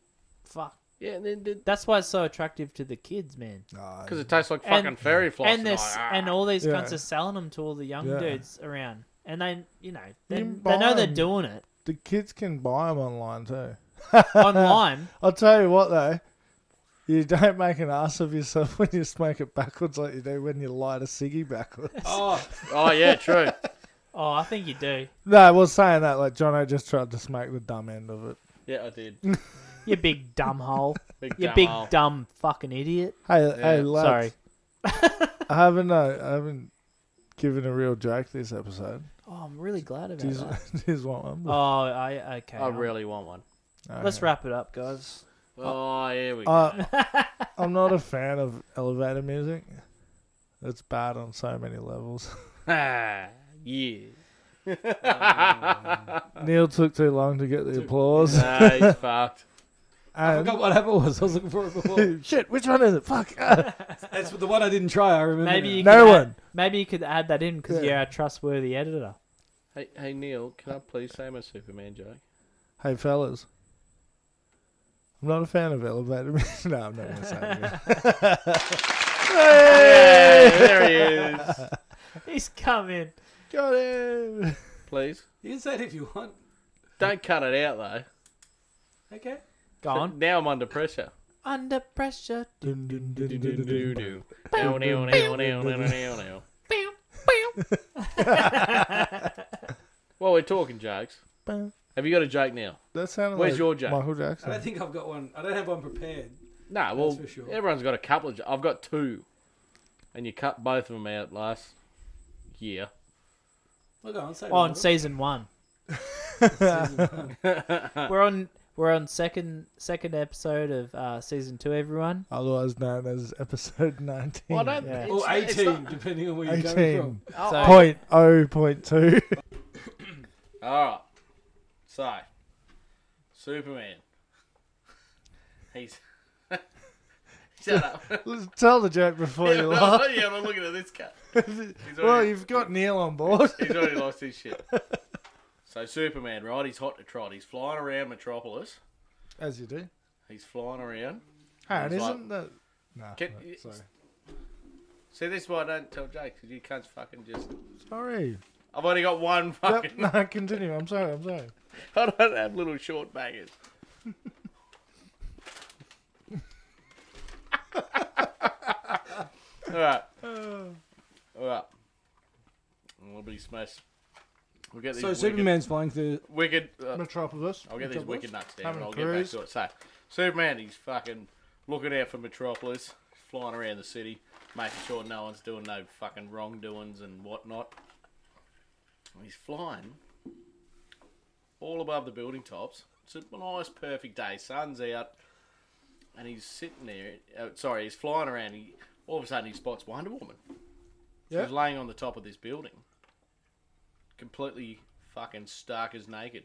[SPEAKER 6] fuck.
[SPEAKER 2] yeah, and then the-
[SPEAKER 6] That's why it's so attractive to the kids, man.
[SPEAKER 3] No,
[SPEAKER 2] Because it tastes like fucking
[SPEAKER 6] And-
[SPEAKER 2] fairy floss.
[SPEAKER 6] and this
[SPEAKER 2] like, "Ah."
[SPEAKER 6] and all these
[SPEAKER 3] Yeah.
[SPEAKER 6] cunts are selling them to all the young
[SPEAKER 3] Yeah.
[SPEAKER 6] dudes around, and they, you know, they,
[SPEAKER 3] You
[SPEAKER 6] they know they're
[SPEAKER 3] buy 'em.
[SPEAKER 6] doing it
[SPEAKER 3] the kids can buy them online too.
[SPEAKER 6] online.
[SPEAKER 3] I'll tell you what though, you don't make an ass of yourself when you smoke it backwards like you do when you light a ciggy backwards.
[SPEAKER 5] Oh,
[SPEAKER 2] Oh yeah, true.
[SPEAKER 6] oh, I think you do.
[SPEAKER 3] no, I was saying that like Jono just tried to smoke the dumb end of it.
[SPEAKER 2] Yeah, I did.
[SPEAKER 6] You big dumb hole.
[SPEAKER 2] Big
[SPEAKER 6] You
[SPEAKER 2] dumb
[SPEAKER 6] big
[SPEAKER 2] hole.
[SPEAKER 6] dumb fucking idiot.
[SPEAKER 3] Hey, hey,
[SPEAKER 2] Yeah,
[SPEAKER 3] lads,
[SPEAKER 6] Sorry.
[SPEAKER 3] I haven't, uh, I haven't given a real joke this episode.
[SPEAKER 6] Oh, I'm really glad about
[SPEAKER 3] Do you,
[SPEAKER 6] that.
[SPEAKER 3] do you want one?
[SPEAKER 6] Oh, I okay.
[SPEAKER 2] I
[SPEAKER 6] I'm-
[SPEAKER 2] Oh, really want one.
[SPEAKER 3] Okay.
[SPEAKER 6] Let's wrap it up, guys.
[SPEAKER 2] Oh, here we go.
[SPEAKER 3] Uh, I'm not a fan of elevator music. It's bad on so many levels.
[SPEAKER 2] Ah, yeah. Uh,
[SPEAKER 3] Neil took too long to get the applause.
[SPEAKER 2] Nah, he's fucked.
[SPEAKER 5] I
[SPEAKER 3] And
[SPEAKER 5] forgot what app it was. I was looking for it before.
[SPEAKER 3] shit, which one is it? Fuck. ah.
[SPEAKER 5] That's the one I didn't try. I remember.
[SPEAKER 6] Maybe
[SPEAKER 5] now.
[SPEAKER 6] you
[SPEAKER 3] no
[SPEAKER 6] could
[SPEAKER 3] one.
[SPEAKER 6] Add, maybe you could add that in because
[SPEAKER 3] Yeah.
[SPEAKER 6] you're a trustworthy editor.
[SPEAKER 2] Hey, hey, Neil, can I please say my Superman joke?
[SPEAKER 3] Hey, fellas. I'm not a fan of elevator music. no, I'm not going to say it. again.
[SPEAKER 2] Hey, there he is.
[SPEAKER 6] He's coming.
[SPEAKER 3] Got him.
[SPEAKER 2] Please
[SPEAKER 5] you can say it if you want.
[SPEAKER 2] don't cut it out though.
[SPEAKER 5] Okay.
[SPEAKER 6] Go on.
[SPEAKER 2] Now I'm under pressure.
[SPEAKER 6] Under pressure.
[SPEAKER 2] Do-do-do-do. Now, now, now, now, now, now, now. Well, we're talking jokes. Have you got a joke now?
[SPEAKER 3] That sounded
[SPEAKER 2] Where's
[SPEAKER 3] like
[SPEAKER 2] your joke?
[SPEAKER 3] Michael
[SPEAKER 5] I don't
[SPEAKER 3] Jackson.
[SPEAKER 5] think I've got one. I don't have one prepared.
[SPEAKER 2] No, well,
[SPEAKER 5] for sure.
[SPEAKER 2] everyone's got a couple of. jo- I've got two, and you cut both of them out last year.
[SPEAKER 5] Well, go on. Say
[SPEAKER 6] Oh, on
[SPEAKER 5] one.
[SPEAKER 6] season one. we're on we're on second second episode of uh, season two. Everyone,
[SPEAKER 3] Otherwise known as episode 19.
[SPEAKER 2] Well, I don't.
[SPEAKER 6] Yeah.
[SPEAKER 2] it's-
[SPEAKER 5] Or
[SPEAKER 2] it's
[SPEAKER 5] 18,
[SPEAKER 2] not-
[SPEAKER 5] depending on where you're going from.
[SPEAKER 3] 18.
[SPEAKER 2] oh,
[SPEAKER 6] So-
[SPEAKER 2] oh,
[SPEAKER 3] Point oh point two.
[SPEAKER 2] All right. So, Superman. He's. Shut up.
[SPEAKER 3] Let's Tell the joke before you laugh.
[SPEAKER 2] yeah, I'm looking at this cat. He's
[SPEAKER 3] Well,
[SPEAKER 2] already,
[SPEAKER 3] you've got Neil on board.
[SPEAKER 2] he's already lost his shit. So, Superman, right? He's hot to trot. He's flying around Metropolis.
[SPEAKER 3] As you do.
[SPEAKER 2] He's flying around.
[SPEAKER 3] Aaron,
[SPEAKER 2] He's like-
[SPEAKER 3] isn't that. Nah,
[SPEAKER 2] Can-
[SPEAKER 3] right, sorry.
[SPEAKER 2] See, this is why I don't tell Jake, because you cunts fucking just.
[SPEAKER 3] Sorry.
[SPEAKER 2] I've only got one fucking.
[SPEAKER 3] Yep, no, continue. I'm sorry. I'm sorry.
[SPEAKER 2] I don't have little short bangers. All right. All right. I'll be smashed. We'll get these
[SPEAKER 5] So
[SPEAKER 2] wicked,
[SPEAKER 5] Superman's flying through.
[SPEAKER 2] wicked. Uh,
[SPEAKER 3] Metropolis.
[SPEAKER 2] I'll get these wicked nuts down and
[SPEAKER 3] Having a
[SPEAKER 2] I'll get back
[SPEAKER 3] cruise.
[SPEAKER 2] to it. So, Superman, he's fucking looking out for Metropolis, flying around the city, making sure no one's doing no fucking wrongdoings and whatnot. He's flying all above the building tops. It's a nice, perfect day. Sun's out, and he's sitting there. Uh, sorry, he's flying around. He all of a sudden he spots Wonder Woman.
[SPEAKER 3] Yeah.
[SPEAKER 2] She's laying on the top of this building, completely fucking stark as naked.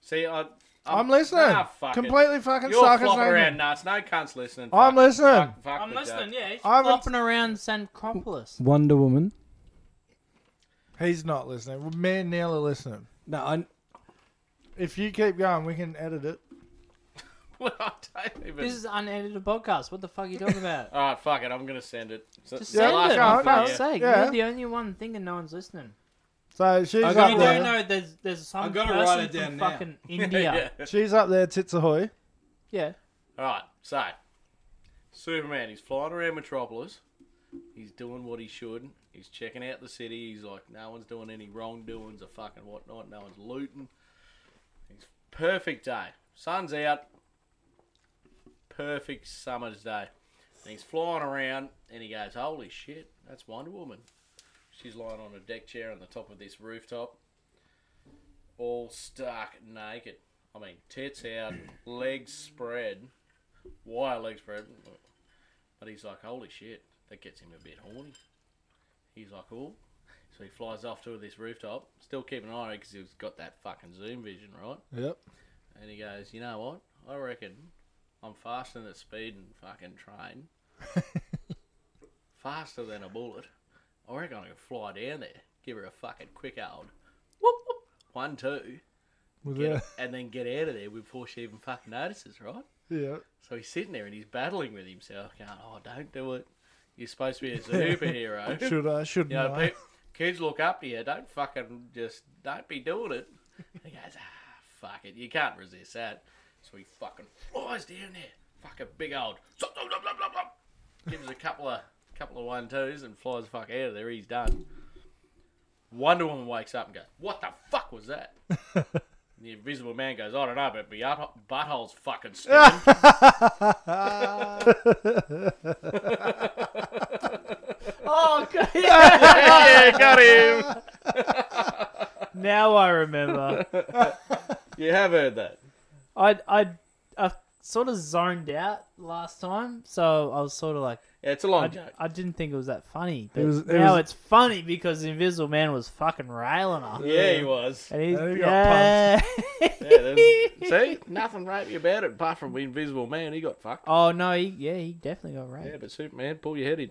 [SPEAKER 2] See, I, I'm,
[SPEAKER 3] I'm listening.
[SPEAKER 2] Nah, fuck it.
[SPEAKER 3] Completely fucking
[SPEAKER 2] You're
[SPEAKER 3] suckers
[SPEAKER 2] flopping
[SPEAKER 3] naked.
[SPEAKER 2] around nuts. No cunts listening. Fuck
[SPEAKER 3] I'm
[SPEAKER 2] it.
[SPEAKER 3] listening.
[SPEAKER 2] Fuck- fuck the joke.
[SPEAKER 6] yeah. He's
[SPEAKER 3] I'm-
[SPEAKER 6] flopping around Sancropolis.
[SPEAKER 5] Wonder Woman.
[SPEAKER 3] He's not listening. Me and Neil are listening.
[SPEAKER 5] No, I,
[SPEAKER 3] If you keep going, we can edit it.
[SPEAKER 2] Well, I don't even.
[SPEAKER 6] This is unedited podcast. What the fuck are you talking about?
[SPEAKER 2] All right, fuck it. I'm gonna send it. So,
[SPEAKER 6] Just
[SPEAKER 2] the
[SPEAKER 6] send
[SPEAKER 2] last
[SPEAKER 6] it,
[SPEAKER 3] go
[SPEAKER 6] for
[SPEAKER 2] one
[SPEAKER 3] on,
[SPEAKER 2] for
[SPEAKER 6] fuck's
[SPEAKER 2] you.
[SPEAKER 6] sake.
[SPEAKER 3] Yeah.
[SPEAKER 6] You're the only one thinking no one's listening.
[SPEAKER 3] So she's
[SPEAKER 5] I
[SPEAKER 3] up
[SPEAKER 5] gotta
[SPEAKER 6] You
[SPEAKER 5] Right.
[SPEAKER 6] don't
[SPEAKER 3] there.
[SPEAKER 6] know there's there's some
[SPEAKER 5] gotta
[SPEAKER 6] person
[SPEAKER 5] write it
[SPEAKER 6] from
[SPEAKER 5] down now.
[SPEAKER 6] fucking India.
[SPEAKER 3] She's up there, tits ahoy.
[SPEAKER 6] yeah.
[SPEAKER 2] All right, so Superman, he's flying around Metropolis. He's doing what he should. He's checking out the city. He's like, no one's doing any wrongdoings or fucking whatnot. No one's looting. It's perfect day. Sun's out. Perfect summer's day. And he's flying around and he goes, holy shit, that's Wonder Woman. She's lying on a deck chair on the top of this rooftop, all stark naked. I mean, tits out, legs spread, wire legs spread. But he's like, holy shit, that gets him a bit horny. He's like, oh. So he flies off to this rooftop, still keeping an eye on it because he's got that fucking zoom vision, right?
[SPEAKER 3] Yep.
[SPEAKER 2] And he goes, you know what? I reckon I'm faster than a speeding fucking train, faster than a bullet. I reckon I can fly down there, give her a fucking quick old whoop, whoop, one, two,
[SPEAKER 3] With
[SPEAKER 2] get
[SPEAKER 3] her.
[SPEAKER 2] and then get out of there before she even fucking notices, right?
[SPEAKER 3] Yeah.
[SPEAKER 2] So he's sitting there and he's battling with himself, going, "Oh, don't do it. You're supposed to be a superhero.
[SPEAKER 3] Should I? Shouldn't
[SPEAKER 2] you know,
[SPEAKER 3] I?
[SPEAKER 2] pe- kids look up to you. Don't fucking just don't be doing it." And he goes, "Ah, fuck it. You can't resist that." So he fucking flies down there, fucking big old, zop, zop, zop, zop, zop, zop. gives a couple of couple of one twos and flies the fuck out of there. He's done. Wonder Woman wakes up and goes, "What the fuck was that?" And the Invisible Man goes, "I don't know, but my butt- butthole's fucking sticking."
[SPEAKER 6] Oh god. yeah.
[SPEAKER 2] yeah, got him.
[SPEAKER 6] Now I remember.
[SPEAKER 2] You have heard that.
[SPEAKER 6] I I I sort of zoned out last time, so I was sort of like,
[SPEAKER 2] Yeah, it's a long
[SPEAKER 6] I,
[SPEAKER 2] joke.
[SPEAKER 6] I didn't think it was that funny. But
[SPEAKER 3] was- it
[SPEAKER 6] now
[SPEAKER 3] was-
[SPEAKER 6] it's funny because the Invisible Man was fucking railing her.
[SPEAKER 2] Yeah, he was.
[SPEAKER 6] And he's,
[SPEAKER 3] And he
[SPEAKER 6] yeah.
[SPEAKER 3] got
[SPEAKER 2] Yeah, there's- see, nothing rapey about it apart from Invisible Man. He got fucked.
[SPEAKER 6] oh no, he, yeah, he definitely got raped.
[SPEAKER 2] Yeah, but Superman, pull your head in.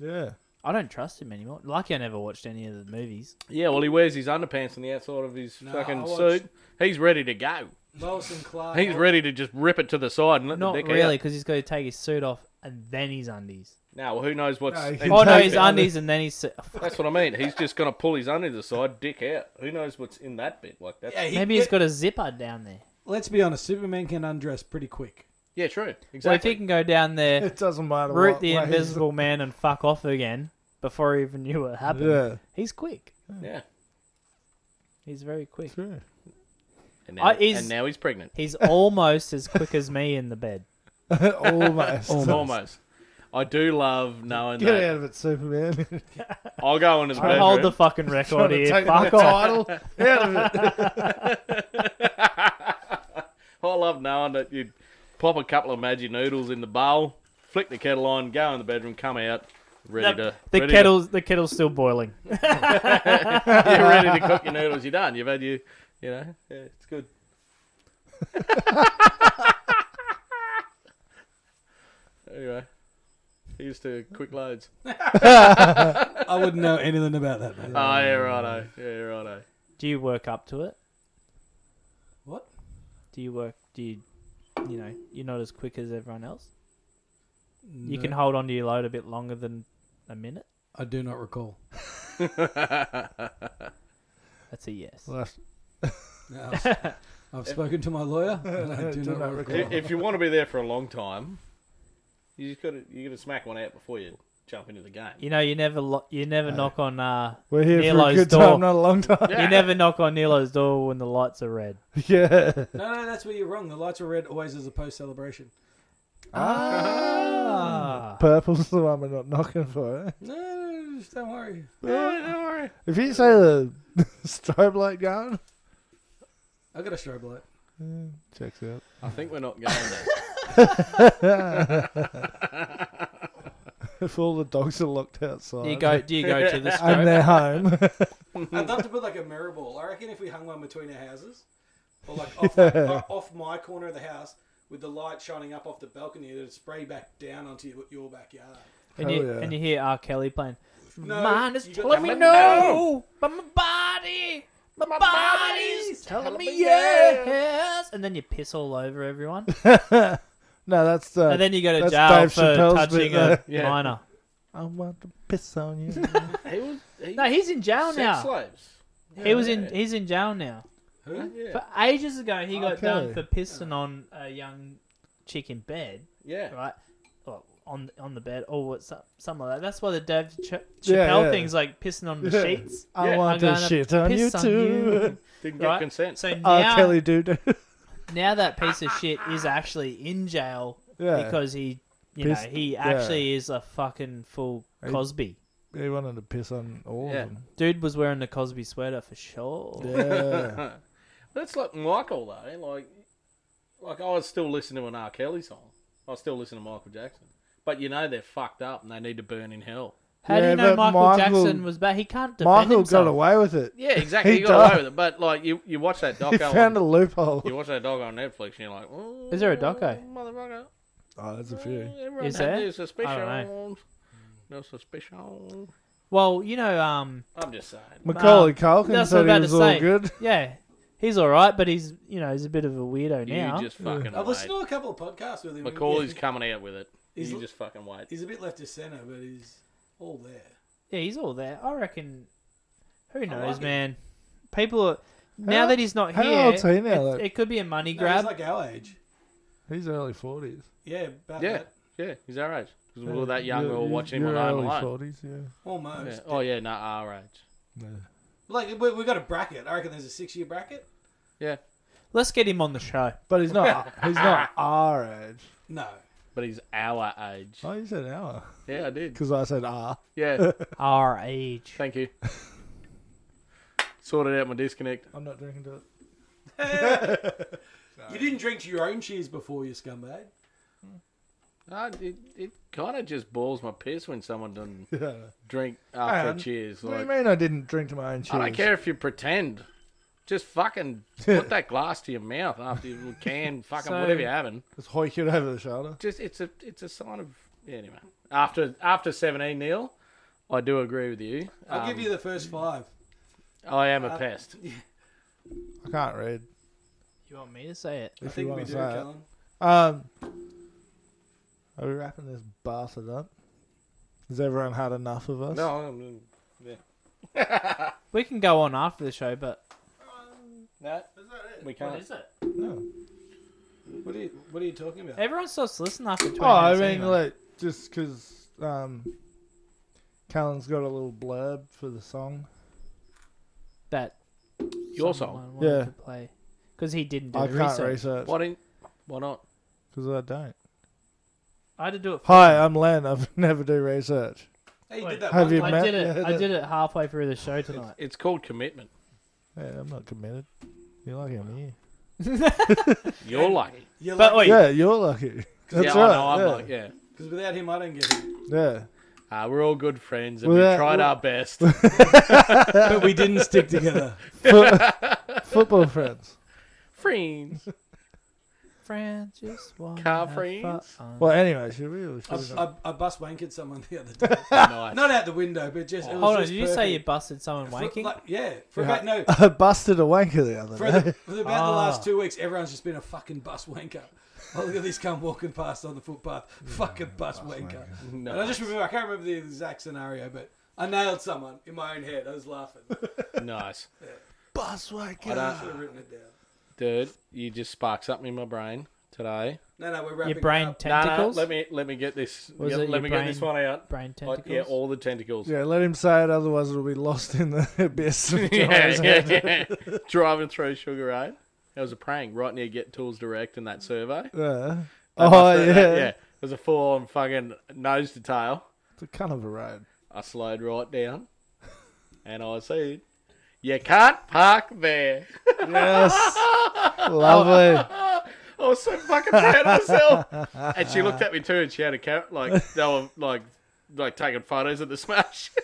[SPEAKER 3] Yeah.
[SPEAKER 6] I don't trust him anymore. Lucky I never watched any of the movies.
[SPEAKER 2] Yeah, well, he wears his underpants on the outside of his
[SPEAKER 5] No, I
[SPEAKER 2] fucking
[SPEAKER 5] watched-
[SPEAKER 2] suit. He's ready to go.
[SPEAKER 5] Molson Clark.
[SPEAKER 2] He's ready to just rip it to the side and let
[SPEAKER 6] Not
[SPEAKER 2] the dick
[SPEAKER 6] really,
[SPEAKER 2] out.
[SPEAKER 6] because he's got to take his suit off and then his undies.
[SPEAKER 2] Now, who knows what's?
[SPEAKER 3] No, he
[SPEAKER 2] in-
[SPEAKER 3] can-
[SPEAKER 6] Oh no,
[SPEAKER 3] take
[SPEAKER 6] his
[SPEAKER 3] the
[SPEAKER 6] undies and then his. su-
[SPEAKER 2] that's what I mean. He's just gonna pull his under the side, dick out. Who knows what's in that bit? Like that.
[SPEAKER 5] Yeah,
[SPEAKER 2] Yeah,
[SPEAKER 5] he,
[SPEAKER 6] Maybe he's got a zipper down there.
[SPEAKER 5] Let's be honest. Superman can undress pretty quick.
[SPEAKER 2] true.
[SPEAKER 6] So if he
[SPEAKER 2] Exactly.
[SPEAKER 6] can go down there,
[SPEAKER 3] It doesn't matter.
[SPEAKER 6] root
[SPEAKER 3] what
[SPEAKER 6] the
[SPEAKER 3] way.
[SPEAKER 6] Invisible Man and fuck off again before he even knew what happened,
[SPEAKER 3] Yeah.
[SPEAKER 6] he's quick.
[SPEAKER 2] yeah.
[SPEAKER 6] He's very quick.
[SPEAKER 3] True.
[SPEAKER 2] And
[SPEAKER 6] I-
[SPEAKER 2] now,
[SPEAKER 6] he's-
[SPEAKER 2] and now he's pregnant.
[SPEAKER 6] He's almost as quick as me in the bed.
[SPEAKER 3] Almost.
[SPEAKER 2] Almost. I do love knowing
[SPEAKER 3] Get
[SPEAKER 2] that.
[SPEAKER 3] out of it, Superman.
[SPEAKER 2] I'll go into the bedroom.
[SPEAKER 6] Hold the fucking
[SPEAKER 3] Trying
[SPEAKER 6] record
[SPEAKER 3] to
[SPEAKER 6] here.
[SPEAKER 3] take
[SPEAKER 6] Fuck
[SPEAKER 3] my
[SPEAKER 6] off.
[SPEAKER 3] title out of it.
[SPEAKER 2] I love knowing that you pop a couple of magic noodles in the bowl, flick the kettle on, go in the bedroom, come out, ready to
[SPEAKER 6] The
[SPEAKER 2] ready
[SPEAKER 6] kettle's the kettle's still boiling.
[SPEAKER 2] To, you're ready to cook your noodles. You're done. You've had your, you know, yeah, it's good. anyway, here's to quick loads.
[SPEAKER 5] I wouldn't know anything about that. Mate.
[SPEAKER 2] Oh yeah, righto. Yeah, righto.
[SPEAKER 6] Do you work up to it?
[SPEAKER 5] What?
[SPEAKER 6] Do you work? Do you? You know, you're not as quick as everyone else. You
[SPEAKER 5] No,
[SPEAKER 6] can hold on to your load a bit longer than a minute.
[SPEAKER 5] I do not recall.
[SPEAKER 6] That's a yes.
[SPEAKER 5] No, I've- I've spoken to my lawyer. And I do, not, recall.
[SPEAKER 2] I- if you want to be there for a long time, you just got to you got to smack one out before you jump into the game.
[SPEAKER 6] You know, you never lo- you never knock on uh,
[SPEAKER 3] We're here for a
[SPEAKER 6] Nilo's
[SPEAKER 3] good
[SPEAKER 6] door.
[SPEAKER 3] time, not a long time.
[SPEAKER 2] Yeah.
[SPEAKER 6] you never knock on Nilo's door when the lights are red.
[SPEAKER 3] Yeah.
[SPEAKER 5] No, no, that's where you're wrong. The lights are red always as a post celebration.
[SPEAKER 6] Ah,
[SPEAKER 3] Purple's the one we're not knocking for. eh?
[SPEAKER 5] No, no, no, just don't worry.
[SPEAKER 2] Yeah, don't worry.
[SPEAKER 3] If you say the strobe light going,
[SPEAKER 5] I got a strobe light.
[SPEAKER 3] checks out.
[SPEAKER 2] I think we're not going there.
[SPEAKER 3] If all the dogs are locked outside
[SPEAKER 6] do you go? Do you go to the
[SPEAKER 3] and
[SPEAKER 6] strobe?
[SPEAKER 3] they're home,
[SPEAKER 5] I'd love to put like a mirror ball. I reckon if we hung one between our houses, or like off, uh, off my corner of the house, with the light shining up off the balcony, it'd spray back down onto your, your backyard.
[SPEAKER 6] And you,
[SPEAKER 3] Hell yeah.
[SPEAKER 6] and you hear R. Kelly playing.
[SPEAKER 5] No,
[SPEAKER 6] Mine is
[SPEAKER 5] you got-
[SPEAKER 6] telling me no, but my body, my, body's telling me yes. And then you piss all over everyone,
[SPEAKER 3] no, that's the.
[SPEAKER 6] and then you go to
[SPEAKER 3] That's
[SPEAKER 6] jail
[SPEAKER 3] Dave
[SPEAKER 6] for
[SPEAKER 3] Chappelle's
[SPEAKER 6] touching a
[SPEAKER 3] bit there.
[SPEAKER 2] Yeah.
[SPEAKER 6] minor.
[SPEAKER 3] I want to piss on you.
[SPEAKER 2] He was he,
[SPEAKER 6] No, he's in jail
[SPEAKER 2] sex
[SPEAKER 6] now.
[SPEAKER 2] slaves.
[SPEAKER 6] He was in. He's in jail now.
[SPEAKER 5] Who?
[SPEAKER 2] Yeah,
[SPEAKER 6] For ages ago, he got
[SPEAKER 3] Okay.
[SPEAKER 6] done for pissing on a young chick in bed,
[SPEAKER 2] yeah.
[SPEAKER 6] right? Or on on the bed, or what? some- Something like that. That's why the Dave Ch- Chappelle
[SPEAKER 3] Yeah, yeah.
[SPEAKER 6] thing's like pissing on the
[SPEAKER 3] Yeah.
[SPEAKER 6] sheets.
[SPEAKER 3] I
[SPEAKER 2] Yeah,
[SPEAKER 6] I'm
[SPEAKER 3] want to
[SPEAKER 6] gonna
[SPEAKER 3] shit on you
[SPEAKER 6] piss on
[SPEAKER 3] too.
[SPEAKER 6] you.
[SPEAKER 2] Didn't
[SPEAKER 6] Right.
[SPEAKER 2] get consent.
[SPEAKER 6] So
[SPEAKER 3] Oh,
[SPEAKER 6] now,
[SPEAKER 3] Kelly Doodoo.
[SPEAKER 6] now that piece of shit is actually in jail
[SPEAKER 3] yeah,
[SPEAKER 6] because he, you
[SPEAKER 3] Pissed-
[SPEAKER 6] know, he
[SPEAKER 3] yeah.
[SPEAKER 6] actually is a fucking full
[SPEAKER 3] He-
[SPEAKER 6] Cosby.
[SPEAKER 3] he wanted to piss on all
[SPEAKER 2] Yeah.
[SPEAKER 3] of them.
[SPEAKER 6] Dude was wearing the Cosby sweater for sure.
[SPEAKER 3] Yeah,
[SPEAKER 2] That's like Michael though. Like, like I was still listening to an R. Kelly song. I was still listening to Michael Jackson. But you know they're fucked up and they need to burn in hell.
[SPEAKER 6] How do
[SPEAKER 3] Yeah,
[SPEAKER 6] you know
[SPEAKER 3] but
[SPEAKER 6] Michael,
[SPEAKER 3] Michael-
[SPEAKER 6] Jackson was bad? He can't defend
[SPEAKER 3] Michael
[SPEAKER 6] himself.
[SPEAKER 3] got away with it.
[SPEAKER 2] Yeah, exactly.
[SPEAKER 3] He
[SPEAKER 2] you got away
[SPEAKER 3] died.
[SPEAKER 2] with it. But like you, you watch that
[SPEAKER 3] He
[SPEAKER 2] doco.
[SPEAKER 3] found a
[SPEAKER 2] on,
[SPEAKER 3] loophole.
[SPEAKER 2] You watch that doco on Netflix and you're like, oh,
[SPEAKER 6] Is there a doco?
[SPEAKER 2] Motherfucker.
[SPEAKER 3] Oh, that's a few.
[SPEAKER 2] Everyone
[SPEAKER 6] Is
[SPEAKER 2] had
[SPEAKER 6] there?
[SPEAKER 2] their
[SPEAKER 6] I don't
[SPEAKER 2] suspicions. No suspicion.
[SPEAKER 6] Well, you know, um,
[SPEAKER 2] I'm just saying.
[SPEAKER 3] Macaulay Culkin
[SPEAKER 6] that's what
[SPEAKER 3] said
[SPEAKER 6] I'm about
[SPEAKER 3] he
[SPEAKER 6] to
[SPEAKER 3] was all
[SPEAKER 6] say.
[SPEAKER 3] good.
[SPEAKER 6] yeah, he's all right, but he's you know he's a bit of a weirdo now.
[SPEAKER 2] You just fucking
[SPEAKER 5] I've listened
[SPEAKER 2] wait.
[SPEAKER 5] to a couple of podcasts with him.
[SPEAKER 2] Macaulay's
[SPEAKER 5] Yeah,
[SPEAKER 2] coming out with it.
[SPEAKER 5] He's-
[SPEAKER 2] you just fucking wait.
[SPEAKER 5] he's a bit left of centre, but he's all there.
[SPEAKER 6] Yeah, he's all there. I reckon. Who knows,
[SPEAKER 5] like it.
[SPEAKER 6] man? People are now
[SPEAKER 3] How-
[SPEAKER 6] that he's not
[SPEAKER 3] how
[SPEAKER 6] here.
[SPEAKER 3] old's he now,
[SPEAKER 6] it's-
[SPEAKER 3] though?
[SPEAKER 6] It could be a money
[SPEAKER 5] No,
[SPEAKER 6] grab.
[SPEAKER 5] he's like our age.
[SPEAKER 3] He's early forties.
[SPEAKER 5] Yeah, about
[SPEAKER 2] Yeah,
[SPEAKER 5] that.
[SPEAKER 2] yeah, he's our age. Because we were that young, we were watching him on Home
[SPEAKER 3] early
[SPEAKER 2] Alone.
[SPEAKER 3] forties. Yeah.
[SPEAKER 5] Almost.
[SPEAKER 2] Yeah. Oh yeah, no, our age.
[SPEAKER 5] Like we, we got a bracket. I reckon there's a six-year bracket.
[SPEAKER 2] Yeah,
[SPEAKER 6] Let's get him on the show.
[SPEAKER 3] But he's not. he's not our age.
[SPEAKER 5] No,
[SPEAKER 2] but he's our age.
[SPEAKER 3] Oh, you said our.
[SPEAKER 2] Yeah, I did.
[SPEAKER 3] Because I said ah. our.
[SPEAKER 2] Yeah,
[SPEAKER 6] Our age.
[SPEAKER 2] thank you. Sorted out my disconnect.
[SPEAKER 3] I'm not drinking to it.
[SPEAKER 5] You didn't drink to your own cheers before, you scumbag.
[SPEAKER 2] Uh, it it kind of just balls my piss when someone doesn't
[SPEAKER 3] Yeah.
[SPEAKER 2] drink after
[SPEAKER 3] Man,
[SPEAKER 2] cheers.
[SPEAKER 3] What do you
[SPEAKER 2] Like,
[SPEAKER 3] mean I didn't drink to my own cheers?
[SPEAKER 2] I don't care if you pretend. Just fucking put that glass to your mouth after you can fucking
[SPEAKER 3] So-
[SPEAKER 2] whatever you're having.
[SPEAKER 3] Just hoik it over the shoulder.
[SPEAKER 2] Just it's a it's a sign of yeah, anyway. After after seventeen, Neil, I do agree with you. Um,
[SPEAKER 5] I'll
[SPEAKER 3] Um,
[SPEAKER 5] give you the first five.
[SPEAKER 2] I am a pest.
[SPEAKER 3] I can't read.
[SPEAKER 6] You want me to say it?
[SPEAKER 3] If
[SPEAKER 5] I
[SPEAKER 3] you
[SPEAKER 5] think we
[SPEAKER 3] want
[SPEAKER 5] do,
[SPEAKER 3] to say it.
[SPEAKER 5] Callum.
[SPEAKER 3] Um, are we wrapping this bastard up? Has everyone had enough of us?
[SPEAKER 2] No, I'm,
[SPEAKER 6] We can go on after the show, but
[SPEAKER 2] no, we can't.
[SPEAKER 6] it?
[SPEAKER 3] No.
[SPEAKER 5] What are you What are you talking about?
[SPEAKER 6] Everyone stops listening after twenty
[SPEAKER 3] Oh, I
[SPEAKER 6] minutes.
[SPEAKER 3] mean,
[SPEAKER 6] anyway.
[SPEAKER 3] like, just because um, Callan's got a little blurb for the song.
[SPEAKER 6] that.
[SPEAKER 2] Your
[SPEAKER 6] someone
[SPEAKER 2] song.
[SPEAKER 6] wanted
[SPEAKER 3] Yeah.
[SPEAKER 6] to play because he didn't do
[SPEAKER 3] I
[SPEAKER 6] the
[SPEAKER 3] can't
[SPEAKER 6] research.
[SPEAKER 3] research
[SPEAKER 2] Why didn't? Why not?
[SPEAKER 3] because I don't.
[SPEAKER 6] I had to do it.
[SPEAKER 3] Hi, I'm Len. I never do research.
[SPEAKER 5] hey, you
[SPEAKER 6] Wait,
[SPEAKER 5] did that
[SPEAKER 3] have
[SPEAKER 5] one
[SPEAKER 3] you
[SPEAKER 5] time.
[SPEAKER 6] I
[SPEAKER 3] met-
[SPEAKER 6] did it.
[SPEAKER 3] yeah,
[SPEAKER 6] I
[SPEAKER 3] that-
[SPEAKER 6] did it halfway through the show tonight.
[SPEAKER 2] It's called commitment.
[SPEAKER 3] Hey, I'm not committed. You're lucky I'm here.
[SPEAKER 2] You're lucky.
[SPEAKER 5] You're
[SPEAKER 6] But
[SPEAKER 5] like,
[SPEAKER 6] wait,
[SPEAKER 3] Yeah, you're lucky. That's
[SPEAKER 2] yeah,
[SPEAKER 3] right.
[SPEAKER 2] I know, I'm
[SPEAKER 3] yeah.
[SPEAKER 2] like, yeah.
[SPEAKER 5] because without him, I don't get it.
[SPEAKER 3] yeah.
[SPEAKER 2] Uh, we're all good friends and
[SPEAKER 3] Well,
[SPEAKER 2] we've
[SPEAKER 3] that-
[SPEAKER 2] tried
[SPEAKER 3] well-
[SPEAKER 2] our best.
[SPEAKER 5] but we didn't stick together.
[SPEAKER 3] Football friends.
[SPEAKER 2] friends.
[SPEAKER 6] friends just want
[SPEAKER 2] Car friends.
[SPEAKER 3] Well, anyway, should we? Or
[SPEAKER 5] I,
[SPEAKER 3] should we not?
[SPEAKER 5] I, I bus wanked someone the other day.
[SPEAKER 2] nice.
[SPEAKER 5] Not out the window, but just. It was
[SPEAKER 6] Hold on,
[SPEAKER 5] just
[SPEAKER 6] did you say you
[SPEAKER 5] perfect.
[SPEAKER 6] busted someone
[SPEAKER 5] For-
[SPEAKER 6] wanking?
[SPEAKER 5] like, yeah, for
[SPEAKER 3] Yeah.
[SPEAKER 5] about no.
[SPEAKER 3] I busted a wanker the other
[SPEAKER 5] For,
[SPEAKER 3] day.
[SPEAKER 5] the, for about
[SPEAKER 6] Ah.
[SPEAKER 5] the last two weeks, everyone's just been a fucking bus wanker. Oh, look at this cum walking past on the footpath. Fucking bus, wanker. And I
[SPEAKER 2] Nice.
[SPEAKER 5] just remember, I can't remember the exact scenario, but I nailed someone in my own head. I was laughing.
[SPEAKER 2] nice.
[SPEAKER 3] Bus
[SPEAKER 2] I
[SPEAKER 3] wanker.
[SPEAKER 5] I should
[SPEAKER 2] don't,
[SPEAKER 5] have written it down.
[SPEAKER 2] dude, you just sparked something in my brain today.
[SPEAKER 5] No, no, we're wrapping
[SPEAKER 6] Your brain
[SPEAKER 5] it up.
[SPEAKER 2] No,
[SPEAKER 6] tentacles.
[SPEAKER 2] no, let me let me get this.
[SPEAKER 6] Was
[SPEAKER 2] yeah,
[SPEAKER 6] it
[SPEAKER 2] let
[SPEAKER 6] your
[SPEAKER 2] me get this
[SPEAKER 6] brain-
[SPEAKER 2] one out.
[SPEAKER 5] Oh,
[SPEAKER 6] Brain
[SPEAKER 2] I-
[SPEAKER 6] tentacles.
[SPEAKER 2] yeah, all the tentacles.
[SPEAKER 3] Yeah, let him say it, otherwise it'll be lost in the abyss. Of
[SPEAKER 2] yeah, yeah, yeah. Driving through Sugar Road. That was a prank right near Get Tools Direct and that survey.
[SPEAKER 3] Yeah.
[SPEAKER 2] That
[SPEAKER 3] Oh,
[SPEAKER 2] must-
[SPEAKER 3] yeah.
[SPEAKER 2] that- yeah. It was a full on fucking nose to tail.
[SPEAKER 3] It's a kind of a road.
[SPEAKER 2] I slowed right down and I said, You can't park there.
[SPEAKER 3] Yes. Lovely.
[SPEAKER 2] I was so fucking proud of myself. And she looked at me too and she had a carrot. Like, they were like, like taking photos at the smash.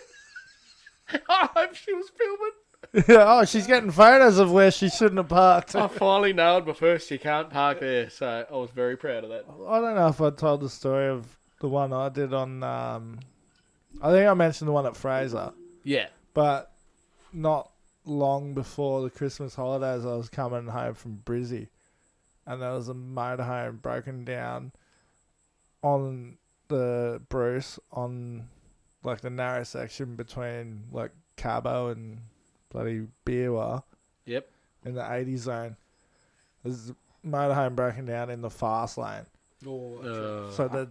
[SPEAKER 2] I hope she was filming.
[SPEAKER 3] Yeah, oh, she's getting photos of where she shouldn't have parked.
[SPEAKER 2] I finally nailed my first. You can't park there. So I was very proud of that.
[SPEAKER 3] I don't know if I told the story of the one I did on. Um, I think I mentioned the one at Fraser,
[SPEAKER 2] Yeah.
[SPEAKER 3] but not long before the Christmas holidays, I was coming home from Brizzy, and there was a motorhome broken down on the Bruce on like the narrow section between like Cabo and bloody Beerwa
[SPEAKER 2] Yep.
[SPEAKER 3] in the 80 zone. There's a motorhome broken down in the fast lane.
[SPEAKER 5] Oh,
[SPEAKER 2] Uh.
[SPEAKER 3] So the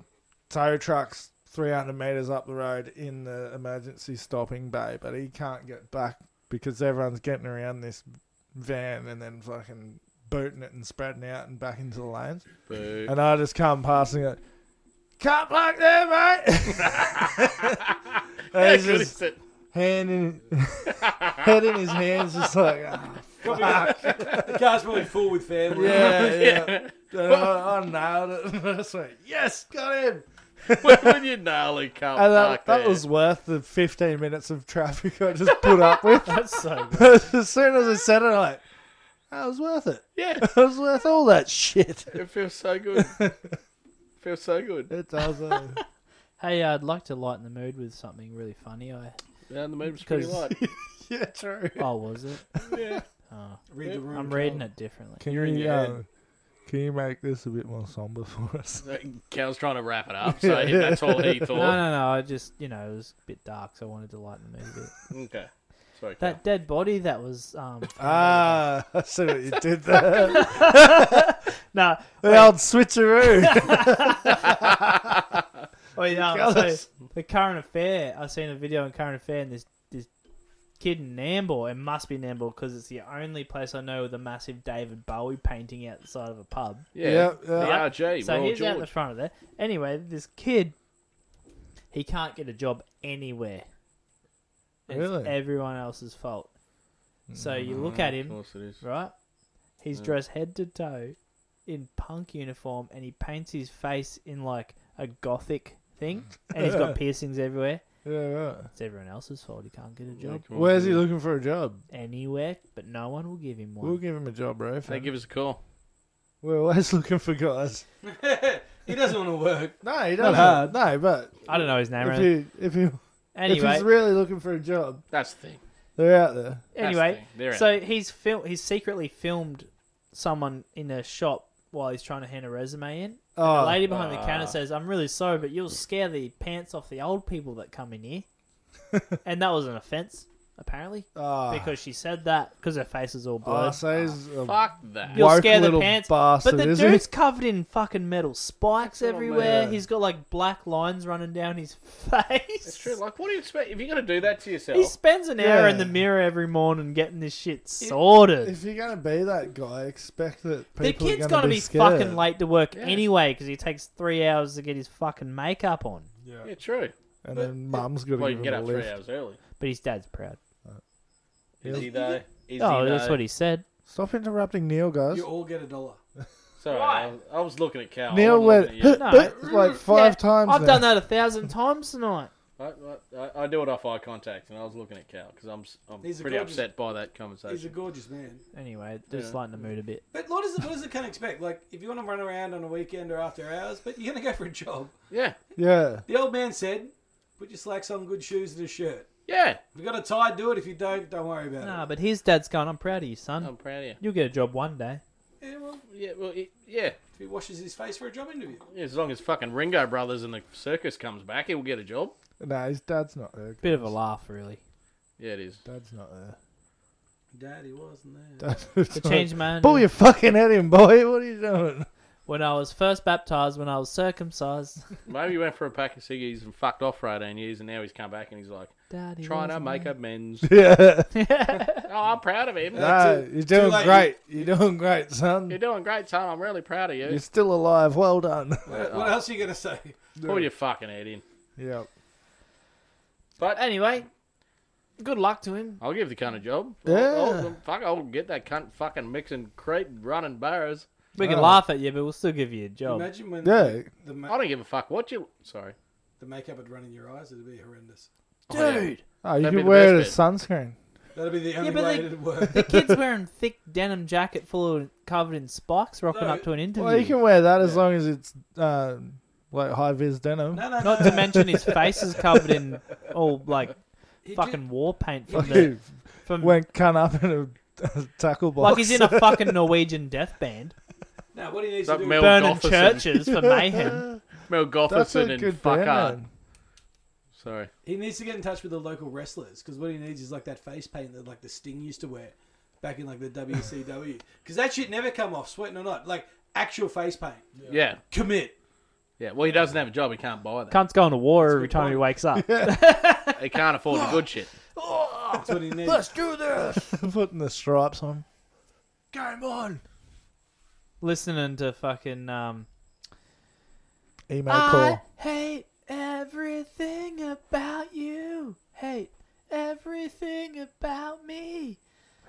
[SPEAKER 3] tow truck's 300 metres up the road in the emergency stopping bay, but he can't get back because everyone's getting around this van and then fucking booting it and spreading out and back into the lanes.
[SPEAKER 2] Boo.
[SPEAKER 3] And I just come passing it. Can't park there, mate.
[SPEAKER 2] How
[SPEAKER 3] and he's
[SPEAKER 2] good is
[SPEAKER 3] just
[SPEAKER 2] it?
[SPEAKER 3] hand in, head in his hands, just like, ah,
[SPEAKER 5] the car's probably full with family.
[SPEAKER 3] yeah, yeah. And I, I nailed it. And I was like, yes, got him.
[SPEAKER 2] when, when you nail Oh, it, can't
[SPEAKER 3] And
[SPEAKER 2] park
[SPEAKER 3] that, that
[SPEAKER 2] there.
[SPEAKER 3] was worth the 15 minutes of traffic I just put up with.
[SPEAKER 6] That's so. Good.
[SPEAKER 3] as soon as I said it, I'm like, that was worth it.
[SPEAKER 2] Yeah,
[SPEAKER 3] It was worth all that shit.
[SPEAKER 2] it feels so good. feels so good.
[SPEAKER 3] It does. Uh,
[SPEAKER 6] Hey, I'd like to lighten the mood with something really funny. I
[SPEAKER 2] Yeah, the mood was pretty
[SPEAKER 6] 'Cause-
[SPEAKER 2] light.
[SPEAKER 3] yeah, true.
[SPEAKER 6] oh, was it?
[SPEAKER 2] Yeah.
[SPEAKER 6] Oh,
[SPEAKER 5] Read the room.
[SPEAKER 6] I'm reading it differently.
[SPEAKER 3] Can
[SPEAKER 2] You're in
[SPEAKER 3] you,
[SPEAKER 2] your
[SPEAKER 3] uh,
[SPEAKER 2] head.
[SPEAKER 3] can you make this a bit more somber for us?
[SPEAKER 2] Cal's trying to wrap it up, so
[SPEAKER 3] Yeah.
[SPEAKER 2] that's all he
[SPEAKER 6] No,
[SPEAKER 2] thought.
[SPEAKER 6] no, no. I just, you know, it was a bit dark, so I wanted to lighten the mood a bit.
[SPEAKER 2] Okay. Sorry, Cal.
[SPEAKER 6] That dead body that was. um
[SPEAKER 3] Ah, I see what you did there.
[SPEAKER 6] No.
[SPEAKER 3] the old switcheroo.
[SPEAKER 6] Wait, um, so
[SPEAKER 3] Colours.
[SPEAKER 6] the current affair. I seen a video on current affair, and this this kid in Nambour. It must be Nambour because it's the only place I know with a massive David Bowie painting outside of a pub.
[SPEAKER 2] Yeah.
[SPEAKER 3] Yeah, yeah.
[SPEAKER 2] The RG,
[SPEAKER 6] so
[SPEAKER 2] Royal
[SPEAKER 6] he's out
[SPEAKER 2] George.
[SPEAKER 6] the front of there. Anyway, this kid, he can't get a job anywhere.
[SPEAKER 3] Really?
[SPEAKER 6] It's everyone else's fault. So you look at
[SPEAKER 2] Mm, Of
[SPEAKER 3] Mm.
[SPEAKER 6] him,
[SPEAKER 2] course it is.
[SPEAKER 6] right? He's
[SPEAKER 2] Yeah.
[SPEAKER 6] dressed head to toe in punk uniform and he paints his face in like a gothic thing, and he's got piercings everywhere.
[SPEAKER 3] Yeah, right.
[SPEAKER 6] It's everyone else's fault. He can't get a job
[SPEAKER 3] Where's he looking for a job?
[SPEAKER 6] anywhere, but no one will give him
[SPEAKER 3] We'll
[SPEAKER 6] one.
[SPEAKER 3] give him a job, bro.
[SPEAKER 2] They give us a call.
[SPEAKER 3] We're always looking for guys.
[SPEAKER 5] he doesn't want to work.
[SPEAKER 3] No, he doesn't.
[SPEAKER 5] hard.
[SPEAKER 3] No, but
[SPEAKER 6] I don't know his name.
[SPEAKER 3] if
[SPEAKER 6] Really.
[SPEAKER 3] you if you if
[SPEAKER 6] Anyway,
[SPEAKER 3] he's really looking for a job,
[SPEAKER 2] That's the thing.
[SPEAKER 3] they're out there.
[SPEAKER 2] That's the
[SPEAKER 6] anyway,
[SPEAKER 2] thing. They're out.
[SPEAKER 6] so he's fil- he's secretly filmed someone in a shop while he's trying to hand a resume in. The
[SPEAKER 3] Oh,
[SPEAKER 6] lady behind the counter
[SPEAKER 2] Ah.
[SPEAKER 6] says, "I'm really sorry, but you'll scare the pants off the old people that come in here." and that was an offence, apparently,
[SPEAKER 3] ah.
[SPEAKER 6] because she said that because her face is all blurred.
[SPEAKER 3] Ah, so he's a
[SPEAKER 2] Fuck that.
[SPEAKER 6] You'll
[SPEAKER 3] woke
[SPEAKER 6] scare the
[SPEAKER 3] little
[SPEAKER 6] pants,
[SPEAKER 3] bastard,
[SPEAKER 6] but the
[SPEAKER 3] is he?
[SPEAKER 6] dude's covered in fucking metal spikes
[SPEAKER 2] That's what I
[SPEAKER 6] everywhere.
[SPEAKER 3] mean.
[SPEAKER 6] He's got like black lines running down his face.
[SPEAKER 2] It's true. Like, what do you expect? If you're going to do that to yourself,
[SPEAKER 6] He spends an hour in
[SPEAKER 3] Yeah.
[SPEAKER 6] the mirror every morning getting this shit sorted.
[SPEAKER 3] If you're gonna be that guy, expect that
[SPEAKER 6] The
[SPEAKER 3] people
[SPEAKER 6] kid's
[SPEAKER 3] are
[SPEAKER 6] gonna
[SPEAKER 3] gonna
[SPEAKER 6] be,
[SPEAKER 3] scared.
[SPEAKER 6] fucking late to work
[SPEAKER 2] Yeah.
[SPEAKER 6] anyway 'cause anyway because he takes three hours to get his fucking makeup on.
[SPEAKER 2] yeah, true.
[SPEAKER 3] and then mum's gonna
[SPEAKER 2] Well, you can
[SPEAKER 3] give
[SPEAKER 2] get
[SPEAKER 3] him
[SPEAKER 2] up
[SPEAKER 3] a
[SPEAKER 2] three
[SPEAKER 3] lift.
[SPEAKER 2] hours early.
[SPEAKER 6] But his dad's proud.
[SPEAKER 2] Is he though? Is
[SPEAKER 6] oh,
[SPEAKER 2] he
[SPEAKER 6] that's
[SPEAKER 2] though?
[SPEAKER 6] what he said.
[SPEAKER 3] Stop interrupting Neil, guys.
[SPEAKER 5] You all get a dollar.
[SPEAKER 2] Sorry, I was, I was looking at Cal. I
[SPEAKER 3] Neil went
[SPEAKER 2] wasn't looking at you.
[SPEAKER 6] No.
[SPEAKER 3] like five
[SPEAKER 6] Yeah,
[SPEAKER 3] times.
[SPEAKER 6] I've
[SPEAKER 3] now.
[SPEAKER 6] done that a thousand times tonight.
[SPEAKER 2] I, I, I do it off eye contact, and I was looking at Cal because I'm s- I'm
[SPEAKER 5] He's a
[SPEAKER 2] pretty
[SPEAKER 5] gorgeous-
[SPEAKER 2] upset by that
[SPEAKER 5] He's a
[SPEAKER 2] conversation.
[SPEAKER 5] gorgeous man.
[SPEAKER 6] Anyway, just
[SPEAKER 2] Yeah.
[SPEAKER 6] lighten the mood a bit.
[SPEAKER 5] But what is it? What is it can expect? Like if you want to run around on a weekend or after hours, but you're gonna go for a job.
[SPEAKER 2] Yeah,
[SPEAKER 3] Yeah,
[SPEAKER 5] The old man said, "Put your slacks on, good shoes, and a shirt.
[SPEAKER 2] yeah.
[SPEAKER 5] If you got a tie, do it. If you don't, don't worry about
[SPEAKER 6] Nah, but his dad's going, I'm proud of you, son.
[SPEAKER 2] I'm proud of you.
[SPEAKER 6] You'll get a job one day.
[SPEAKER 5] it." Yeah, well,
[SPEAKER 2] Yeah, well, it, yeah.
[SPEAKER 5] if he washes his face for a job interview,
[SPEAKER 2] As long as fucking Ringo Brothers and the circus comes back, he'll get a job.
[SPEAKER 3] no, his dad's not there.
[SPEAKER 6] Bit of a laugh, really.
[SPEAKER 2] Yeah, it is.
[SPEAKER 3] Dad's not there.
[SPEAKER 5] Daddy wasn't there.
[SPEAKER 3] Dad's
[SPEAKER 6] The
[SPEAKER 3] not-
[SPEAKER 6] change man.
[SPEAKER 3] Pull your fucking head in, boy. What are you doing?
[SPEAKER 6] When I was first baptized, when I was circumcised,
[SPEAKER 2] Maybe he went for a pack of ciggies and fucked off for 18 years, and now he's come back and he's like
[SPEAKER 6] Daddy
[SPEAKER 2] trying to
[SPEAKER 6] wasn't
[SPEAKER 2] make
[SPEAKER 6] there.
[SPEAKER 2] amends.
[SPEAKER 3] Yeah,
[SPEAKER 2] oh, I'm proud of him.
[SPEAKER 3] no, you're doing
[SPEAKER 5] late.
[SPEAKER 3] great. You're doing great,
[SPEAKER 2] You're
[SPEAKER 3] son.
[SPEAKER 2] doing great, son. I'm really proud of you.
[SPEAKER 3] You're still alive. Well done.
[SPEAKER 5] What, what else are you gonna say?
[SPEAKER 2] Pull your fucking head in.
[SPEAKER 3] Yeah.
[SPEAKER 2] But
[SPEAKER 6] Anyway, good luck to him.
[SPEAKER 2] I'll give the cunt a job.
[SPEAKER 3] Yeah.
[SPEAKER 2] I'll, I'll- fuck, I'll get that cunt fucking mixing crate running barrows.
[SPEAKER 6] We can
[SPEAKER 3] Oh.
[SPEAKER 6] laugh at you, but we'll still give you a job.
[SPEAKER 5] Imagine when
[SPEAKER 3] Yeah.
[SPEAKER 2] I
[SPEAKER 5] the ma-
[SPEAKER 2] don't give a fuck what you. Sorry.
[SPEAKER 5] the makeup would run in your eyes. It'd be horrendous.
[SPEAKER 2] Oh, yeah.
[SPEAKER 3] Oh,
[SPEAKER 2] That'd
[SPEAKER 3] you
[SPEAKER 2] be
[SPEAKER 3] could
[SPEAKER 2] the
[SPEAKER 3] wear it as
[SPEAKER 2] best
[SPEAKER 3] sunscreen.
[SPEAKER 5] That'd be the only
[SPEAKER 6] but
[SPEAKER 5] way
[SPEAKER 6] they-
[SPEAKER 5] it'd work.
[SPEAKER 6] The kid's wearing thick denim jacket full of covered in spikes, rocking
[SPEAKER 5] No.
[SPEAKER 6] up to an interview.
[SPEAKER 3] Well, you can wear that as long as it's um, like high vis denim.
[SPEAKER 5] No, no, no.
[SPEAKER 6] Not to mention his face is covered in all like
[SPEAKER 5] He
[SPEAKER 6] fucking war paint from the
[SPEAKER 3] Fucking
[SPEAKER 6] from
[SPEAKER 3] went cunt up in a, a tackle box.
[SPEAKER 6] like he's in a fucking Norwegian death band,
[SPEAKER 5] Just, no, what he needs
[SPEAKER 2] That
[SPEAKER 5] to do.
[SPEAKER 2] Mel
[SPEAKER 6] burning
[SPEAKER 2] Gofferson.
[SPEAKER 6] churches for mayhem.
[SPEAKER 2] Mel
[SPEAKER 3] That's
[SPEAKER 2] Gofferson
[SPEAKER 3] a
[SPEAKER 2] and
[SPEAKER 3] good band.
[SPEAKER 2] fucker.
[SPEAKER 3] name.
[SPEAKER 2] Sorry.
[SPEAKER 5] He needs to get in touch with the local wrestlers because what he needs is like that face paint that like the Sting used to wear back in like the WCW because that shit never come off, sweating or not. Like actual face paint.
[SPEAKER 2] Yeah. yeah.
[SPEAKER 5] Commit.
[SPEAKER 2] Well, he doesn't have a job. He can't buy that.
[SPEAKER 6] Cunt's going to war
[SPEAKER 5] That's a
[SPEAKER 6] every
[SPEAKER 5] good
[SPEAKER 6] time he
[SPEAKER 5] point.
[SPEAKER 6] wakes up.
[SPEAKER 2] He can't afford the good shit.
[SPEAKER 5] That's what he needs.
[SPEAKER 3] Oh, do this. Putting the stripes on. Game on.
[SPEAKER 6] Listening to fucking um,
[SPEAKER 3] Emo
[SPEAKER 6] I
[SPEAKER 3] core.
[SPEAKER 6] hate everything about you. Hate everything about me.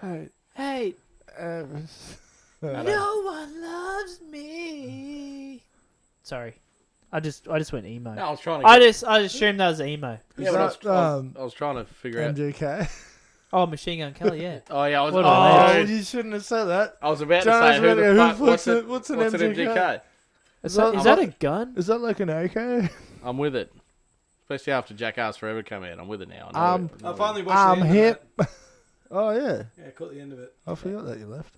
[SPEAKER 3] Hey,
[SPEAKER 6] Hate
[SPEAKER 3] um,
[SPEAKER 6] no one loves me. Sorry, I just I just went emo.
[SPEAKER 2] No, I was trying to.
[SPEAKER 6] I just I assumed that was emo.
[SPEAKER 2] yeah, but I, was, I
[SPEAKER 3] that,
[SPEAKER 2] was-
[SPEAKER 3] um,
[SPEAKER 2] I was trying to figure out.
[SPEAKER 3] MGK.
[SPEAKER 6] Oh, Machine Gun Kelly, yeah.
[SPEAKER 2] Oh yeah, I was.
[SPEAKER 6] What a
[SPEAKER 2] oh,
[SPEAKER 3] Oh,
[SPEAKER 6] legend.
[SPEAKER 3] you shouldn't have said that.
[SPEAKER 2] I was about
[SPEAKER 3] John,
[SPEAKER 2] to
[SPEAKER 3] I
[SPEAKER 2] say who
[SPEAKER 3] was
[SPEAKER 2] the
[SPEAKER 3] gonna- who
[SPEAKER 2] fuck.
[SPEAKER 3] fucks
[SPEAKER 2] What's,
[SPEAKER 3] it-
[SPEAKER 2] a-
[SPEAKER 3] what's
[SPEAKER 2] what's
[SPEAKER 3] an
[SPEAKER 2] an, MGK?
[SPEAKER 3] MGK?
[SPEAKER 6] Is
[SPEAKER 3] that-
[SPEAKER 6] that, is
[SPEAKER 3] I'm
[SPEAKER 6] that a gun?
[SPEAKER 3] Is that like an OK?
[SPEAKER 2] I'm with it. Especially after Jackass Forever come out, I'm with it now. I know
[SPEAKER 3] Um,
[SPEAKER 2] it. I know
[SPEAKER 5] I
[SPEAKER 2] it.
[SPEAKER 5] finally watched
[SPEAKER 3] I'm
[SPEAKER 5] the end
[SPEAKER 3] hip.
[SPEAKER 5] Of
[SPEAKER 3] oh yeah,
[SPEAKER 5] it. Yeah, caught the end of it.
[SPEAKER 3] I forgot that you left.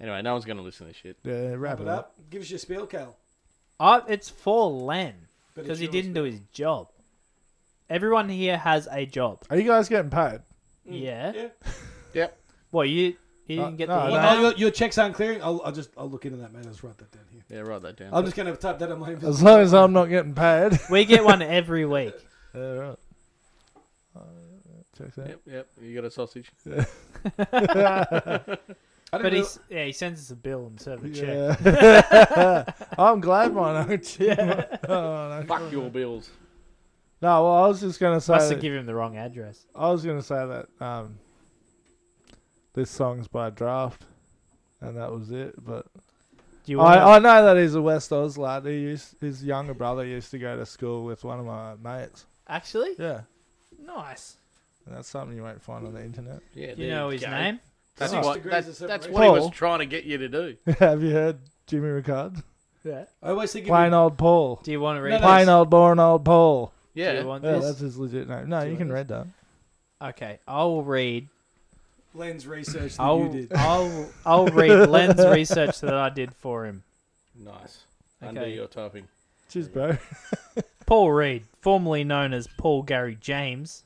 [SPEAKER 2] Anyway, no one's going to listen to this shit.
[SPEAKER 3] Yeah,
[SPEAKER 5] Wrap
[SPEAKER 3] wrap
[SPEAKER 5] it up. uh, Give us your spiel, Cal.
[SPEAKER 6] Oh, it's for Len
[SPEAKER 5] But
[SPEAKER 6] because
[SPEAKER 5] it's
[SPEAKER 6] he
[SPEAKER 5] yours.
[SPEAKER 6] didn't do his job. Everyone here has a job.
[SPEAKER 3] Are you guys getting paid?
[SPEAKER 6] Yeah.
[SPEAKER 5] Yeah.
[SPEAKER 6] Well, you you
[SPEAKER 3] Uh,
[SPEAKER 6] didn't get
[SPEAKER 3] no,
[SPEAKER 6] the
[SPEAKER 3] no.
[SPEAKER 5] Well,
[SPEAKER 6] email.
[SPEAKER 5] no, your, your checks aren't clearing. I'll, I'll just I'll look into that, man. Let's write that down here.
[SPEAKER 2] Yeah, write that down.
[SPEAKER 5] I'm just gonna type that on my.
[SPEAKER 3] As long as I'm not getting paid.
[SPEAKER 6] We get one every week.
[SPEAKER 3] yeah, right. Uh, check that.
[SPEAKER 2] Yep, yep. You got a sausage.
[SPEAKER 5] I didn't
[SPEAKER 6] But
[SPEAKER 5] real-
[SPEAKER 6] he's yeah, he sends us a bill and serve a check.
[SPEAKER 3] Yeah. I'm glad mine aren't. Yeah.
[SPEAKER 2] Fuck your bills.
[SPEAKER 3] No, well, I was just gonna say.
[SPEAKER 6] Must have
[SPEAKER 3] that-
[SPEAKER 6] given him the wrong address.
[SPEAKER 3] I was gonna say that um, this song's by Draft, and that was it. But
[SPEAKER 6] Do you want
[SPEAKER 3] I, I know that he's a West Oz lad. He used, his younger brother used to go to school with one of my mates.
[SPEAKER 6] actually?
[SPEAKER 3] Yeah,
[SPEAKER 6] Nice.
[SPEAKER 3] and that's something you won't find on the internet.
[SPEAKER 2] Yeah,
[SPEAKER 6] Do you know his name?
[SPEAKER 2] That's
[SPEAKER 5] Six
[SPEAKER 2] what,
[SPEAKER 5] degrees
[SPEAKER 2] that's,
[SPEAKER 5] of
[SPEAKER 2] that's
[SPEAKER 5] separation.
[SPEAKER 2] what he was
[SPEAKER 3] Paul.
[SPEAKER 2] trying to get you to do.
[SPEAKER 3] Have you heard Jimmy Ricard?
[SPEAKER 6] Yeah.
[SPEAKER 5] I always think.
[SPEAKER 3] Plain old Paul.
[SPEAKER 6] Do you want to read?
[SPEAKER 5] No, no,
[SPEAKER 3] Plain old boring old Paul.
[SPEAKER 6] Do you
[SPEAKER 2] Yeah.
[SPEAKER 6] want
[SPEAKER 3] Yeah,
[SPEAKER 6] this?
[SPEAKER 3] that's his legit name. No,
[SPEAKER 6] Do
[SPEAKER 3] you
[SPEAKER 6] you
[SPEAKER 3] can
[SPEAKER 6] want
[SPEAKER 3] read that.
[SPEAKER 6] Okay, I'll read.
[SPEAKER 5] Lens research that you
[SPEAKER 6] I'll
[SPEAKER 5] did.
[SPEAKER 6] I'll I'll read Len's research that I did for him.
[SPEAKER 2] Nice. Under
[SPEAKER 6] Okay.
[SPEAKER 2] your topping.
[SPEAKER 3] Cheers, bro.
[SPEAKER 6] Paul Reed, formerly known as Paul Gary James,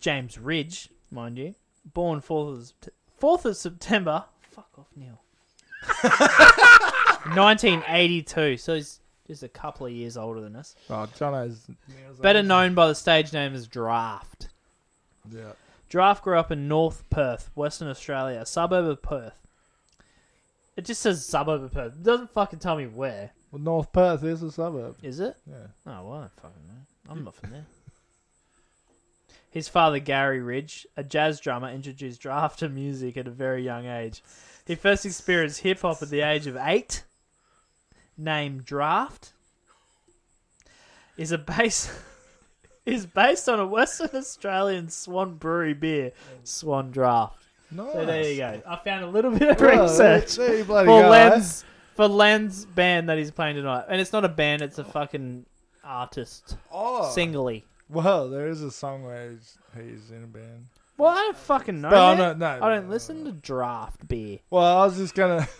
[SPEAKER 6] James Ridge, mind you, born 4th of, Sept- 4th of September, fuck off Neil, 1982, so he's just a couple of years older than us.
[SPEAKER 3] Oh, Jono's
[SPEAKER 6] Better known by the stage name as Draft.
[SPEAKER 3] Yeah.
[SPEAKER 6] Draft grew up in North Perth, Western Australia, a suburb of Perth. It just says suburb of Perth. It doesn't fucking tell me where,
[SPEAKER 3] Well, North Perth is a suburb.
[SPEAKER 6] is it?
[SPEAKER 3] Yeah.
[SPEAKER 6] Oh, well, I don't fucking know. I'm not from there. His father, Gary Ridge, a jazz drummer, introduced draft to music at a very young age. He first experienced hip hop at the age of eight. Named Draft is a base is based on a Western Australian Swan Brewery beer, Swan Draft.
[SPEAKER 3] Nice.
[SPEAKER 6] So there you go. I found a little bit of
[SPEAKER 3] Well,
[SPEAKER 6] research
[SPEAKER 3] there- there you bloody
[SPEAKER 6] for
[SPEAKER 3] go, eh?
[SPEAKER 6] Len's for Len's band that he's playing tonight, and it's not a band; it's a fucking artist
[SPEAKER 3] Oh.
[SPEAKER 6] singly.
[SPEAKER 3] Well, there is a song where he's, he's in a band.
[SPEAKER 6] Well, I don't fucking know.
[SPEAKER 3] No,
[SPEAKER 6] that.
[SPEAKER 3] no, no,
[SPEAKER 6] Oh, I don't
[SPEAKER 3] no,
[SPEAKER 6] listen to draft beer.
[SPEAKER 3] Well, I was just gonna.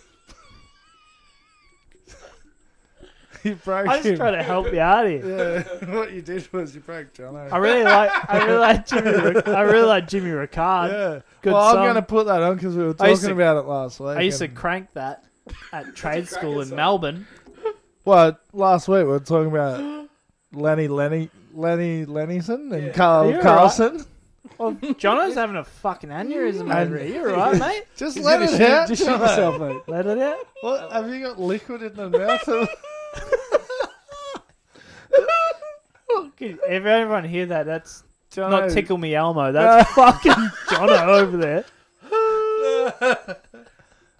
[SPEAKER 3] you broke
[SPEAKER 6] I just
[SPEAKER 3] him.
[SPEAKER 6] try to help you out here.
[SPEAKER 3] Yeah, what you did was you broke Jono.
[SPEAKER 6] I really like, I really like Jimmy, Ric- I really like Jimmy Ricard.
[SPEAKER 3] yeah.
[SPEAKER 6] good
[SPEAKER 3] well,
[SPEAKER 6] song.
[SPEAKER 3] I'm gonna put that on because we were
[SPEAKER 6] I
[SPEAKER 3] talking
[SPEAKER 6] used to-
[SPEAKER 3] about it last week.
[SPEAKER 6] I used to
[SPEAKER 3] and-
[SPEAKER 6] crank that at trade
[SPEAKER 5] crack
[SPEAKER 6] school in
[SPEAKER 5] yourself.
[SPEAKER 6] Melbourne.
[SPEAKER 3] Well, last week we were talking about Lenny Lenny Lenny Lennison and Carl
[SPEAKER 6] You're
[SPEAKER 3] Carlson.
[SPEAKER 6] Well, Jono's having a fucking aneurysm over here. You're right, mate.
[SPEAKER 3] Just
[SPEAKER 5] He's
[SPEAKER 3] let
[SPEAKER 5] gonna
[SPEAKER 3] it
[SPEAKER 5] shoot-
[SPEAKER 3] out.
[SPEAKER 5] just shoot
[SPEAKER 3] Jono.
[SPEAKER 5] yourself, mate.
[SPEAKER 6] Let it out.
[SPEAKER 3] What have you got liquid in the mouth?
[SPEAKER 6] If everyone hear that, that's
[SPEAKER 3] Jono.
[SPEAKER 6] not tickle me Elmo. That's fucking Jono over there.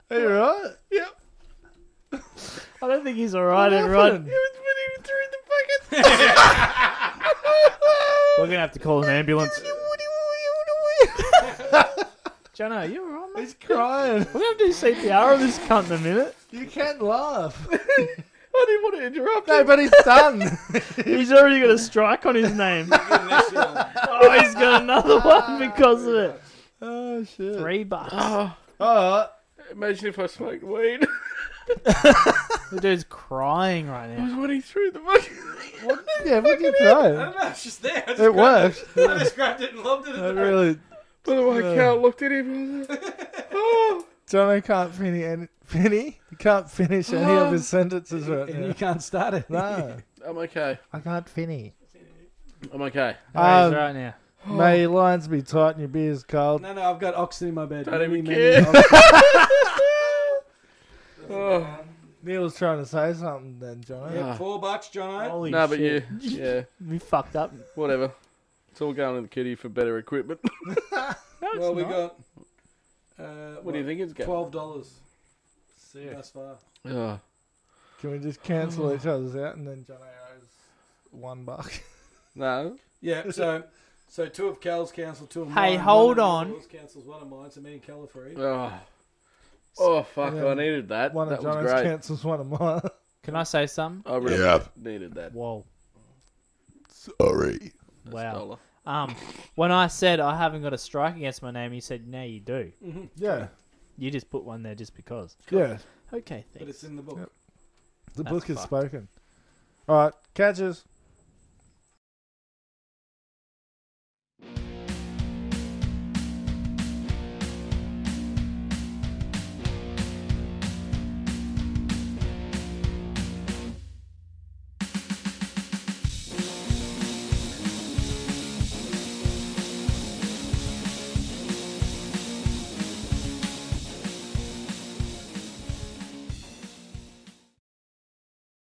[SPEAKER 3] Are you right? Yep.
[SPEAKER 6] I don't think he's all right, everyone. We're gonna have to call an ambulance. Jono, you all right, mate?
[SPEAKER 3] He's crying.
[SPEAKER 6] We're gonna have to do CPR on this cunt in a minute.
[SPEAKER 3] You can't laugh.
[SPEAKER 2] I didn't want to interrupt.
[SPEAKER 3] no, but he's done.
[SPEAKER 6] He's already got a strike on his name. oh, he's got another one because of it.
[SPEAKER 3] oh shit.
[SPEAKER 6] Three bucks.
[SPEAKER 2] Ah.
[SPEAKER 3] All right.
[SPEAKER 2] Imagine if I smoked weed
[SPEAKER 6] The dude's crying right now.
[SPEAKER 2] when he threw the fucking.
[SPEAKER 3] What, yeah, what did you throw?
[SPEAKER 5] don't know, it's just there. I just
[SPEAKER 3] It
[SPEAKER 5] grabbed
[SPEAKER 3] worked.
[SPEAKER 5] It. I just grabbed it and loved it.
[SPEAKER 3] It really.
[SPEAKER 2] By the way, Cal looked at him. Oh,
[SPEAKER 3] Jono can't finish any. Finny? He can't finish any of his sentences right
[SPEAKER 5] And you
[SPEAKER 3] now.
[SPEAKER 5] can't start it.
[SPEAKER 3] No,
[SPEAKER 2] I'm okay.
[SPEAKER 3] I can't finish.
[SPEAKER 2] I'm okay.
[SPEAKER 6] Where he
[SPEAKER 3] Um,
[SPEAKER 6] is Oh, right now.
[SPEAKER 3] May your lines be tight and your beers cold.
[SPEAKER 5] No, no, I've got oxen in my bed.
[SPEAKER 2] Don't
[SPEAKER 5] Many,
[SPEAKER 2] even
[SPEAKER 5] many
[SPEAKER 2] care.
[SPEAKER 5] oxen.
[SPEAKER 2] Oh,
[SPEAKER 3] Neil was trying to say something then, Jono.
[SPEAKER 5] Yeah, four bucks, Jono.
[SPEAKER 6] Holy
[SPEAKER 2] no,
[SPEAKER 6] shit.
[SPEAKER 2] but you, yeah,
[SPEAKER 6] We fucked up.
[SPEAKER 2] whatever. It's all going to the kitty for better equipment.
[SPEAKER 5] well, we got. Uh,
[SPEAKER 2] What do you think it's going?
[SPEAKER 5] Twelve dollars. That's far.
[SPEAKER 2] Oh,
[SPEAKER 3] Can we just cancel each other's out and then Jono owes one buck?
[SPEAKER 2] no,
[SPEAKER 5] Yeah. So, so two of Cal's cancelled, two of mine.
[SPEAKER 6] Hey, hold
[SPEAKER 5] one of
[SPEAKER 6] on.
[SPEAKER 5] yours cancels one of mine. So me and Cal are free.
[SPEAKER 2] oh, oh, fuck!
[SPEAKER 3] Yeah.
[SPEAKER 2] I needed that.
[SPEAKER 3] One
[SPEAKER 2] that
[SPEAKER 3] of
[SPEAKER 2] was
[SPEAKER 3] Jono's
[SPEAKER 2] great.
[SPEAKER 3] cancels one of mine.
[SPEAKER 6] Can I say something?
[SPEAKER 2] I really have needed that.
[SPEAKER 6] Whoa.
[SPEAKER 4] Sorry.
[SPEAKER 2] That's
[SPEAKER 6] Wow.
[SPEAKER 2] a dollar.
[SPEAKER 6] Um, when I said I haven't got a strike against my name, you said, "No, you do.
[SPEAKER 5] Mm-hmm.
[SPEAKER 3] Yeah,
[SPEAKER 6] You just put one there just because."
[SPEAKER 3] yeah.
[SPEAKER 6] Okay,
[SPEAKER 5] But
[SPEAKER 6] thanks.
[SPEAKER 5] it's in the book.
[SPEAKER 3] The
[SPEAKER 6] That's
[SPEAKER 3] book is
[SPEAKER 6] fucked.
[SPEAKER 3] spoken. All right, catches.